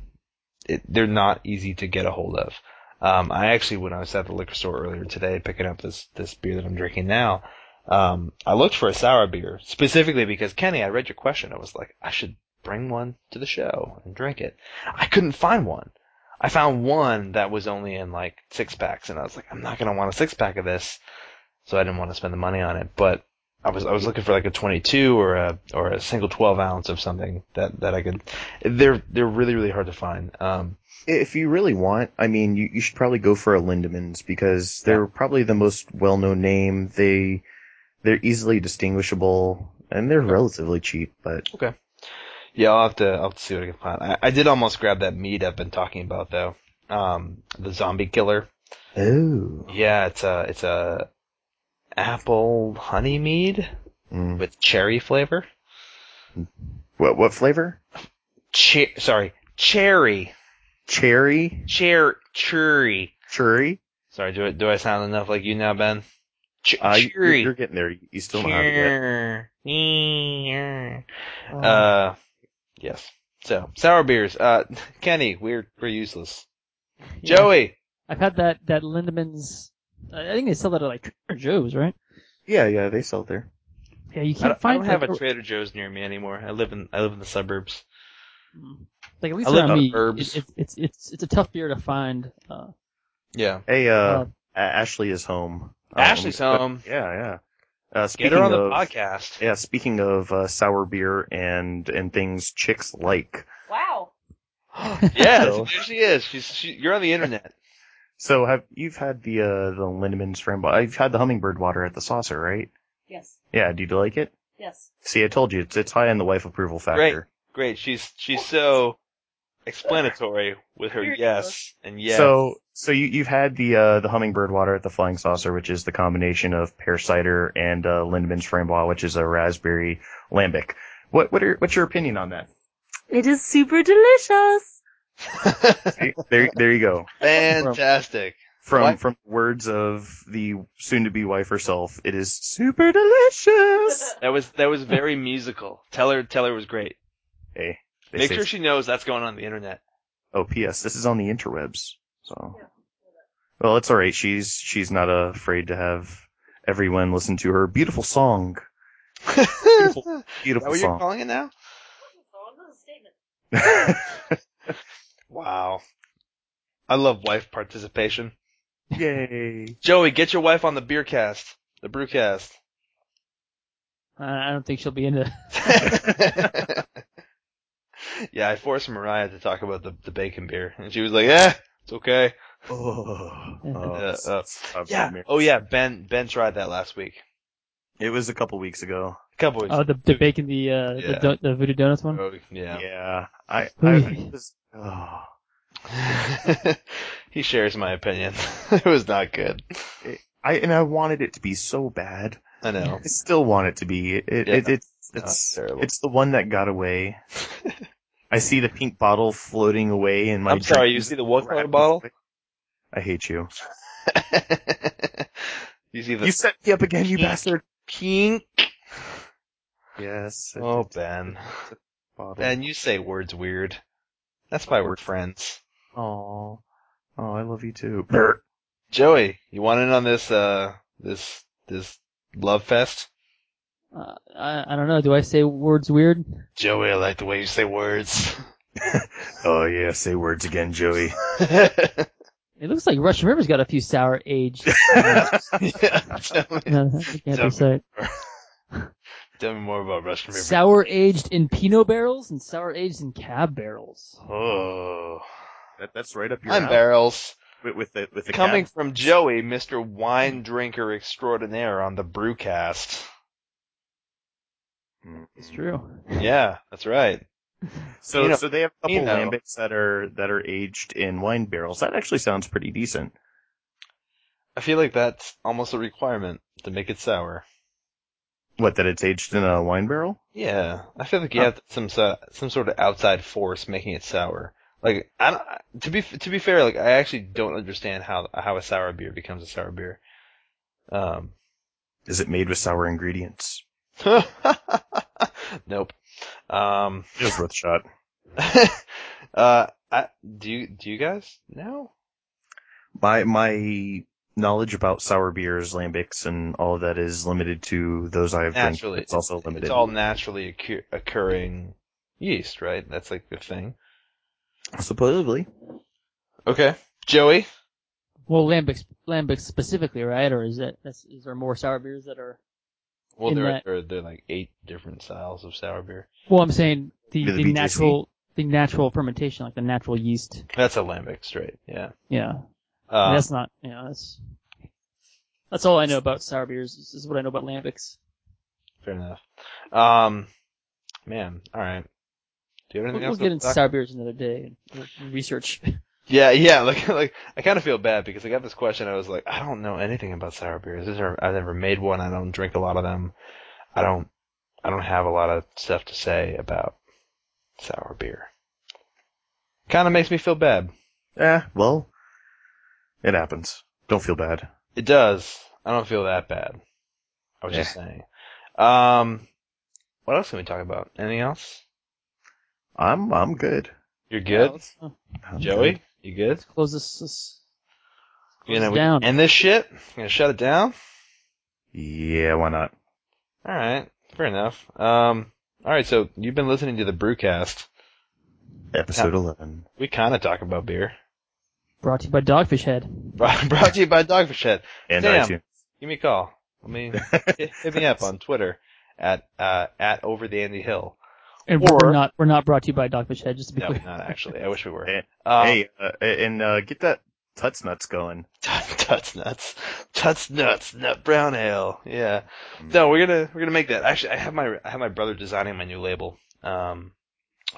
Speaker 1: it, they're not easy to get a hold of. Um, I actually, when I was at the liquor store earlier today, picking up this, this beer that I'm drinking now, um, I looked for a sour beer specifically because Kenny, I read your question. I was like, I should bring one to the show and drink it. I couldn't find one. I found one that was only in like six packs, and I was like, I'm not gonna want a six pack of this, so I didn't want to spend the money on it. But I was I was looking for like a 22 or a or a single 12 ounce of something that that I could. They're they're really really hard to find. Um,
Speaker 4: If you really want, I mean, you, you should probably go for a Lindemans because they're probably the most well-known name. They they're easily distinguishable and they're relatively cheap. But
Speaker 1: Yeah, I'll have to I'll have to see what I can find. I, I did almost grab that meat I've been talking about though. Um, the zombie killer.
Speaker 4: oh,
Speaker 1: Yeah, it's a it's a apple honey mead
Speaker 4: Mm.
Speaker 1: with cherry flavor.
Speaker 4: what what flavor?
Speaker 1: Che- sorry, cherry,
Speaker 4: Cherry,
Speaker 1: cher, cherry.
Speaker 4: cherry.
Speaker 1: Sorry, do I do I sound enough like you now, Ben? Ch-
Speaker 4: Uh, you- you're,
Speaker 1: cherry.
Speaker 4: you're getting there. You still don't have it yet.
Speaker 1: Cherry. Uh, yes. So sour beers. Uh, Kenny, we're we're useless.
Speaker 3: Yeah.
Speaker 1: Joey.
Speaker 3: I've had that that Lindemans. I I think they sell that at like Trader Joe's, right?
Speaker 4: Yeah, yeah, they sell it there.
Speaker 3: Yeah, you
Speaker 1: I
Speaker 3: can't
Speaker 1: don't, I
Speaker 3: find
Speaker 1: don't have
Speaker 3: like,
Speaker 1: a Trader Joe's near me anymore. I live in I live in the suburbs.
Speaker 3: Mm. like at least
Speaker 1: I live
Speaker 3: around
Speaker 1: on
Speaker 3: me,
Speaker 1: herbs.
Speaker 3: it- it's it's it's it's a tough beer to find. Uh,
Speaker 1: Yeah.
Speaker 4: Hey, uh,
Speaker 3: uh,
Speaker 4: A- Ashley is home. Um,
Speaker 1: Ashley's home.
Speaker 4: Yeah, yeah. Uh,
Speaker 1: Get
Speaker 4: speaking
Speaker 1: her on the
Speaker 4: of-
Speaker 1: podcast.
Speaker 4: Yeah, speaking of uh, sour beer and and things chicks like.
Speaker 6: Wow.
Speaker 1: Yeah,
Speaker 4: So-
Speaker 1: there she is. She's she, you're on the internet.
Speaker 4: So have you've had the uh, the Lindemann's framboise? I've had the hummingbird water at the saucer, right?
Speaker 6: Yes.
Speaker 4: Yeah. Do you like it?
Speaker 6: Yes.
Speaker 4: See, I told you it's it's high on the wife approval factor.
Speaker 1: Great. She's she's so explanatory with her yes and yes.
Speaker 4: So so you you've had the uh, the hummingbird water at the flying saucer, which is the combination of pear cider and uh, Lindemann's framboise, which is a raspberry lambic. What what are what's your opinion on that?
Speaker 6: It is super delicious.
Speaker 4: See, there there you go.
Speaker 1: fantastic.
Speaker 4: From
Speaker 1: What?
Speaker 4: from words of the soon to be wife herself, it is super delicious.
Speaker 1: That was that was very musical. Teller Teller was great.
Speaker 4: Hey, they
Speaker 1: Make
Speaker 4: say
Speaker 1: sure she knows that's going on the internet.
Speaker 4: Oh, P.S. This is on the interwebs. So, well, it's all right. She's she's not uh, afraid to have everyone listen to her beautiful song.
Speaker 1: Beautiful. Is that
Speaker 4: Beautiful
Speaker 1: what you're
Speaker 4: song.
Speaker 1: calling it now? Wow. I love wife participation.
Speaker 4: Yay!
Speaker 1: Joey, get your wife on the beer cast, the brew cast.
Speaker 3: Uh, I don't think she'll be into.
Speaker 1: yeah, I forced Mariah to talk about the, the bacon beer, and she was like, "Eh, it's okay."
Speaker 4: Oh,
Speaker 1: Uh,
Speaker 4: it's-
Speaker 1: uh,
Speaker 4: it's- I've
Speaker 1: Yeah.
Speaker 4: been-
Speaker 1: Oh yeah, Ben Ben tried that last week.
Speaker 4: It was a couple weeks ago.
Speaker 1: A couple weeks.
Speaker 3: Oh, the the bacon, the uh,
Speaker 1: Yeah.
Speaker 3: the, do- the voodoo donuts one.
Speaker 1: ago. yeah.
Speaker 4: Yeah, I. I
Speaker 3: Ooh.
Speaker 4: was- oh,
Speaker 1: he shares my opinion. it was not good.
Speaker 4: I and I wanted it to be so bad.
Speaker 1: I know.
Speaker 4: I still want it to be. It, it,
Speaker 1: Yeah.
Speaker 4: it, it's
Speaker 1: No, it's
Speaker 4: it's
Speaker 1: terrible.
Speaker 4: it's the one that got away. I see the pink bottle floating away in my.
Speaker 1: I'm sorry. You
Speaker 4: dreams.
Speaker 1: see the one color bottle?
Speaker 4: I hate you.
Speaker 1: you see the
Speaker 4: You set me up again, you
Speaker 1: Pink.
Speaker 4: bastard.
Speaker 1: pink?
Speaker 4: Yes.
Speaker 1: Oh, Ben. Ben, you say words weird. That's why we're friends.
Speaker 4: Oh, oh, I love you too.
Speaker 1: Joey, you want in on this? Uh, this this love fest?
Speaker 3: Uh, I, I don't know. Do I say words weird?
Speaker 1: Joey, I like the way you say words.
Speaker 4: oh yeah, say words again, Joey.
Speaker 3: It looks like Russian River's got a few sour aged.
Speaker 1: yeah, tell me,
Speaker 3: no, that can't
Speaker 1: Sour-
Speaker 3: be said.
Speaker 1: tell me more about Russian River.
Speaker 3: Sour aged in Pinot barrels and sour aged in cab barrels.
Speaker 1: oh,
Speaker 4: That, that's right up your
Speaker 1: I'm
Speaker 4: alley.
Speaker 1: barrels.
Speaker 4: With, with the with the
Speaker 1: Coming
Speaker 4: cat.
Speaker 1: from Joey, Mr. Wine Drinker Extraordinaire on the Brewcast.
Speaker 3: It's true.
Speaker 1: Yeah, that's right.
Speaker 4: So
Speaker 1: you know,
Speaker 4: so they have a couple
Speaker 1: you know.
Speaker 4: lambics that are that are aged in wine barrels. That actually sounds pretty decent.
Speaker 1: I feel like that's almost a requirement to make it sour.
Speaker 4: What that it's aged in a wine barrel?
Speaker 1: Yeah, I feel like you have some so- some sort of outside force making it sour. Like I don't, to be to be fair, like I actually don't understand how how a sour beer becomes a sour beer. Um,
Speaker 4: Is it made with sour ingredients?
Speaker 1: nope. Um,
Speaker 4: It was worth a shot.
Speaker 1: uh, I, do you do you guys know?
Speaker 4: My my knowledge about sour beers, lambics, and all of that is limited to those I have drank.
Speaker 1: Naturally,
Speaker 4: It's also limited.
Speaker 1: It's all naturally occur- occurring yeast, right? That's like the thing.
Speaker 4: Supposedly.
Speaker 1: Okay, Joey.
Speaker 3: Well, lambics, lambics specifically, right? Or is that that's, is there more sour beers that are?
Speaker 1: Well,
Speaker 3: In
Speaker 1: there are,
Speaker 3: that-
Speaker 1: there are there are like eight different styles of sour beer.
Speaker 3: Well, I'm saying the,
Speaker 4: Maybe the
Speaker 3: the,
Speaker 4: BJC?
Speaker 3: natural the natural fermentation, like the natural yeast.
Speaker 1: That's a lambic straight. Yeah.
Speaker 3: Yeah,
Speaker 1: Uh,
Speaker 3: that's not. You know, that's that's all I know about sour beers. This is what I know about lambics.
Speaker 1: Fair enough. Um, man, all right. Do you have anything
Speaker 3: We'll, we'll
Speaker 1: else?
Speaker 3: get
Speaker 1: to
Speaker 3: into
Speaker 1: talk-
Speaker 3: sour beers another day and we'll research.
Speaker 1: Yeah, yeah. Like, like I kind of feel bad because I got this question. I was like, I don't know anything about sour beers. These are- I've never made one. I don't drink a lot of them. I don't. I don't have a lot of stuff to say about sour beer. Kind of makes me feel bad.
Speaker 4: Yeah. Well, it happens. Don't feel bad.
Speaker 1: It does. I don't feel that bad. I was just saying. Um, what else can we talk about? Anything else?
Speaker 4: I'm I'm good.
Speaker 1: You're
Speaker 3: Yeah,
Speaker 1: good,
Speaker 3: let's, uh,
Speaker 4: I'm
Speaker 1: Joey.
Speaker 4: good.
Speaker 1: You good?
Speaker 3: close this. this
Speaker 1: You
Speaker 3: close
Speaker 1: know,
Speaker 3: it
Speaker 1: we
Speaker 3: down.
Speaker 1: end this shit. Gonna shut it down.
Speaker 4: Yeah. Why not?
Speaker 1: All right, fair enough. Um, all right, so you've been listening to the Brewcast.
Speaker 4: Episode eleven.
Speaker 1: We kind of talk about beer.
Speaker 3: brought to you by Dogfish Head.
Speaker 1: Brought brought to you by Dogfish Head.
Speaker 4: And
Speaker 1: Damn.
Speaker 4: iTunes.
Speaker 1: Give me a call. Let me hit, hit me up on Twitter at uh, at over the Andy Hill.
Speaker 3: And
Speaker 1: Or-
Speaker 3: we're not we're not brought to you by Dogfish Head, just to be
Speaker 1: No,
Speaker 3: clear.
Speaker 1: not actually. I wish we were.
Speaker 4: Hey,
Speaker 1: Um,
Speaker 4: hey, uh, and uh, get that tuts nuts going.
Speaker 1: Tut- Tuts nuts, Tuts nuts, nut brown ale. Yeah.
Speaker 4: Mm.
Speaker 1: No, we're gonna we're gonna make that. Actually, I have my I have my brother designing my new label. Um,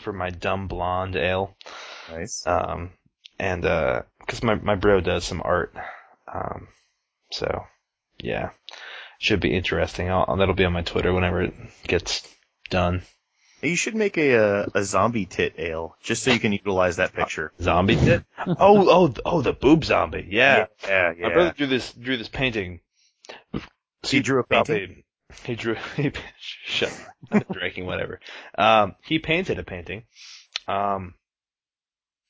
Speaker 1: for my dumb blonde ale.
Speaker 4: Nice.
Speaker 1: Um, and uh 'cause my my bro does some art. Um, so yeah, should be interesting. I'll, that'll be on my Twitter whenever it gets done.
Speaker 4: You should make a, a a zombie tit ale just so you can utilize that picture.
Speaker 1: Zombie did. oh, oh, th- oh, the boob zombie. Yeah.
Speaker 4: yeah,
Speaker 1: My brother drew this drew this painting.
Speaker 4: He drew a painting.
Speaker 1: Probably- He drew. He, shut. up. I've been drinking whatever. Um, he painted a painting. Um,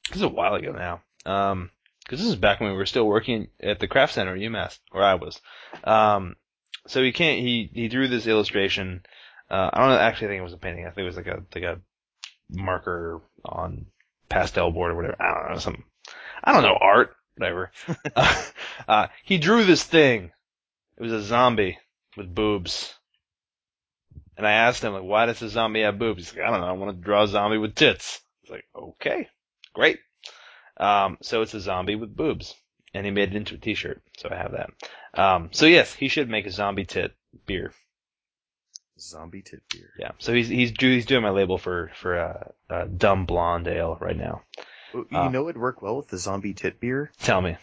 Speaker 1: this is a while ago now. Um, because this is back when we were still working at the craft center at UMass, where I was. Um, so he can't. He he drew this illustration. Uh, I don't know, actually think it was a painting. I think it was like a like a marker on pastel board or whatever. I don't know some. I don't know art. Whatever. uh, uh, he drew this thing. It was a zombie with boobs. And I asked him, like, why does a zombie have boobs? He's like, I don't know. I want to draw a zombie with tits. It's like, okay, great. Um, so it's a zombie with boobs. And he made it into a t-shirt. So I have that. Um, so yes, he should make a zombie tit beer.
Speaker 4: Zombie tit beer.
Speaker 1: Yeah. So he's, he's, do, he's doing my label for, for, uh, uh, dumb blonde ale right now.
Speaker 4: You
Speaker 1: Uh,
Speaker 4: know, it'd work well with the zombie tit beer.
Speaker 1: Tell me.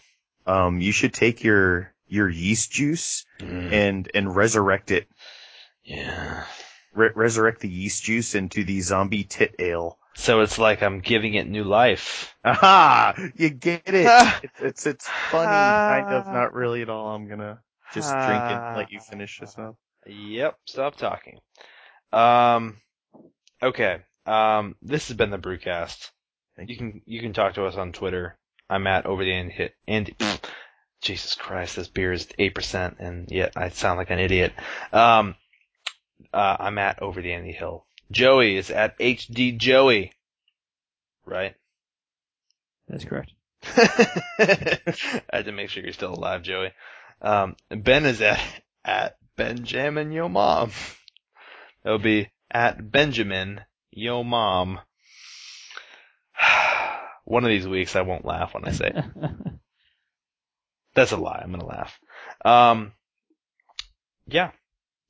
Speaker 4: Um, you should take your your yeast juice
Speaker 1: Hmm.
Speaker 4: and and resurrect it.
Speaker 1: Yeah.
Speaker 4: Re- resurrect the yeast juice into the zombie tit ale.
Speaker 1: So it's like I'm giving it new life.
Speaker 4: Aha! You get it.
Speaker 1: Ah.
Speaker 4: it's, it's it's funny, kind of, not really at all. I'm gonna just drink it, and let you finish this up.
Speaker 1: Yep, stop talking. Um okay. Um this has been the Brewcast.
Speaker 4: Thank
Speaker 1: You can you can talk to us on Twitter. I'm at over the end hit and Jesus Christ, this beer is eight percent and yet I sound like an idiot. Um uh, I'm at over the Andy Hill. Joey is at HD Joey. Right?
Speaker 3: That's correct.
Speaker 1: I had to make sure you're still alive, Joey. Um, ben is at at Benjamin Yo Mom. That would be at Benjamin Yo Mom. One of these weeks, I won't laugh when I say it. that's a lie. I'm gonna laugh. Um, yeah,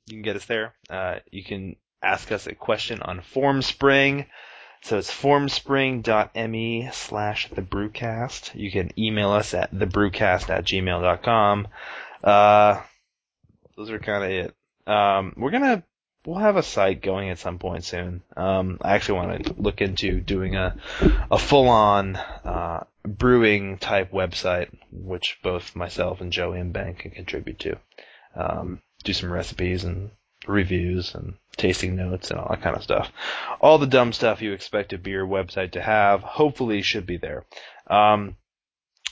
Speaker 1: you can get us there. Uh, you can ask us a question on FormSpring. So it's formspring.me slash the brewcast. You can email us at thebrewcast at gmail.com. Uh, those are kind of it. Um, we're gonna, we'll have a site going at some point soon. Um, I actually want to look into doing a, a full on, uh, brewing type website, which both myself and Joey and Ben can contribute to. Um, do some recipes and reviews and tasting notes and all that kind of stuff all the dumb stuff you expect a beer website to have hopefully should be there um,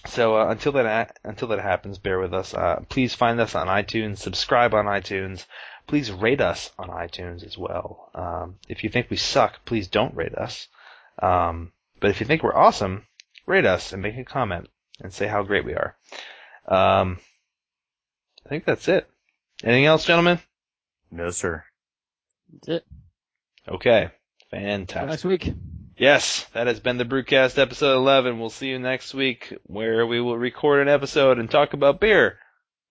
Speaker 1: so uh, until that until that happens bear with us uh, please find us on itunes subscribe on itunes please rate us on itunes as well um, if you think we suck please don't rate us um, but if you think we're awesome rate us and make a comment and say how great we are um, i think that's it anything else gentlemen
Speaker 4: No, sir.
Speaker 3: That's it.
Speaker 1: okay
Speaker 3: Till
Speaker 1: fantastic
Speaker 3: next week.
Speaker 1: Yes, that has been the Brewcast episode 11. We'll see you next week where we will record an episode and talk about beer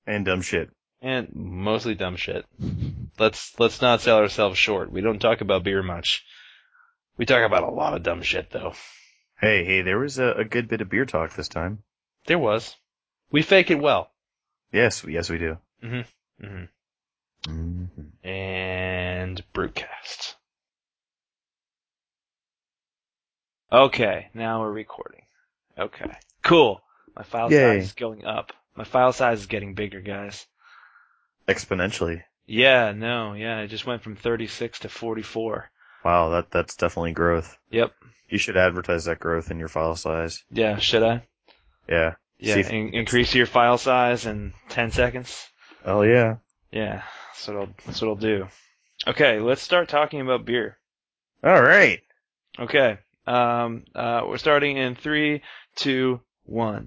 Speaker 4: And dumb shit.
Speaker 1: and mostly dumb shit. Let's let's not sell ourselves short. We don't talk about beer much. We talk about a lot of dumb shit though.
Speaker 4: Hey, hey, there was a, a good bit of beer talk this time.
Speaker 1: There was. We fake it well.
Speaker 4: Yes, yes, we do.
Speaker 1: hmm
Speaker 4: Mm-hmm.
Speaker 1: And Brewcast. Okay, now we're recording. Okay. Cool. My file
Speaker 2: Yay.
Speaker 1: size is going up. My file size is getting bigger, guys.
Speaker 4: Exponentially.
Speaker 1: Yeah, no, yeah, it just went from 36 to 44.
Speaker 4: Wow, that that's definitely growth.
Speaker 1: Yep.
Speaker 4: You should advertise that growth in your file size.
Speaker 1: Yeah, should I?
Speaker 4: Yeah.
Speaker 1: Yeah,
Speaker 4: See if-
Speaker 1: in- increase your file size in 10 seconds.
Speaker 4: Oh yeah.
Speaker 1: Yeah, that's what I'll that's what I'll do. Okay, let's start talking about beer.
Speaker 4: All right.
Speaker 1: Okay, um, uh, we're starting in three, two, one.